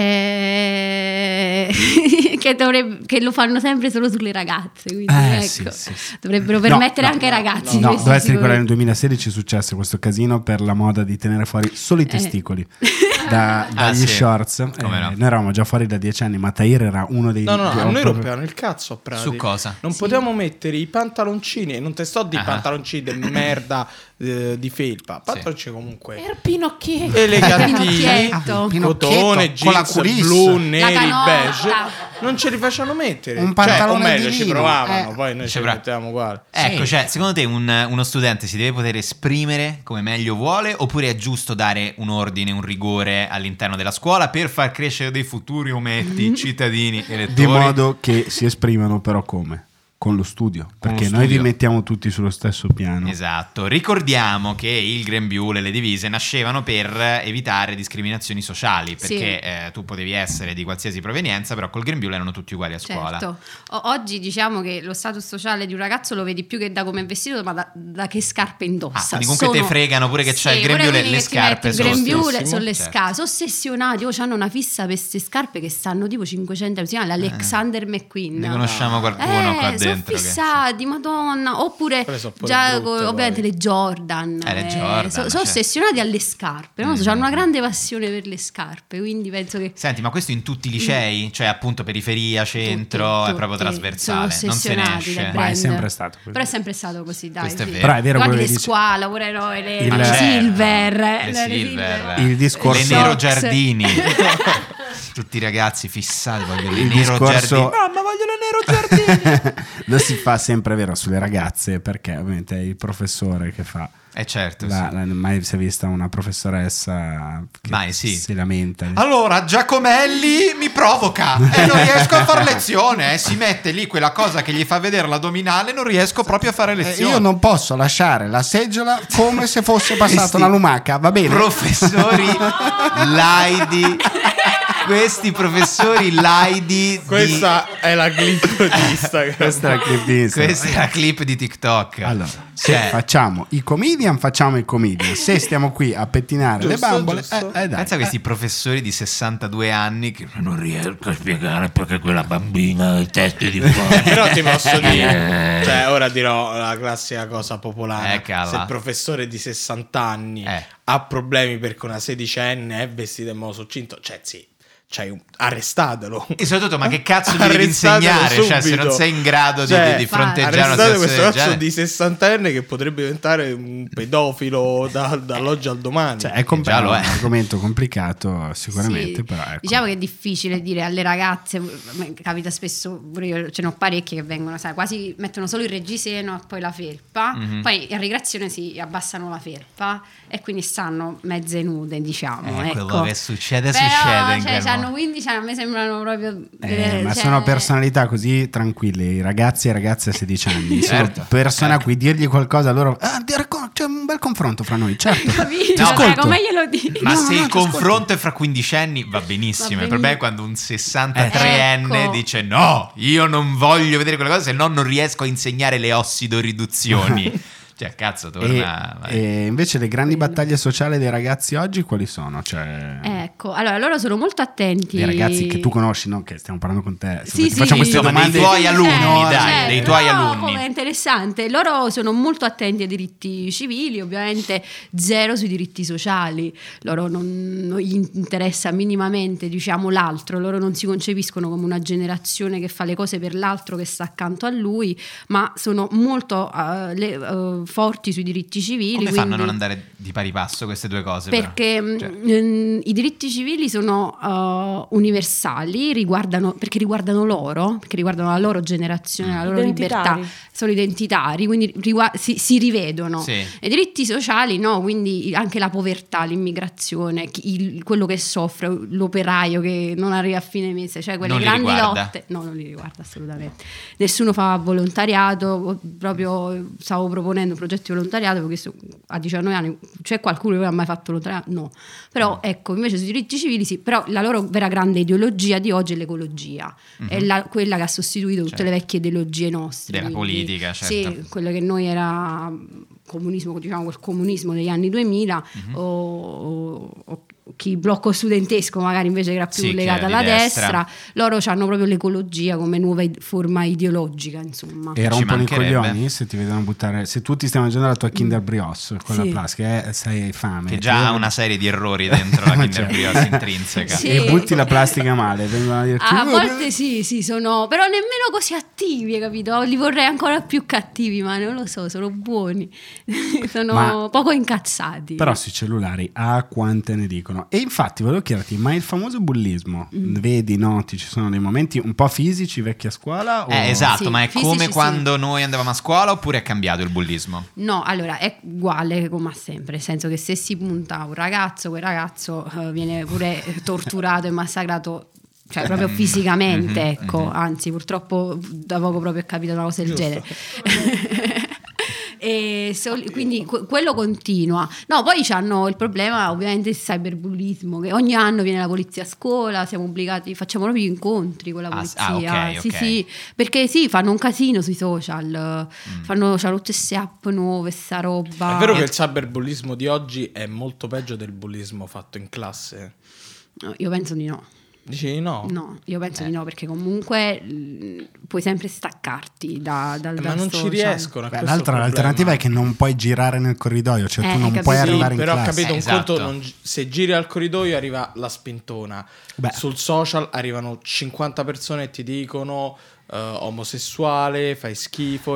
[SPEAKER 8] Eh, che, dovrebbe- che lo fanno sempre solo sulle ragazze, quindi
[SPEAKER 2] Eh,
[SPEAKER 8] ecco,
[SPEAKER 2] sì, sì, sì.
[SPEAKER 8] dovrebbero
[SPEAKER 2] No,
[SPEAKER 8] permettere
[SPEAKER 2] no,
[SPEAKER 8] anche ai ragazzi.
[SPEAKER 2] No,
[SPEAKER 8] Ah, questo
[SPEAKER 2] dovresti ricordare nel
[SPEAKER 8] sicuramente.
[SPEAKER 2] 2016 è successo questo casino per la moda di tenere fuori solo i testicoli da- dagli
[SPEAKER 1] Ah, sì.
[SPEAKER 2] shorts. Eh,
[SPEAKER 1] Come no.
[SPEAKER 2] Noi eravamo già fuori da dieci anni, ma Tahir era uno dei...
[SPEAKER 5] No, no, no,
[SPEAKER 2] dei-
[SPEAKER 5] a noi
[SPEAKER 2] proprio-
[SPEAKER 5] rompevano il cazzo a Prati.
[SPEAKER 1] Su cosa?
[SPEAKER 5] Non potevamo mettere i pantaloncini, e non te sto di
[SPEAKER 1] Ah.
[SPEAKER 5] pantaloncini di merda eh, di felpa, pantaloncini comunque
[SPEAKER 6] Per Pinocchio.
[SPEAKER 5] elegantini,
[SPEAKER 8] Pinocchietto.
[SPEAKER 5] cotone,
[SPEAKER 1] con la
[SPEAKER 5] jeans,
[SPEAKER 1] culisse.
[SPEAKER 5] blu, neri,
[SPEAKER 8] canotta.
[SPEAKER 5] beige, non ce li facevano mettere.
[SPEAKER 2] Un
[SPEAKER 5] cioè, o
[SPEAKER 2] pantalone
[SPEAKER 5] meglio,
[SPEAKER 2] di
[SPEAKER 5] ci
[SPEAKER 2] lino,
[SPEAKER 5] provavano,
[SPEAKER 2] eh.
[SPEAKER 5] poi noi
[SPEAKER 1] Ci
[SPEAKER 5] ci
[SPEAKER 1] prova-
[SPEAKER 5] mettevamo uguale.
[SPEAKER 1] Ecco,
[SPEAKER 2] Sì.
[SPEAKER 1] cioè, secondo te un- uno studente si deve poter esprimere come meglio vuole oppure è giusto dare un ordine, un rigore all'interno della scuola per far crescere dei futuri ometti, cittadini, elettori?
[SPEAKER 2] Di modo che si esprimano però come? Con lo studio, perché
[SPEAKER 1] lo
[SPEAKER 2] noi
[SPEAKER 1] studio.
[SPEAKER 2] li mettiamo tutti sullo stesso piano.
[SPEAKER 1] Esatto, ricordiamo che il grembiule e le divise nascevano per evitare discriminazioni sociali,
[SPEAKER 8] Sì.
[SPEAKER 1] perché eh, tu potevi essere di qualsiasi provenienza, però col grembiule erano tutti uguali a scuola.
[SPEAKER 8] Certo. O- oggi diciamo che lo status sociale di un ragazzo lo vedi più che da come è vestito, ma da, da che scarpe
[SPEAKER 1] Ah,
[SPEAKER 8] indossa.
[SPEAKER 1] quindi comunque te fregano pure che c'hai il
[SPEAKER 8] Sì,
[SPEAKER 1] grembiule e
[SPEAKER 8] pure
[SPEAKER 1] le
[SPEAKER 8] quelli che ti metti
[SPEAKER 1] scarpe
[SPEAKER 8] Il
[SPEAKER 1] sono lo
[SPEAKER 8] grembiule
[SPEAKER 1] stesso.
[SPEAKER 8] sono le
[SPEAKER 1] Certo.
[SPEAKER 8] scarpe. Ossessionati, oh, hanno una fissa per queste scarpe che stanno tipo 500 euro. Si chiama l'Alexander McQueen.
[SPEAKER 1] Eh. Ne conosciamo qualcuno qua
[SPEAKER 8] Eh, sono
[SPEAKER 1] dentro. che-
[SPEAKER 8] fissati, madonna. Oppure
[SPEAKER 5] Quelle sono pure
[SPEAKER 8] già,
[SPEAKER 5] brutte,
[SPEAKER 8] co-
[SPEAKER 5] poi.
[SPEAKER 8] ovviamente le Jordan.
[SPEAKER 1] Eh, le Jordan,
[SPEAKER 8] sono
[SPEAKER 1] certo.
[SPEAKER 8] ossessionati alle scarpe. Non lo so,
[SPEAKER 1] Mm.
[SPEAKER 8] hanno una grande passione per le scarpe. Quindi penso che
[SPEAKER 1] Senti, ma questo in tutti i licei? Cioè appunto periferia, centro,
[SPEAKER 8] Tutti,
[SPEAKER 1] è proprio
[SPEAKER 8] tutti.
[SPEAKER 1] trasversale,
[SPEAKER 8] Sono
[SPEAKER 1] non se ne
[SPEAKER 8] ossessionati
[SPEAKER 1] esce.
[SPEAKER 8] dai
[SPEAKER 2] Ma è
[SPEAKER 8] brand.
[SPEAKER 2] sempre stato così.
[SPEAKER 8] Però è sempre stato così, dai.
[SPEAKER 1] Questo è
[SPEAKER 8] sì.
[SPEAKER 1] vero.
[SPEAKER 2] Però è vero
[SPEAKER 8] Guardi
[SPEAKER 2] quello
[SPEAKER 8] le
[SPEAKER 2] che dici-
[SPEAKER 8] squadla, pure no, le,
[SPEAKER 2] Il-
[SPEAKER 8] le
[SPEAKER 2] Certo.
[SPEAKER 8] silver,
[SPEAKER 1] Ah, Le
[SPEAKER 8] le
[SPEAKER 1] silver,
[SPEAKER 2] Il discorso-
[SPEAKER 1] le Nero
[SPEAKER 8] Sox.
[SPEAKER 1] Giardini. Tutti i ragazzi fissati voglio le
[SPEAKER 2] Il
[SPEAKER 1] Nero
[SPEAKER 2] discorso-
[SPEAKER 1] Giardini.
[SPEAKER 5] Mamma, voglio le nero giardini!
[SPEAKER 2] Lo si fa sempre vero sulle ragazze, perché ovviamente è il professore che fa.
[SPEAKER 1] Eh certo,
[SPEAKER 2] La-
[SPEAKER 1] sì.
[SPEAKER 2] la- mai si è vista una professoressa che
[SPEAKER 1] Mai, sì. Ah,
[SPEAKER 2] si lamenta.
[SPEAKER 1] Allora, Giacomelli mi provoca e non riesco a far lezione. eh. Si mette lì quella cosa che gli fa vedere l'addominale, non riesco proprio a fare
[SPEAKER 2] Eh,
[SPEAKER 1] lezione.
[SPEAKER 2] io non posso lasciare la seggiola come se fosse
[SPEAKER 1] Questi
[SPEAKER 2] passata una lumaca, va bene?
[SPEAKER 1] Professori laidi. Questi professori laidi. di-
[SPEAKER 5] Questa è la glitch di Instagram.
[SPEAKER 2] Questa è la clip di Instagram.
[SPEAKER 1] Questa è la clip di TikTok.
[SPEAKER 2] Allora, se
[SPEAKER 1] Cioè,
[SPEAKER 2] facciamo i comedian, facciamo i comedian. Se stiamo qui a pettinare
[SPEAKER 5] Giusto,
[SPEAKER 2] le bambole,
[SPEAKER 5] giusto.
[SPEAKER 2] eh, eh, dai.
[SPEAKER 1] pensa a questi professori di 62 anni che
[SPEAKER 11] Non riesco a spiegare perché quella bambina ha i testi di fuori.
[SPEAKER 5] Però ti posso dire,
[SPEAKER 11] Eh.
[SPEAKER 5] cioè, ora dirò la classica cosa popolare:
[SPEAKER 1] Eh, cala.
[SPEAKER 5] se il professore di 60 anni
[SPEAKER 1] Eh.
[SPEAKER 5] ha problemi perché una sedicenne è vestita in modo succinto, cioè, sì, cioè, un- arrestatelo.
[SPEAKER 1] E soprattutto, ma che cazzo mi devi
[SPEAKER 5] Arrestatelo
[SPEAKER 1] insegnare? Cioè, se
[SPEAKER 5] subito.
[SPEAKER 1] non sei in grado di,
[SPEAKER 5] Cioè,
[SPEAKER 1] di- di fronteggiare una
[SPEAKER 5] Arrestate
[SPEAKER 1] situazione
[SPEAKER 5] questo
[SPEAKER 1] del
[SPEAKER 5] ragazzo
[SPEAKER 1] genere.
[SPEAKER 5] di 60enne che potrebbe diventare un pedofilo da- dall'oggi al domani.
[SPEAKER 2] Cioè, è, compl-
[SPEAKER 1] Già lo è.
[SPEAKER 2] un argomento complicato sicuramente,
[SPEAKER 8] Sì.
[SPEAKER 2] però ecco.
[SPEAKER 8] Diciamo che è difficile dire alle ragazze, a me capita spesso, pure io ce ne ho parecchie che vengono, sai, quasi mettono solo il reggiseno e poi la felpa,
[SPEAKER 1] Mhm.
[SPEAKER 8] poi in ricreazione si abbassano la felpa e quindi stanno mezze nude, diciamo.
[SPEAKER 1] Eh,
[SPEAKER 8] ecco.
[SPEAKER 1] quello che succede,
[SPEAKER 8] Però,
[SPEAKER 1] succede in
[SPEAKER 8] Cioè,
[SPEAKER 1] quel
[SPEAKER 8] hanno
[SPEAKER 1] modo.
[SPEAKER 8] 15 anni, a me sembrano proprio...
[SPEAKER 2] Eh, ma
[SPEAKER 8] cioè-
[SPEAKER 2] sono personalità così tranquille, i ragazzi e ragazze a 16 anni,
[SPEAKER 1] Certo.
[SPEAKER 2] sono persone a cui dirgli qualcosa loro, "Ah, ti raccon- c'è un bel confronto fra noi, certo.
[SPEAKER 8] Capito?
[SPEAKER 2] Ti
[SPEAKER 8] Cioè,
[SPEAKER 2] ascolto.
[SPEAKER 8] come glielo dico?
[SPEAKER 1] Ma
[SPEAKER 2] No,
[SPEAKER 1] se
[SPEAKER 2] no,
[SPEAKER 1] il
[SPEAKER 2] ti ascolto.
[SPEAKER 1] confronto è fra quindicenni va benissimo.
[SPEAKER 8] Va
[SPEAKER 1] Il problema è
[SPEAKER 8] benissimo.
[SPEAKER 1] quando un 63enne
[SPEAKER 8] Ecco.
[SPEAKER 1] dice: No, io non voglio vedere quella cosa, se no non riesco a insegnare le ossidoriduzioni. cioè, cazzo,
[SPEAKER 2] E,
[SPEAKER 1] torna. vai.
[SPEAKER 2] e invece le grandi battaglie sociali dei ragazzi oggi quali sono? Cioè,
[SPEAKER 8] Ecco, allora loro sono molto attenti.
[SPEAKER 2] dei ragazzi che tu conosci, no? Che stiamo parlando con te.
[SPEAKER 8] Sì,
[SPEAKER 2] Ti
[SPEAKER 8] sì.
[SPEAKER 2] Facciamo queste
[SPEAKER 1] Insomma, dei
[SPEAKER 2] domande.
[SPEAKER 1] tuoi alunni, dai,
[SPEAKER 8] Eh, certo.
[SPEAKER 1] dei tuoi
[SPEAKER 8] No,
[SPEAKER 1] alunni.
[SPEAKER 8] È interessante. Loro sono molto attenti ai diritti civili, ovviamente zero sui diritti sociali. Loro non, non gli interessa minimamente, diciamo, l'altro. Loro non si concepiscono come una generazione che fa le cose per l'altro che sta accanto a lui, ma sono molto eh, le- eh, forti sui diritti civili.
[SPEAKER 1] Come fanno a non
[SPEAKER 8] quindi-
[SPEAKER 1] andare di pari passo queste due cose? però?
[SPEAKER 8] perché
[SPEAKER 1] Cioè,
[SPEAKER 8] mh, ehm, i diritti civili sono uh, universali, riguardano, perché riguardano loro, perché riguardano la loro generazione, la loro
[SPEAKER 3] Identitari.
[SPEAKER 8] libertà, sono identitari, quindi rigua- si, si rivedono.
[SPEAKER 1] sì.
[SPEAKER 8] E I diritti sociali no, quindi anche la povertà, l'immigrazione, chi- il- quello che soffre, l'operaio che non arriva a fine mese, cioè quelle
[SPEAKER 1] Non li
[SPEAKER 8] grandi
[SPEAKER 1] riguarda.
[SPEAKER 8] lotte. No, non li riguarda assolutamente. Nessuno fa volontariato, proprio stavo proponendo progetti di volontariato, perché so- a 19 anni c'è qualcuno che ha mai fatto volontariato? No. Però
[SPEAKER 1] Mm.
[SPEAKER 8] ecco, invece sui diritti civili sì, però la loro vera grande ideologia di oggi è l'ecologia, è
[SPEAKER 1] Mhm.
[SPEAKER 8] la- quella che ha sostituito tutte
[SPEAKER 1] Certo.
[SPEAKER 8] le vecchie ideologie nostre.
[SPEAKER 1] Della
[SPEAKER 8] quindi-
[SPEAKER 1] politica, certo.
[SPEAKER 8] Sì, quello che noi era mh, comunismo, diciamo quel comunismo degli anni 2000
[SPEAKER 1] Mhm.
[SPEAKER 8] o, o- o chi blocco studentesco magari invece che era più
[SPEAKER 1] Sì, che
[SPEAKER 8] legato
[SPEAKER 1] era di
[SPEAKER 8] alla destra.
[SPEAKER 1] destra.
[SPEAKER 8] loro hanno proprio l'ecologia come nuova id- forma ideologica, insomma.
[SPEAKER 2] E
[SPEAKER 1] Ci
[SPEAKER 2] rompono i
[SPEAKER 1] mancherebbe.
[SPEAKER 2] coglioni se ti vedono buttare. Se tu ti stai mangiando la tua Kinder Brioche con la
[SPEAKER 8] Mm. Sì.
[SPEAKER 2] plastica e sei fame. eh,
[SPEAKER 1] Che già ha
[SPEAKER 2] ti-
[SPEAKER 1] una serie di errori dentro la
[SPEAKER 2] Ma
[SPEAKER 1] Kinder
[SPEAKER 2] certo.
[SPEAKER 1] Brioche intrinseca.
[SPEAKER 8] Sì.
[SPEAKER 2] E butti la plastica male, vengono a dirti. "Oh,
[SPEAKER 8] A volte sì, sì, sono però nemmeno così attivi, hai capito? Li vorrei ancora più cattivi, ma non lo so, sono buoni, sono
[SPEAKER 2] Ma-
[SPEAKER 8] poco incazzati.
[SPEAKER 2] Però sui cellulari, a quante ne dicono. E infatti volevo chiederti, ma il famoso bullismo,
[SPEAKER 8] Mm.
[SPEAKER 2] vedi, noti, ci sono dei momenti un po' fisici, vecchi a scuola? o-
[SPEAKER 1] Eh, esatto,
[SPEAKER 8] Sì,
[SPEAKER 1] ma è
[SPEAKER 8] fisici
[SPEAKER 1] come
[SPEAKER 8] sì.
[SPEAKER 1] quando noi andavamo a scuola oppure è cambiato il bullismo?
[SPEAKER 8] No, allora è uguale come a sempre, nel senso che se si punta a un ragazzo, quel ragazzo eh, viene pure eh, torturato e massacrato. Cioè, proprio
[SPEAKER 1] Mm,
[SPEAKER 8] fisicamente,
[SPEAKER 1] mhm,
[SPEAKER 8] ecco,
[SPEAKER 1] mhm.
[SPEAKER 8] anzi, purtroppo da poco proprio è capita una cosa del
[SPEAKER 4] Giusto.
[SPEAKER 8] genere. E sol- quindi que- quello continua. No, poi c'hanno il problema ovviamente il cyberbullismo, che ogni anno viene la polizia a scuola, siamo obbligati, facciamo proprio gli incontri con la
[SPEAKER 1] Ah, s-
[SPEAKER 8] polizia.
[SPEAKER 1] ah, ok,
[SPEAKER 8] sì,
[SPEAKER 1] ok.
[SPEAKER 8] sì, perché sì, fanno un casino sui social, fanno c'hanno tutte queste app nuove, sta roba.
[SPEAKER 4] Mm. È vero che il cyberbullismo di oggi è molto peggio del bullismo fatto in classe.
[SPEAKER 8] No, Io penso di no.
[SPEAKER 4] Dici no?
[SPEAKER 8] No, io penso
[SPEAKER 4] Eh.
[SPEAKER 8] di no, perché comunque mh, puoi sempre staccarti da, dal,
[SPEAKER 4] Eh, ma
[SPEAKER 8] dal
[SPEAKER 4] non ci
[SPEAKER 8] social.
[SPEAKER 4] riescono. a
[SPEAKER 2] Beh,
[SPEAKER 4] questo è il
[SPEAKER 2] l'altra
[SPEAKER 4] problema.
[SPEAKER 2] l'alternativa è che non puoi girare nel corridoio, cioè
[SPEAKER 8] Eh,
[SPEAKER 2] tu
[SPEAKER 8] hai
[SPEAKER 2] non
[SPEAKER 8] capito.
[SPEAKER 2] puoi
[SPEAKER 8] Sì,
[SPEAKER 2] arrivare
[SPEAKER 4] però
[SPEAKER 2] in
[SPEAKER 4] ho
[SPEAKER 2] classe.
[SPEAKER 4] capito
[SPEAKER 1] Eh,
[SPEAKER 4] un
[SPEAKER 1] esatto.
[SPEAKER 4] conto non gi- se giri al corridoio arriva la spintona
[SPEAKER 2] Beh.
[SPEAKER 4] sul social arrivano 50 persone e ti dicono eh, omosessuale fai schifo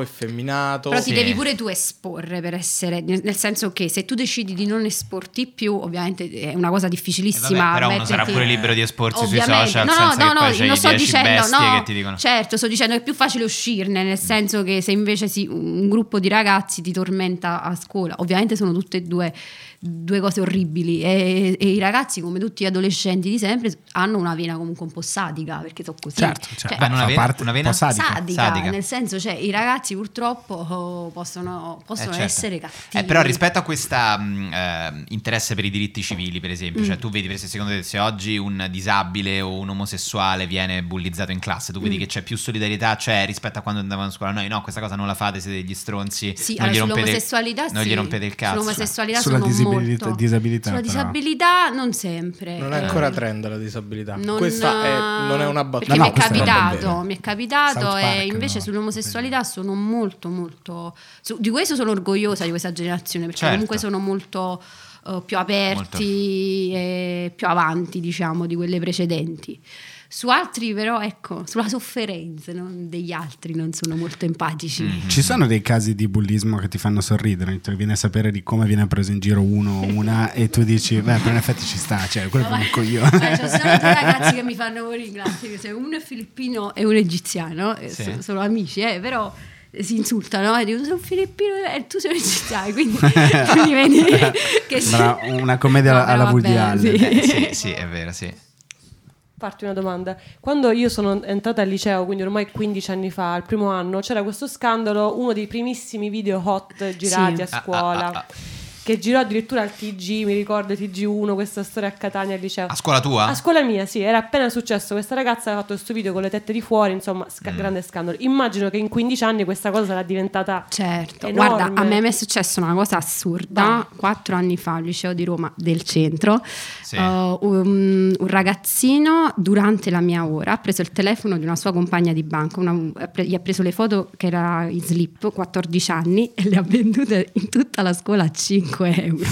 [SPEAKER 4] effeminato
[SPEAKER 8] Però ti
[SPEAKER 1] Sì.
[SPEAKER 8] devi pure tu esporre per essere, nel nel senso che se tu decidi di non esporti più, ovviamente è una cosa
[SPEAKER 1] Eh, vabbè,
[SPEAKER 8] difficilissima.
[SPEAKER 1] però uno sarà
[SPEAKER 8] metterti-
[SPEAKER 1] pure libero di esporsi sui
[SPEAKER 8] Ovviamente.
[SPEAKER 1] social
[SPEAKER 8] no,
[SPEAKER 1] senza
[SPEAKER 8] no,
[SPEAKER 1] che
[SPEAKER 8] no,
[SPEAKER 1] poi c'è
[SPEAKER 8] non
[SPEAKER 1] i
[SPEAKER 8] sto
[SPEAKER 1] 10
[SPEAKER 8] dicendo,
[SPEAKER 1] bestie
[SPEAKER 8] no,
[SPEAKER 1] che ti dicono
[SPEAKER 8] certo, sto dicendo che è più facile uscirne, nel senso che se invece si- un gruppo di ragazzi ti tormenta a scuola, ovviamente sono tutte e due, due cose orribili e, e i ragazzi, come tutti gli adolescenti di sempre, hanno una vena comunque un po' sadica, perché sono così.
[SPEAKER 2] Certo, certo.
[SPEAKER 8] Cioè,
[SPEAKER 1] Beh, una
[SPEAKER 2] fa
[SPEAKER 1] vena-
[SPEAKER 2] parte
[SPEAKER 1] una
[SPEAKER 2] un
[SPEAKER 1] vena-
[SPEAKER 2] po' sadica.
[SPEAKER 8] Sadica,
[SPEAKER 1] Sadica.
[SPEAKER 8] nel senso, cioè, i ragazzi purtroppo oh, possono, possono
[SPEAKER 1] Eh, certo.
[SPEAKER 8] essere cattivi.
[SPEAKER 1] Eh, però rispetto a questo interesse per i diritti civili, per
[SPEAKER 8] Mm.
[SPEAKER 1] esempio, cioè tu vedi, per esempio, secondo te, se oggi un disabile o un omosessuale viene bullizzato in classe, tu vedi
[SPEAKER 8] Mm.
[SPEAKER 1] che c'è più solidarietà, cioè rispetto a quando andavamo a scuola, noi no, questa cosa non la fate, siete degli stronzi,
[SPEAKER 8] Sì,
[SPEAKER 1] non, gli
[SPEAKER 8] allora,
[SPEAKER 1] rompete,
[SPEAKER 8] sull'omosessualità
[SPEAKER 1] non
[SPEAKER 8] sì.
[SPEAKER 1] gli rompete il cazzo.
[SPEAKER 8] Sull'omosessualità
[SPEAKER 2] Sulla
[SPEAKER 8] sono
[SPEAKER 2] disabilità-
[SPEAKER 8] molto.
[SPEAKER 2] disabilità,
[SPEAKER 8] Sulla
[SPEAKER 2] però.
[SPEAKER 8] disabilità non sempre.
[SPEAKER 4] non è
[SPEAKER 8] Eh,
[SPEAKER 4] ancora trend la disabilità
[SPEAKER 8] non- eh,
[SPEAKER 4] questa è- non è una battuta
[SPEAKER 8] Perché
[SPEAKER 2] No,
[SPEAKER 8] mi, è
[SPEAKER 2] questa è una
[SPEAKER 8] capitato,
[SPEAKER 2] bandiera.
[SPEAKER 8] mi è capitato
[SPEAKER 2] South Park,
[SPEAKER 8] e invece
[SPEAKER 2] no?
[SPEAKER 8] sull'omosessualità sono molto molto su- di questo sono orgogliosa di questa generazione perché
[SPEAKER 1] Certo.
[SPEAKER 8] comunque sono molto eh, più aperti e più avanti diciamo di quelle precedenti. Su altri però ecco, sulla sofferenza no, degli altri non sono molto empatici.
[SPEAKER 1] Mm.
[SPEAKER 2] Ci sono dei casi di bullismo che ti fanno sorridere, ti viene a sapere di come viene preso in giro uno o una e tu dici, beh, però in effetti ci sta, cioè, quello è
[SPEAKER 8] No,
[SPEAKER 2] proprio un
[SPEAKER 8] ma-
[SPEAKER 2] coglione.
[SPEAKER 8] ma Ci sono due ragazzi che mi fanno morire in classe, che se uno è filippino e uno è egiziano, eh,
[SPEAKER 1] Sì.
[SPEAKER 8] so- sono amici, eh, però eh, si insultano e dicono sono filippino e tu sei un egiziano quindi, quindi vedi che si-
[SPEAKER 2] Bra- una commedia
[SPEAKER 8] No,
[SPEAKER 2] alla- alla
[SPEAKER 8] però va
[SPEAKER 2] Woody
[SPEAKER 8] bene,
[SPEAKER 1] Eh,
[SPEAKER 8] sì.
[SPEAKER 1] sì, sì, è vero, sì.
[SPEAKER 3] Farti una domanda. Quando io sono entrata al liceo, quindi ormai 15 anni fa, al primo anno, c'era questo scandalo, uno dei primissimi video hot girati
[SPEAKER 8] Sì.
[SPEAKER 1] Ah,
[SPEAKER 3] a
[SPEAKER 1] ah,
[SPEAKER 3] scuola.
[SPEAKER 1] ah, ah.
[SPEAKER 3] Che girò addirittura al TG, mi ricordo TG1, questa storia a Catania al liceo.
[SPEAKER 1] A scuola tua?
[SPEAKER 3] A scuola mia, sì, era appena successo. Questa ragazza aveva fatto questo video con le tette di fuori, insomma, sca-
[SPEAKER 1] Mm.
[SPEAKER 3] grande scandalo. Immagino che in 15 anni questa cosa sarà diventata.
[SPEAKER 8] Certo,
[SPEAKER 3] Enorme.
[SPEAKER 8] guarda, a me mi è successa una cosa assurda quattro anni fa al liceo di Roma del centro.
[SPEAKER 1] Sì.
[SPEAKER 8] eh, un, un ragazzino durante la mia ora ha preso il telefono di una sua compagna di banca, una- ha pre- gli ha preso le foto che era in slip, 14 anni, e le ha vendute in tutta la scuola a 5 euro.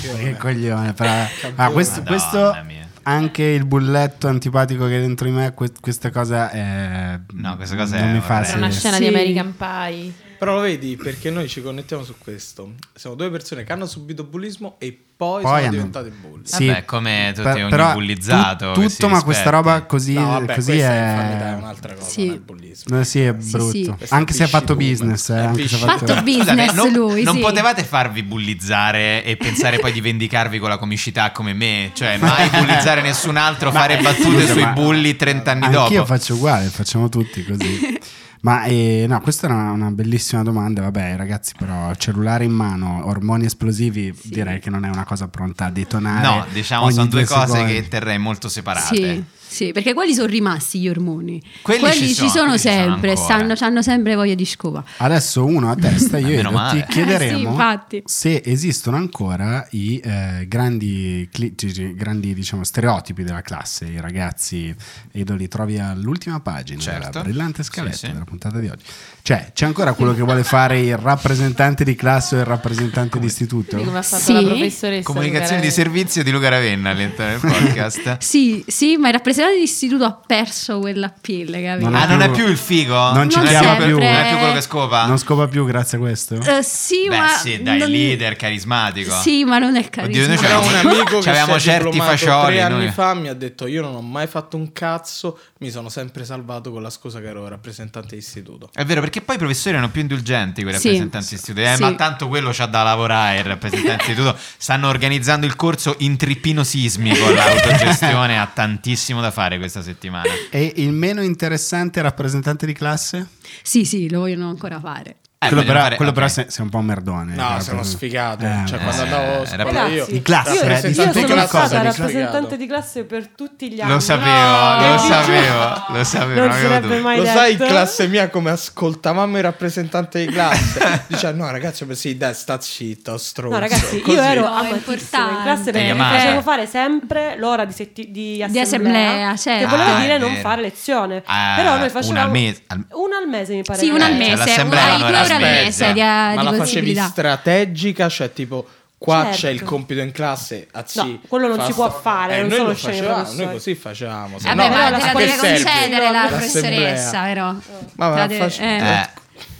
[SPEAKER 2] Che coglione, però. Ah, questo,
[SPEAKER 1] Madonna
[SPEAKER 2] questo-
[SPEAKER 1] mia.
[SPEAKER 2] anche il bulletto antipatico che è dentro di me, que- questa cosa è.
[SPEAKER 1] No, questa cosa
[SPEAKER 2] non
[SPEAKER 1] è
[SPEAKER 2] mi fa
[SPEAKER 1] orrenda.
[SPEAKER 6] Era una
[SPEAKER 2] sì.
[SPEAKER 6] scena di
[SPEAKER 8] Sì.
[SPEAKER 6] American Pie.
[SPEAKER 4] Però lo vedi, perché noi ci connettiamo su questo. Siamo due persone che hanno subito bullismo e poi,
[SPEAKER 2] Poi
[SPEAKER 4] sono
[SPEAKER 2] hanno-
[SPEAKER 4] diventate bulli.
[SPEAKER 2] Sì,
[SPEAKER 1] Vabbè, come tutti, ogni bullizzato
[SPEAKER 2] tu-
[SPEAKER 1] che si
[SPEAKER 2] tutto, ma
[SPEAKER 1] rispetti.
[SPEAKER 2] questa roba così,
[SPEAKER 4] No, vabbè,
[SPEAKER 2] così
[SPEAKER 4] questa
[SPEAKER 2] è.
[SPEAKER 4] è un'altra cosa,
[SPEAKER 8] Sì.
[SPEAKER 4] non è il bullismo.
[SPEAKER 2] Eh, sì, è
[SPEAKER 8] Sì,
[SPEAKER 2] brutto.
[SPEAKER 8] sì.
[SPEAKER 4] Questo è
[SPEAKER 2] Anche se ha fatto
[SPEAKER 4] pisci-boom.
[SPEAKER 2] business. eh,
[SPEAKER 4] È
[SPEAKER 2] anche se ha
[SPEAKER 8] Fatto
[SPEAKER 2] fatto-
[SPEAKER 8] business
[SPEAKER 1] non,
[SPEAKER 8] lui,
[SPEAKER 1] non
[SPEAKER 8] sì.
[SPEAKER 1] potevate farvi bullizzare e pensare poi di vendicarvi con la comicità come me, cioè mai bullizzare nessun altro, fare battute
[SPEAKER 2] scusa,
[SPEAKER 1] sui
[SPEAKER 2] ma-
[SPEAKER 1] bulli 30 anni
[SPEAKER 2] Anch'io
[SPEAKER 1] dopo.
[SPEAKER 2] faccio uguale, facciamo tutti così. Ma eh, no, questa era una, una bellissima domanda. Vabbè, ragazzi, però cellulare in mano, ormoni esplosivi, direi che non è una cosa pronta a detonare.
[SPEAKER 1] No, diciamo
[SPEAKER 2] ogni
[SPEAKER 1] sono due cose
[SPEAKER 2] secondi.
[SPEAKER 1] che terrei molto separate.
[SPEAKER 8] Sì, sì, perché quelli sono rimasti gli ormoni.
[SPEAKER 1] Quelli
[SPEAKER 8] Quelli,
[SPEAKER 1] ci
[SPEAKER 8] ci,
[SPEAKER 1] sono, quelli
[SPEAKER 8] sono,
[SPEAKER 1] ci sono
[SPEAKER 8] sempre,
[SPEAKER 1] ancora.
[SPEAKER 8] stanno, hanno sempre voglia di scopa.
[SPEAKER 2] Adesso uno a testa, io
[SPEAKER 1] Ma
[SPEAKER 2] e
[SPEAKER 1] meno
[SPEAKER 2] Edo
[SPEAKER 1] male.
[SPEAKER 2] ti chiederemo
[SPEAKER 8] Eh sì, infatti.
[SPEAKER 2] se esistono ancora i eh, grandi, cli- gi- gi- grandi diciamo, stereotipi della classe, i ragazzi, Edo li trovi all'ultima pagina
[SPEAKER 1] Certo.
[SPEAKER 2] della brillante scaletta
[SPEAKER 1] Sì, sì.
[SPEAKER 2] della puntata di oggi. Cioè, c'è ancora quello che vuole fare il rappresentante di classe o il rappresentante di istituto?
[SPEAKER 6] Come ha fatto
[SPEAKER 8] Sì.
[SPEAKER 6] la professoressa.
[SPEAKER 1] Comunicazione di
[SPEAKER 6] Lucarelli.
[SPEAKER 1] servizio di Luca Ravenna all'interno del podcast.
[SPEAKER 8] Sì, sì, ma il rappresentante d'istituto ha perso quell'appeal, capito?
[SPEAKER 2] Non
[SPEAKER 1] Ah,
[SPEAKER 2] è
[SPEAKER 1] non è
[SPEAKER 2] più-
[SPEAKER 1] più il figo?
[SPEAKER 2] non ci
[SPEAKER 8] Non
[SPEAKER 1] è
[SPEAKER 2] chiama
[SPEAKER 1] proprio-
[SPEAKER 2] più.
[SPEAKER 1] Non è più quello che scopa?
[SPEAKER 2] Non scopa più grazie a questo?
[SPEAKER 8] Eh, sì,
[SPEAKER 1] Beh,
[SPEAKER 8] ma
[SPEAKER 1] sì, dai,
[SPEAKER 8] non-
[SPEAKER 1] leader carismatico.
[SPEAKER 8] Sì, ma non è
[SPEAKER 1] Oddio, noi
[SPEAKER 8] carismatico.
[SPEAKER 4] C'era un amico che
[SPEAKER 1] C'avevamo
[SPEAKER 4] si è
[SPEAKER 1] certi
[SPEAKER 4] diplomato
[SPEAKER 1] fascioli,
[SPEAKER 4] tre anni
[SPEAKER 1] noi.
[SPEAKER 4] fa mi ha detto io non ho mai fatto un cazzo, mi sono sempre salvato con la scusa che ero rappresentante di istituto.
[SPEAKER 1] È vero, perché poi i professori erano più indulgenti con i
[SPEAKER 8] Sì.
[SPEAKER 1] rappresentanti di studio. Eh,
[SPEAKER 8] Sì.
[SPEAKER 1] Ma tanto quello c'ha da lavorare. Il rappresentante di tutto stanno organizzando il corso in trippino sismico. L'autogestione ha tantissimo da fare questa settimana.
[SPEAKER 2] E il meno interessante rappresentante di classe?
[SPEAKER 8] Sì, sì, lo vogliono ancora fare.
[SPEAKER 1] Eh,
[SPEAKER 2] quello
[SPEAKER 1] vogliono
[SPEAKER 2] però,
[SPEAKER 1] fare-
[SPEAKER 2] quello
[SPEAKER 1] ok.
[SPEAKER 2] però sei, sei un po' un merdone.
[SPEAKER 4] No,
[SPEAKER 2] Però
[SPEAKER 4] sono
[SPEAKER 2] proprio-
[SPEAKER 4] sfigato.
[SPEAKER 2] Eh,
[SPEAKER 4] cioè,
[SPEAKER 2] beh.
[SPEAKER 4] quando andavo a
[SPEAKER 1] Eh,
[SPEAKER 4] scuola io...
[SPEAKER 3] Di
[SPEAKER 2] classe,
[SPEAKER 4] io
[SPEAKER 2] eh,
[SPEAKER 4] ero
[SPEAKER 2] di
[SPEAKER 4] sempre
[SPEAKER 2] tutte
[SPEAKER 3] Io
[SPEAKER 2] quelle
[SPEAKER 3] sono
[SPEAKER 2] cose,
[SPEAKER 3] stata
[SPEAKER 2] di
[SPEAKER 3] rappresentante di classe per tutti gli anni.
[SPEAKER 1] Lo sapevo, lo sapevo, lo sapevo.
[SPEAKER 3] Non
[SPEAKER 1] avevo
[SPEAKER 3] si sarebbe
[SPEAKER 1] dubbi.
[SPEAKER 3] mai
[SPEAKER 4] Lo
[SPEAKER 3] detto.
[SPEAKER 4] sai in classe mia come ascoltavamo il rappresentante di classe? Dice no ragazzi, ma sì, dai, sta zitto, stronzo.
[SPEAKER 3] No, ragazzi,
[SPEAKER 4] Così.
[SPEAKER 3] io ero
[SPEAKER 8] No, è
[SPEAKER 3] amatissima in
[SPEAKER 8] importante.
[SPEAKER 3] classe perché
[SPEAKER 1] Devi
[SPEAKER 3] mi
[SPEAKER 1] amare.
[SPEAKER 3] facevo fare sempre l'ora di, setti- di assemblea,
[SPEAKER 8] assemblea, certo.
[SPEAKER 3] che voleva
[SPEAKER 1] Ah, è
[SPEAKER 3] dire non
[SPEAKER 1] vero.
[SPEAKER 3] fare lezione.
[SPEAKER 1] Ah,
[SPEAKER 3] Però noi
[SPEAKER 1] una
[SPEAKER 3] facevamo
[SPEAKER 1] al mese- al-
[SPEAKER 3] una al mese, mi pare.
[SPEAKER 8] Sì, una al
[SPEAKER 1] Eh, cioè,
[SPEAKER 8] mese, una
[SPEAKER 1] l'assemblea non era
[SPEAKER 8] due ore al
[SPEAKER 1] spesa.
[SPEAKER 8] mese di, eh,
[SPEAKER 4] ma
[SPEAKER 8] di
[SPEAKER 4] la facevi
[SPEAKER 8] possibilità.
[SPEAKER 4] strategica, cioè tipo qua
[SPEAKER 3] Certo.
[SPEAKER 4] c'è il compito in classe, ah, sì,
[SPEAKER 3] No, quello non
[SPEAKER 4] fa
[SPEAKER 3] si può
[SPEAKER 4] sta-
[SPEAKER 3] fare,
[SPEAKER 4] Eh,
[SPEAKER 3] non
[SPEAKER 4] noi
[SPEAKER 3] sono
[SPEAKER 4] lo
[SPEAKER 3] scemi
[SPEAKER 4] facevamo,
[SPEAKER 3] professori.
[SPEAKER 4] noi così facevamo. se
[SPEAKER 8] Vabbè,
[SPEAKER 4] no-
[SPEAKER 8] però
[SPEAKER 4] a
[SPEAKER 8] te la
[SPEAKER 4] che
[SPEAKER 8] deve
[SPEAKER 4] serve?
[SPEAKER 8] concedere la
[SPEAKER 4] L'assemblea.
[SPEAKER 8] professoressa, vero?
[SPEAKER 4] Ma
[SPEAKER 8] Te la
[SPEAKER 4] va,
[SPEAKER 8] deve-
[SPEAKER 4] facci-
[SPEAKER 8] eh.
[SPEAKER 1] Eh,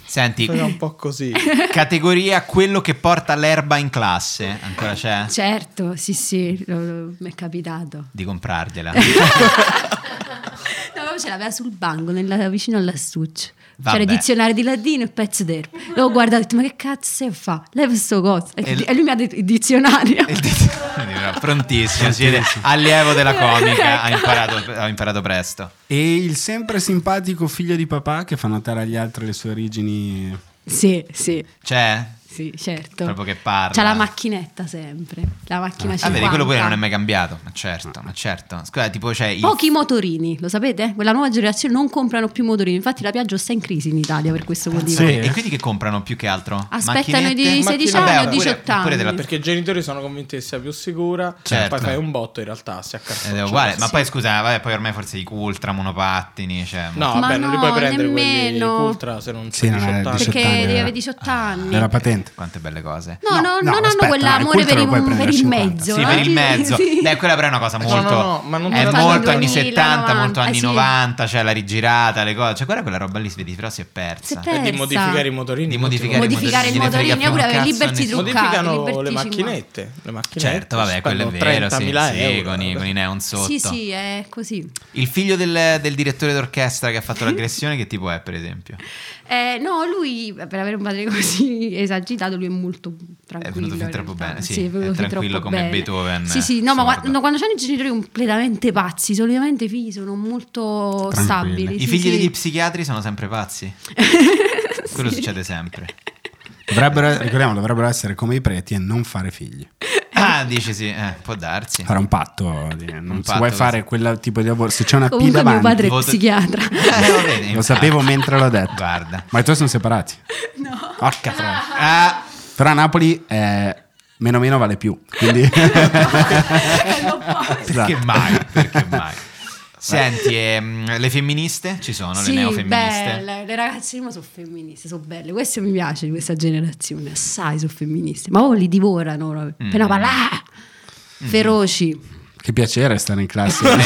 [SPEAKER 1] senti,
[SPEAKER 4] Era un po' così.
[SPEAKER 1] categoria quello che porta l'erba in classe. Ancora c'è?
[SPEAKER 8] Certo, sì, sì, lo- lo- mi è capitato.
[SPEAKER 1] Di comprargliela.
[SPEAKER 8] No, proprio ce l'aveva sul banco, nella- vicino all'astuccio.
[SPEAKER 1] Vabbè.
[SPEAKER 8] C'era il dizionario di ladino e pezzo d'erba. L'ho guardato e ho detto, ma che cazzo è fa? Lei questo coso. E,
[SPEAKER 1] E l-
[SPEAKER 8] e lui mi ha detto il dizionario.
[SPEAKER 1] Il dizionario, Prontissimo, siete allievo della comica. Ha
[SPEAKER 8] Ecco.
[SPEAKER 1] imparato, ha imparato presto.
[SPEAKER 2] E il sempre simpatico figlio di papà che fa notare agli altri le sue origini.
[SPEAKER 8] Sì, sì,
[SPEAKER 1] C'è?
[SPEAKER 8] sì, certo.
[SPEAKER 1] Proprio che parla.
[SPEAKER 8] C'ha la macchinetta sempre. La macchina 50.
[SPEAKER 1] Ah, vedi, quello pure non è mai cambiato. Ma certo, ma certo. Scusa, tipo c'è il-
[SPEAKER 8] Pochi motorini, lo sapete? Quella nuova generazione non comprano più motorini. Infatti la Piaggio sta in crisi in Italia per questo motivo.
[SPEAKER 2] Sì.
[SPEAKER 1] E quindi che comprano più che altro?
[SPEAKER 8] Aspettano i
[SPEAKER 1] Macchinette?
[SPEAKER 8] di 16
[SPEAKER 1] Vabbè,
[SPEAKER 8] anni o
[SPEAKER 1] oppure-
[SPEAKER 8] 18
[SPEAKER 1] oppure
[SPEAKER 8] anni.
[SPEAKER 1] della-
[SPEAKER 4] Perché i genitori sono convinti che sia più sicura,
[SPEAKER 1] Certo.
[SPEAKER 4] poi fai un botto in realtà, si
[SPEAKER 1] Ed
[SPEAKER 4] accartoccia.
[SPEAKER 1] è Eh, uguale, ma poi scusa, vabbè, poi ormai forse i Cultra, monopattini, cioè...
[SPEAKER 4] No,
[SPEAKER 8] Ma
[SPEAKER 4] vabbè, non li puoi
[SPEAKER 8] no,
[SPEAKER 4] prendere
[SPEAKER 8] nemmeno.
[SPEAKER 4] quelli ultra se non
[SPEAKER 2] Sì,
[SPEAKER 4] sei
[SPEAKER 2] non è
[SPEAKER 4] 18 anni.
[SPEAKER 2] 18
[SPEAKER 8] Perché
[SPEAKER 2] anni,
[SPEAKER 8] devi
[SPEAKER 2] era-
[SPEAKER 8] avere 18
[SPEAKER 1] Ah. Eh.
[SPEAKER 8] anni.
[SPEAKER 2] Della patente.
[SPEAKER 1] Quante belle cose.
[SPEAKER 2] No,
[SPEAKER 8] No, no,
[SPEAKER 2] no,
[SPEAKER 8] non
[SPEAKER 2] aspetta,
[SPEAKER 8] hanno
[SPEAKER 2] il
[SPEAKER 8] quell'amore
[SPEAKER 2] culto
[SPEAKER 8] per,
[SPEAKER 2] lo puoi
[SPEAKER 8] il,
[SPEAKER 2] prendere
[SPEAKER 8] per il
[SPEAKER 2] 50.
[SPEAKER 8] mezzo.
[SPEAKER 1] Sì,
[SPEAKER 8] no?
[SPEAKER 1] per il mezzo.
[SPEAKER 8] Sì.
[SPEAKER 1] Beh, quella però è una cosa
[SPEAKER 4] No,
[SPEAKER 1] molto...
[SPEAKER 4] no, no, ma non
[SPEAKER 1] è
[SPEAKER 4] te la-
[SPEAKER 1] molto anni
[SPEAKER 8] 2000,
[SPEAKER 1] 70, molto
[SPEAKER 8] 90,
[SPEAKER 1] anni
[SPEAKER 8] eh, sì.
[SPEAKER 1] 90, cioè la rigirata, le cose. Cioè, guarda quella roba lì, si vedi, però si è
[SPEAKER 8] Si
[SPEAKER 1] persa.
[SPEAKER 8] è
[SPEAKER 4] E di
[SPEAKER 8] persa.
[SPEAKER 4] modificare i motorini.
[SPEAKER 1] Di
[SPEAKER 4] non ti
[SPEAKER 1] modificare,
[SPEAKER 8] Modificare
[SPEAKER 1] i
[SPEAKER 8] il
[SPEAKER 1] motorini,
[SPEAKER 8] motorini,
[SPEAKER 1] gliene frega
[SPEAKER 8] oppure
[SPEAKER 1] più un
[SPEAKER 8] avere
[SPEAKER 1] cazzo a
[SPEAKER 8] liberty
[SPEAKER 1] nessuno.
[SPEAKER 8] truccati,
[SPEAKER 4] Modificano le
[SPEAKER 8] liberty
[SPEAKER 4] macchinette. Le macchinette
[SPEAKER 1] Certo, vabbè, quello è vero, sì,
[SPEAKER 4] 30.000
[SPEAKER 1] sì,
[SPEAKER 4] euro.
[SPEAKER 1] con, i, con i neon sotto.
[SPEAKER 8] Sì, sì, è così.
[SPEAKER 1] Il figlio del, del direttore d'orchestra che ha fatto l'aggressione, che tipo è, per esempio?
[SPEAKER 8] Eh, no, lui per avere un padre così esagitato, lui è molto tranquillo.
[SPEAKER 1] venuto fin
[SPEAKER 8] in
[SPEAKER 1] troppo
[SPEAKER 8] realtà.
[SPEAKER 1] bene, sì,
[SPEAKER 8] è venuto
[SPEAKER 1] è
[SPEAKER 8] fin
[SPEAKER 1] tranquillo
[SPEAKER 8] troppo
[SPEAKER 1] come
[SPEAKER 8] bene.
[SPEAKER 1] Beethoven,
[SPEAKER 8] Sì, sì, no, ma
[SPEAKER 1] sordo.
[SPEAKER 8] quando, quando c'hanno i genitori completamente pazzi, solitamente i figli sono molto
[SPEAKER 2] Tranquilli.
[SPEAKER 8] stabili.
[SPEAKER 1] I
[SPEAKER 8] sì,
[SPEAKER 1] figli
[SPEAKER 8] sì. Eh.
[SPEAKER 1] degli psichiatri sono sempre pazzi. Quello succede sempre.
[SPEAKER 2] Dovrebbero, ricordiamo, dovrebbero essere come i preti e non fare figli.
[SPEAKER 1] Ah, dici sì, eh, può darsi.
[SPEAKER 2] Fare un patto. di- Non
[SPEAKER 1] Un
[SPEAKER 2] se
[SPEAKER 1] patto,
[SPEAKER 2] vuoi
[SPEAKER 1] sì.
[SPEAKER 2] fare quel tipo di lavoro, se c'è una P
[SPEAKER 8] Comunque mio
[SPEAKER 2] davanti.
[SPEAKER 8] padre è
[SPEAKER 1] Voto-
[SPEAKER 8] psichiatra.
[SPEAKER 1] Eh, va bene,
[SPEAKER 2] Lo
[SPEAKER 1] infatti.
[SPEAKER 2] sapevo mentre l'ho detto.
[SPEAKER 1] Guarda.
[SPEAKER 2] Ma i tuoi sono separati. No. Porca troia.
[SPEAKER 1] Ah,
[SPEAKER 2] Però a Napoli eh, meno meno vale più. Quindi...
[SPEAKER 1] perché
[SPEAKER 2] Esatto.
[SPEAKER 1] mai? Perché mai? Senti, ehm, le femministe ci sono, le neofemministe.
[SPEAKER 8] belle. Le ragazze prima sono femministe, sono belle. Questo mi piace di questa generazione,
[SPEAKER 1] Mm.
[SPEAKER 8] assai sono femministe. Ma oh, li divorano, proprio. appena parla, ah, feroci.
[SPEAKER 2] Che piacere stare in classe.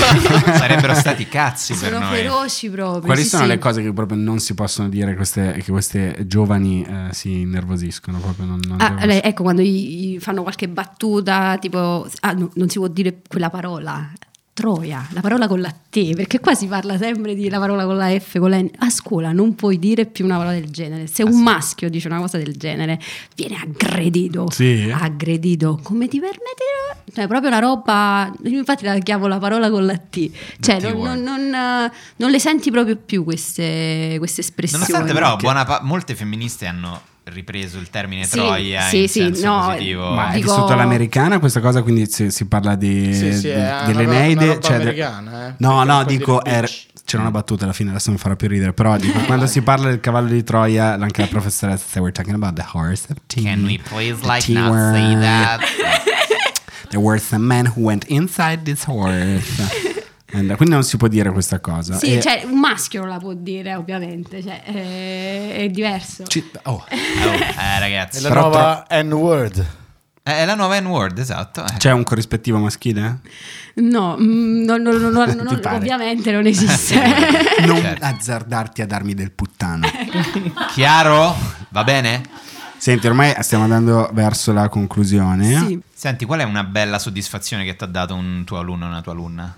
[SPEAKER 1] Sarebbero stati cazzi
[SPEAKER 8] Sono
[SPEAKER 1] per noi.
[SPEAKER 8] feroci proprio.
[SPEAKER 2] Quali
[SPEAKER 8] sì,
[SPEAKER 2] sono
[SPEAKER 8] sì.
[SPEAKER 2] le cose che proprio non si possono dire queste, che queste giovani eh, si innervosiscono? Proprio non, non
[SPEAKER 8] Ah,
[SPEAKER 2] devono-
[SPEAKER 8] le- ecco, quando gli, gli fanno qualche battuta, tipo, ah, no, non si può dire quella parola. Troia, la parola con la T, perché qua si parla sempre di la parola con la F, con la N. A scuola non puoi dire più una parola del genere. Se un maschio dice una cosa del genere, viene aggredito.
[SPEAKER 2] Sì.
[SPEAKER 8] Aggredito. Come ti permetti? di- Cioè, proprio una roba. Infatti la chiamo la parola con la T. Cioè, non, non- non, eh, non le senti proprio più queste, queste espressioni.
[SPEAKER 1] Nonostante però buona pa- molte femministe hanno ripreso il termine
[SPEAKER 8] Sì,
[SPEAKER 1] troia
[SPEAKER 8] sì,
[SPEAKER 1] in
[SPEAKER 8] sì,
[SPEAKER 1] senso
[SPEAKER 8] no,
[SPEAKER 4] Boh.
[SPEAKER 1] positivo.
[SPEAKER 2] Ma è
[SPEAKER 8] Dico-
[SPEAKER 2] vissuto all'americana questa cosa, quindi si, si parla di,
[SPEAKER 4] Sì, sì,
[SPEAKER 2] de-
[SPEAKER 4] è una
[SPEAKER 2] dell'Eneide.
[SPEAKER 4] roba- una roba
[SPEAKER 2] cioè de-
[SPEAKER 4] americana, eh,
[SPEAKER 2] no,
[SPEAKER 4] perché
[SPEAKER 2] no,
[SPEAKER 4] non puoi
[SPEAKER 2] dico.
[SPEAKER 4] dire
[SPEAKER 2] er-
[SPEAKER 4] bitch.
[SPEAKER 2] c'era una battuta alla fine, adesso mi farà più ridere. Però dico, quando si parla del cavallo di Troia, anche la professoressa, we're talking about the horse of Troy.
[SPEAKER 1] Can we please
[SPEAKER 2] The
[SPEAKER 1] like not say
[SPEAKER 2] T-word.
[SPEAKER 1] that?
[SPEAKER 2] There were some men who went inside this horse. And- quindi non si può dire questa cosa.
[SPEAKER 8] Sì,
[SPEAKER 2] E-
[SPEAKER 8] cioè, un maschio non la può dire, ovviamente, cioè, eh, è diverso.
[SPEAKER 2] ci- oh,
[SPEAKER 1] Oh, eh,
[SPEAKER 5] È
[SPEAKER 1] ragazzi.
[SPEAKER 5] la
[SPEAKER 2] Però
[SPEAKER 5] nuova N-word.
[SPEAKER 1] Eh, È la nuova N-word, esatto. eh.
[SPEAKER 2] c'è un corrispettivo maschile?
[SPEAKER 8] No, mm, no, no, no, no, no,
[SPEAKER 2] Ti pare? Eh?
[SPEAKER 8] ovviamente non esiste.
[SPEAKER 2] Non
[SPEAKER 1] Certo.
[SPEAKER 2] azzardarti a darmi del puttano.
[SPEAKER 8] Ecco.
[SPEAKER 1] Chiaro? Va bene?
[SPEAKER 2] Senti, ormai stiamo andando verso la conclusione.
[SPEAKER 8] Sì.
[SPEAKER 1] Senti, qual è una bella soddisfazione che ti ha dato un tuo alunno o una tua alunna?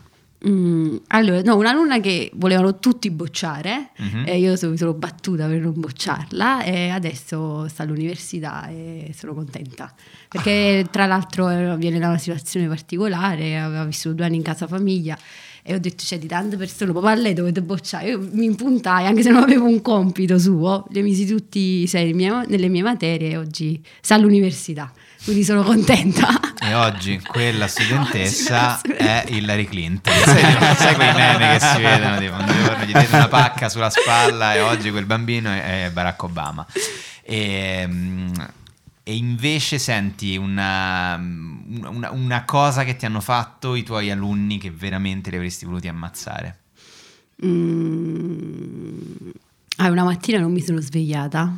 [SPEAKER 8] Mm, allora, no, un'alunna che volevano tutti bocciare,
[SPEAKER 1] Mhm.
[SPEAKER 8] e io so- mi sono battuta per non bocciarla, e adesso sta all'università e sono contenta.
[SPEAKER 1] Ah.
[SPEAKER 8] Perché tra l'altro eh, viene da una situazione particolare, aveva vissuto due anni in casa famiglia. E ho detto, c'è di tante persone, papà lei dovete bocciare. Io mi impuntai, anche se non avevo un compito suo, le misi tutti i sei mie- nelle mie materie e oggi sta all'università. Quindi sono contenta.
[SPEAKER 1] E oggi quella studentessa
[SPEAKER 8] Oggi la
[SPEAKER 1] è Hillary Clinton. Sai, sai quei meme che si vedono? Tipo, un giorno gli diede una pacca sulla spalla e oggi quel bambino è è Barack Obama. E, mm, e invece senti una, una- una cosa che ti hanno fatto i tuoi alunni che veramente li avresti voluti ammazzare.
[SPEAKER 8] Mm. Ah, una mattina non mi sono svegliata.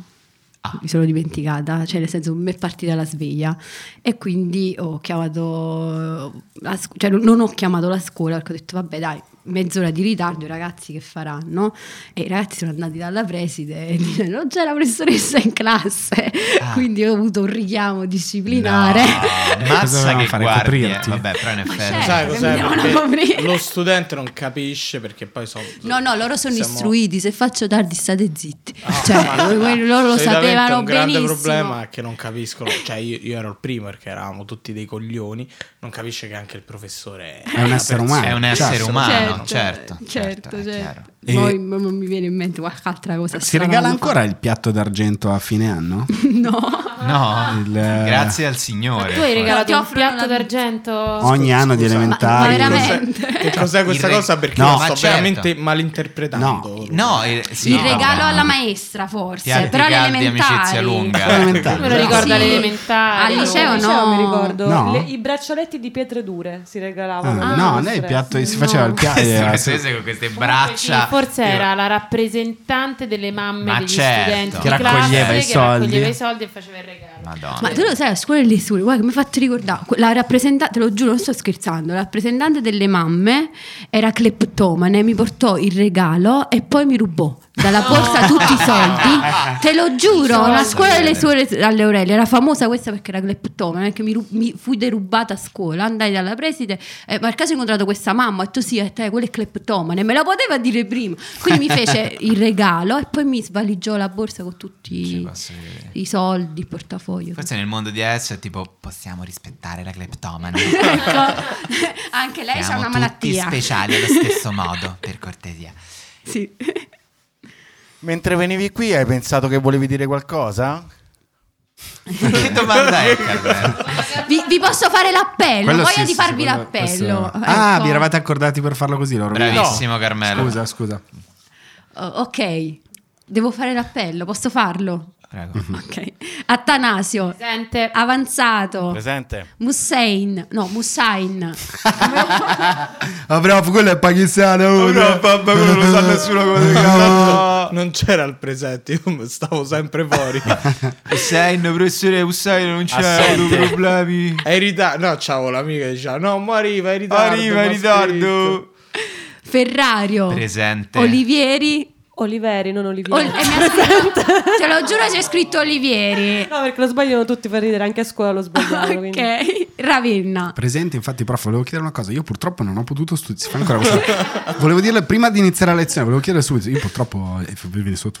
[SPEAKER 1] Ah.
[SPEAKER 8] Mi sono dimenticata, cioè nel senso mi è partita la sveglia e quindi ho chiamato, la scu- cioè non- non ho chiamato la scuola perché ho detto vabbè dai, mezz'ora di ritardo i ragazzi che faranno e i ragazzi sono andati dalla preside e dice non c'è la professoressa in classe,
[SPEAKER 1] Ah.
[SPEAKER 8] quindi ho avuto un richiamo disciplinare.
[SPEAKER 1] No,
[SPEAKER 2] Cosa
[SPEAKER 1] mazza
[SPEAKER 2] dovevamo
[SPEAKER 1] che
[SPEAKER 2] fare,
[SPEAKER 1] guardi. eh.
[SPEAKER 2] coprirti?
[SPEAKER 1] Vabbè, però in effetti...
[SPEAKER 8] certo.
[SPEAKER 4] Sai
[SPEAKER 8] Eh,
[SPEAKER 4] cos'è?
[SPEAKER 8] andiamo a
[SPEAKER 4] Perché
[SPEAKER 8] coprire.
[SPEAKER 4] lo studente non capisce perché poi sono.
[SPEAKER 8] No, no, loro sono
[SPEAKER 4] siamo- Ah,
[SPEAKER 8] istruiti, se faccio tardi state zitti. cioè,
[SPEAKER 4] Ma-
[SPEAKER 8] loro- loro lo
[SPEAKER 4] solitamente
[SPEAKER 8] sapevano
[SPEAKER 4] un grande
[SPEAKER 8] benissimo.
[SPEAKER 4] problema è che non capiscono. Cioè, io, io ero il primo perché eravamo tutti dei coglioni. Non capisce che anche il professore
[SPEAKER 2] È un
[SPEAKER 4] una
[SPEAKER 2] essere
[SPEAKER 4] persona.
[SPEAKER 2] umano.
[SPEAKER 1] È un essere
[SPEAKER 2] Certo.
[SPEAKER 1] umano,
[SPEAKER 4] Cioè,
[SPEAKER 1] certo.
[SPEAKER 8] Certo, certo,
[SPEAKER 1] è
[SPEAKER 8] certo.
[SPEAKER 1] chiaro.
[SPEAKER 2] E-
[SPEAKER 8] Poi m- m- mi viene in mente qualche altra cosa.
[SPEAKER 2] Si
[SPEAKER 8] strana
[SPEAKER 2] regala
[SPEAKER 8] da fare.
[SPEAKER 2] ancora il piatto d'argento a fine anno?
[SPEAKER 8] No.
[SPEAKER 1] No,
[SPEAKER 2] Il-
[SPEAKER 1] grazie al
[SPEAKER 6] Ma
[SPEAKER 1] Signore.
[SPEAKER 6] tu hai regalato
[SPEAKER 8] Ti
[SPEAKER 6] un
[SPEAKER 8] offrono
[SPEAKER 6] piatto
[SPEAKER 8] la-
[SPEAKER 6] d'argento?
[SPEAKER 2] Ogni anno di
[SPEAKER 4] scusa, ma-
[SPEAKER 8] Ma, ma
[SPEAKER 2] elementari.
[SPEAKER 8] veramente.
[SPEAKER 4] Che cos'è questa
[SPEAKER 1] Il re-
[SPEAKER 4] cosa? Perché
[SPEAKER 1] No,
[SPEAKER 4] lo
[SPEAKER 1] ma
[SPEAKER 4] sto
[SPEAKER 1] certo.
[SPEAKER 4] veramente malinterpretando.
[SPEAKER 1] No, eh, sì,
[SPEAKER 8] Il
[SPEAKER 1] no,
[SPEAKER 8] regalo
[SPEAKER 1] no.
[SPEAKER 8] alla maestra, forse.
[SPEAKER 1] Piatti
[SPEAKER 8] però
[SPEAKER 1] caldi,
[SPEAKER 8] alle
[SPEAKER 1] amicizia
[SPEAKER 8] elementari.
[SPEAKER 1] lunga.
[SPEAKER 2] Elementari.
[SPEAKER 6] Me lo ricordo
[SPEAKER 8] Sì.
[SPEAKER 6] alle elementari.
[SPEAKER 8] Al liceo
[SPEAKER 3] Al
[SPEAKER 8] no.
[SPEAKER 3] mi ricordo.
[SPEAKER 2] No?
[SPEAKER 3] Le- I braccialetti di pietre dure si regalavano.
[SPEAKER 2] Ah,
[SPEAKER 3] alle
[SPEAKER 2] no,
[SPEAKER 3] nostre.
[SPEAKER 2] lei il piatto si
[SPEAKER 8] No. Eh,
[SPEAKER 2] faceva il piatto. eh,
[SPEAKER 1] Questo francese con queste
[SPEAKER 6] Comunque sì,
[SPEAKER 1] braccia.
[SPEAKER 6] forse
[SPEAKER 1] Io-
[SPEAKER 6] era la rappresentante delle mamme
[SPEAKER 1] Ma
[SPEAKER 6] degli
[SPEAKER 1] certo.
[SPEAKER 6] studenti
[SPEAKER 1] Che
[SPEAKER 6] di classe
[SPEAKER 2] raccoglieva i
[SPEAKER 6] che
[SPEAKER 2] soldi.
[SPEAKER 6] raccoglieva i soldi e faceva il regalo.
[SPEAKER 1] Madonna.
[SPEAKER 8] Ma tu lo sai, a scuola e letture, guarda che mi hai fatto ricordare, que- la rappresentante, te lo giuro, non sto scherzando, la rappresentante delle mamme era cleptomane, mi portò il regalo e poi mi rubò dalla borsa tutti i soldi, te lo giuro, la scuola delle suore alle Aurelie era famosa questa perché era cleptomane, che mi, ru- mi fui derubata a scuola, andai dalla preside, eh, ma al caso ho incontrato questa mamma, ho detto sì, eh, te, quella è cleptomane, me la poteva dire prima, quindi mi fece il regalo e poi mi svaligiò la borsa con tutti i
[SPEAKER 1] posso credere.
[SPEAKER 8] i soldi, il portafoglio.
[SPEAKER 1] Forse nel mondo di adesso è tipo possiamo rispettare la cleptomana.
[SPEAKER 8] Ecco, anche lei ha
[SPEAKER 1] Siamo
[SPEAKER 8] una
[SPEAKER 1] tutti
[SPEAKER 8] malattia.
[SPEAKER 1] speciali allo stesso modo, per cortesia.
[SPEAKER 8] Sì.
[SPEAKER 5] Mentre venivi qui hai pensato che volevi dire qualcosa?
[SPEAKER 1] che domanda è, Carmelo?
[SPEAKER 8] Vi, vi posso fare l'appello,
[SPEAKER 2] Quello
[SPEAKER 8] voglia
[SPEAKER 2] sì,
[SPEAKER 8] di
[SPEAKER 2] sì,
[SPEAKER 8] farvi
[SPEAKER 2] sì, quello-
[SPEAKER 8] l'appello.
[SPEAKER 2] questo- Ah,
[SPEAKER 8] Ecco.
[SPEAKER 2] vi eravate accordati per farlo così, loro.
[SPEAKER 1] Bravissimo, Carmelo.
[SPEAKER 2] Scusa, scusa.
[SPEAKER 8] Oh, ok, devo fare l'appello, posso farlo?
[SPEAKER 1] Prego.
[SPEAKER 8] Ok. Atanasio,
[SPEAKER 6] Presente.
[SPEAKER 8] avanzato.
[SPEAKER 5] Presente?
[SPEAKER 8] Mussein, no, Mussain.
[SPEAKER 2] Ah, bravo, quello è pakistano.
[SPEAKER 1] eh.
[SPEAKER 12] No, no, papà, quello non sa nessuno come si chiama.
[SPEAKER 4] però non c'era il presentium, stavo sempre fuori.
[SPEAKER 1] Hussein, professore Hussein, non c'è
[SPEAKER 4] Assente.
[SPEAKER 1] problemi.
[SPEAKER 4] È in ritardo. No, ciao, l'amica diceva, no, mo arriva, è in ritardo.
[SPEAKER 1] Arriva in
[SPEAKER 4] m'ha
[SPEAKER 1] ritardo.
[SPEAKER 8] Ferrario.
[SPEAKER 1] Presente.
[SPEAKER 8] Olivieri.
[SPEAKER 3] Oliveri, non Olivieri.
[SPEAKER 8] Ol- eh, mi ha scritto- te lo giuro c'è scritto Olivieri.
[SPEAKER 3] No, perché lo sbagliano tutti per ridere, anche a scuola lo sbagliano. quindi.
[SPEAKER 8] Ok, Ravenna.
[SPEAKER 2] Presente, infatti, prof, volevo chiedere una cosa. Io purtroppo non ho potuto studiare. ancora questa- volevo dirle prima di iniziare la lezione, volevo chiedere subito. Io purtroppo, eh, vieni sotto,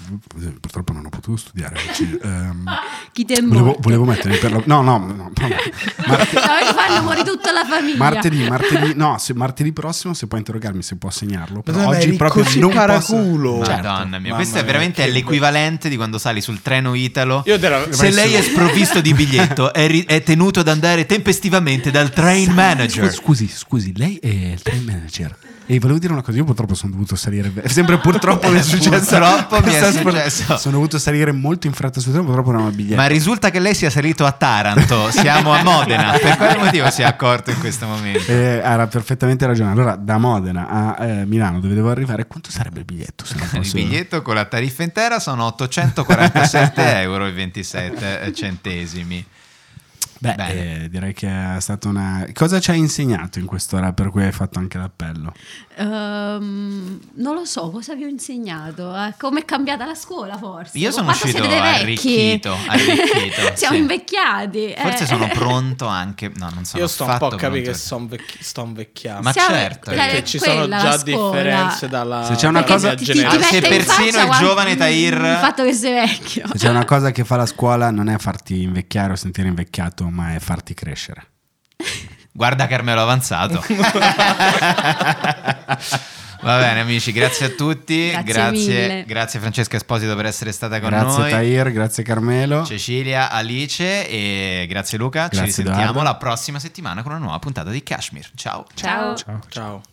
[SPEAKER 2] purtroppo non ho potuto studiare oggi. Ehm,
[SPEAKER 8] Chi te è morto?
[SPEAKER 2] volevo, volevo mettermi per la... No, no, no. no. Marte-
[SPEAKER 8] No, fanno muori tutta la famiglia.
[SPEAKER 2] martedì, martedì, no, se- martedì prossimo se può interrogarmi se può segnarlo. Però
[SPEAKER 4] Madonna,
[SPEAKER 2] oggi
[SPEAKER 4] eri
[SPEAKER 2] proprio
[SPEAKER 4] così
[SPEAKER 2] non
[SPEAKER 4] paraculo.
[SPEAKER 2] posso... Certo.
[SPEAKER 1] Madonna mia,
[SPEAKER 2] Mamma
[SPEAKER 1] questo è
[SPEAKER 2] mia,
[SPEAKER 1] veramente
[SPEAKER 2] che-
[SPEAKER 1] l'equivalente di quando sali sul treno Italo.
[SPEAKER 4] Io te la-
[SPEAKER 1] Se
[SPEAKER 4] ma-
[SPEAKER 1] lei è sprovvisto di biglietto, è, ri- è tenuto ad andare tempestivamente dal train manager.
[SPEAKER 2] Scusi, scusi, lei è il train manager. E volevo dire una cosa, io purtroppo sono dovuto salire... Sempre purtroppo mi è successo.
[SPEAKER 1] Purtroppo mi è
[SPEAKER 2] Questa sfor-
[SPEAKER 1] successo.
[SPEAKER 2] Sono dovuto salire molto in fretta sul treno, purtroppo non ho il biglietto.
[SPEAKER 1] Ma risulta che lei sia salito a Taranto, siamo a Modena. Per quale motivo si è accorto in questo momento?
[SPEAKER 2] Eh, era perfettamente ragione. Allora, da Modena a eh, Milano dove devo arrivare, quanto sarebbe il biglietto? Se non
[SPEAKER 1] Il
[SPEAKER 2] posso...
[SPEAKER 1] biglietto con la tariffa intera sono 847 euro e 27 centesimi.
[SPEAKER 2] Beh,
[SPEAKER 1] Bene.
[SPEAKER 2] eh, direi che è stata una. Cosa ci hai insegnato in quest'ora per cui hai fatto anche l'appello?
[SPEAKER 8] Ehm, non lo so, cosa vi ho insegnato? Eh, Come è cambiata la scuola, forse?
[SPEAKER 1] Io sono
[SPEAKER 8] Quanto
[SPEAKER 1] uscito
[SPEAKER 8] siete dei vecchi?
[SPEAKER 1] arricchito, arricchito,
[SPEAKER 8] Siamo
[SPEAKER 1] sì.
[SPEAKER 8] invecchiati. eh.
[SPEAKER 1] Forse sono pronto anche... No, non sono
[SPEAKER 4] Io sto un po' a
[SPEAKER 1] affatto
[SPEAKER 4] capire che
[SPEAKER 1] pronto.
[SPEAKER 4] sto, invecchi- sto invecchiando.
[SPEAKER 1] Ma
[SPEAKER 8] Siamo-
[SPEAKER 1] certo.
[SPEAKER 8] la-
[SPEAKER 4] perché ci sono
[SPEAKER 8] Cioè, quella,
[SPEAKER 4] già
[SPEAKER 8] la scuola.
[SPEAKER 4] differenze dalla,
[SPEAKER 2] Se c'è una
[SPEAKER 4] dalla
[SPEAKER 2] cosa-
[SPEAKER 4] mia
[SPEAKER 8] Ti- ti- ti
[SPEAKER 4] generazione.
[SPEAKER 1] Se
[SPEAKER 8] mette in
[SPEAKER 1] persino
[SPEAKER 8] faccia
[SPEAKER 1] il
[SPEAKER 8] quanto-
[SPEAKER 1] giovane Tahir-
[SPEAKER 8] Il fatto che sei vecchio.
[SPEAKER 2] Se c'è una cosa che fa la scuola, non è farti invecchiare o sentire invecchiato, ma è farti crescere.
[SPEAKER 1] Guarda Carmelo avanzato. Va bene amici, grazie a tutti.
[SPEAKER 8] Grazie
[SPEAKER 1] Grazie,
[SPEAKER 8] mille.
[SPEAKER 1] grazie Francesca Esposito per essere stata con
[SPEAKER 2] grazie
[SPEAKER 1] noi.
[SPEAKER 2] Tahir, grazie Carmelo.
[SPEAKER 1] Cecilia, Alice e grazie Luca.
[SPEAKER 2] Grazie,
[SPEAKER 1] Ci risentiamo
[SPEAKER 2] Edoardo.
[SPEAKER 1] la prossima settimana con una nuova puntata di Kashmir. Ciao.
[SPEAKER 8] Ciao.
[SPEAKER 4] Ciao.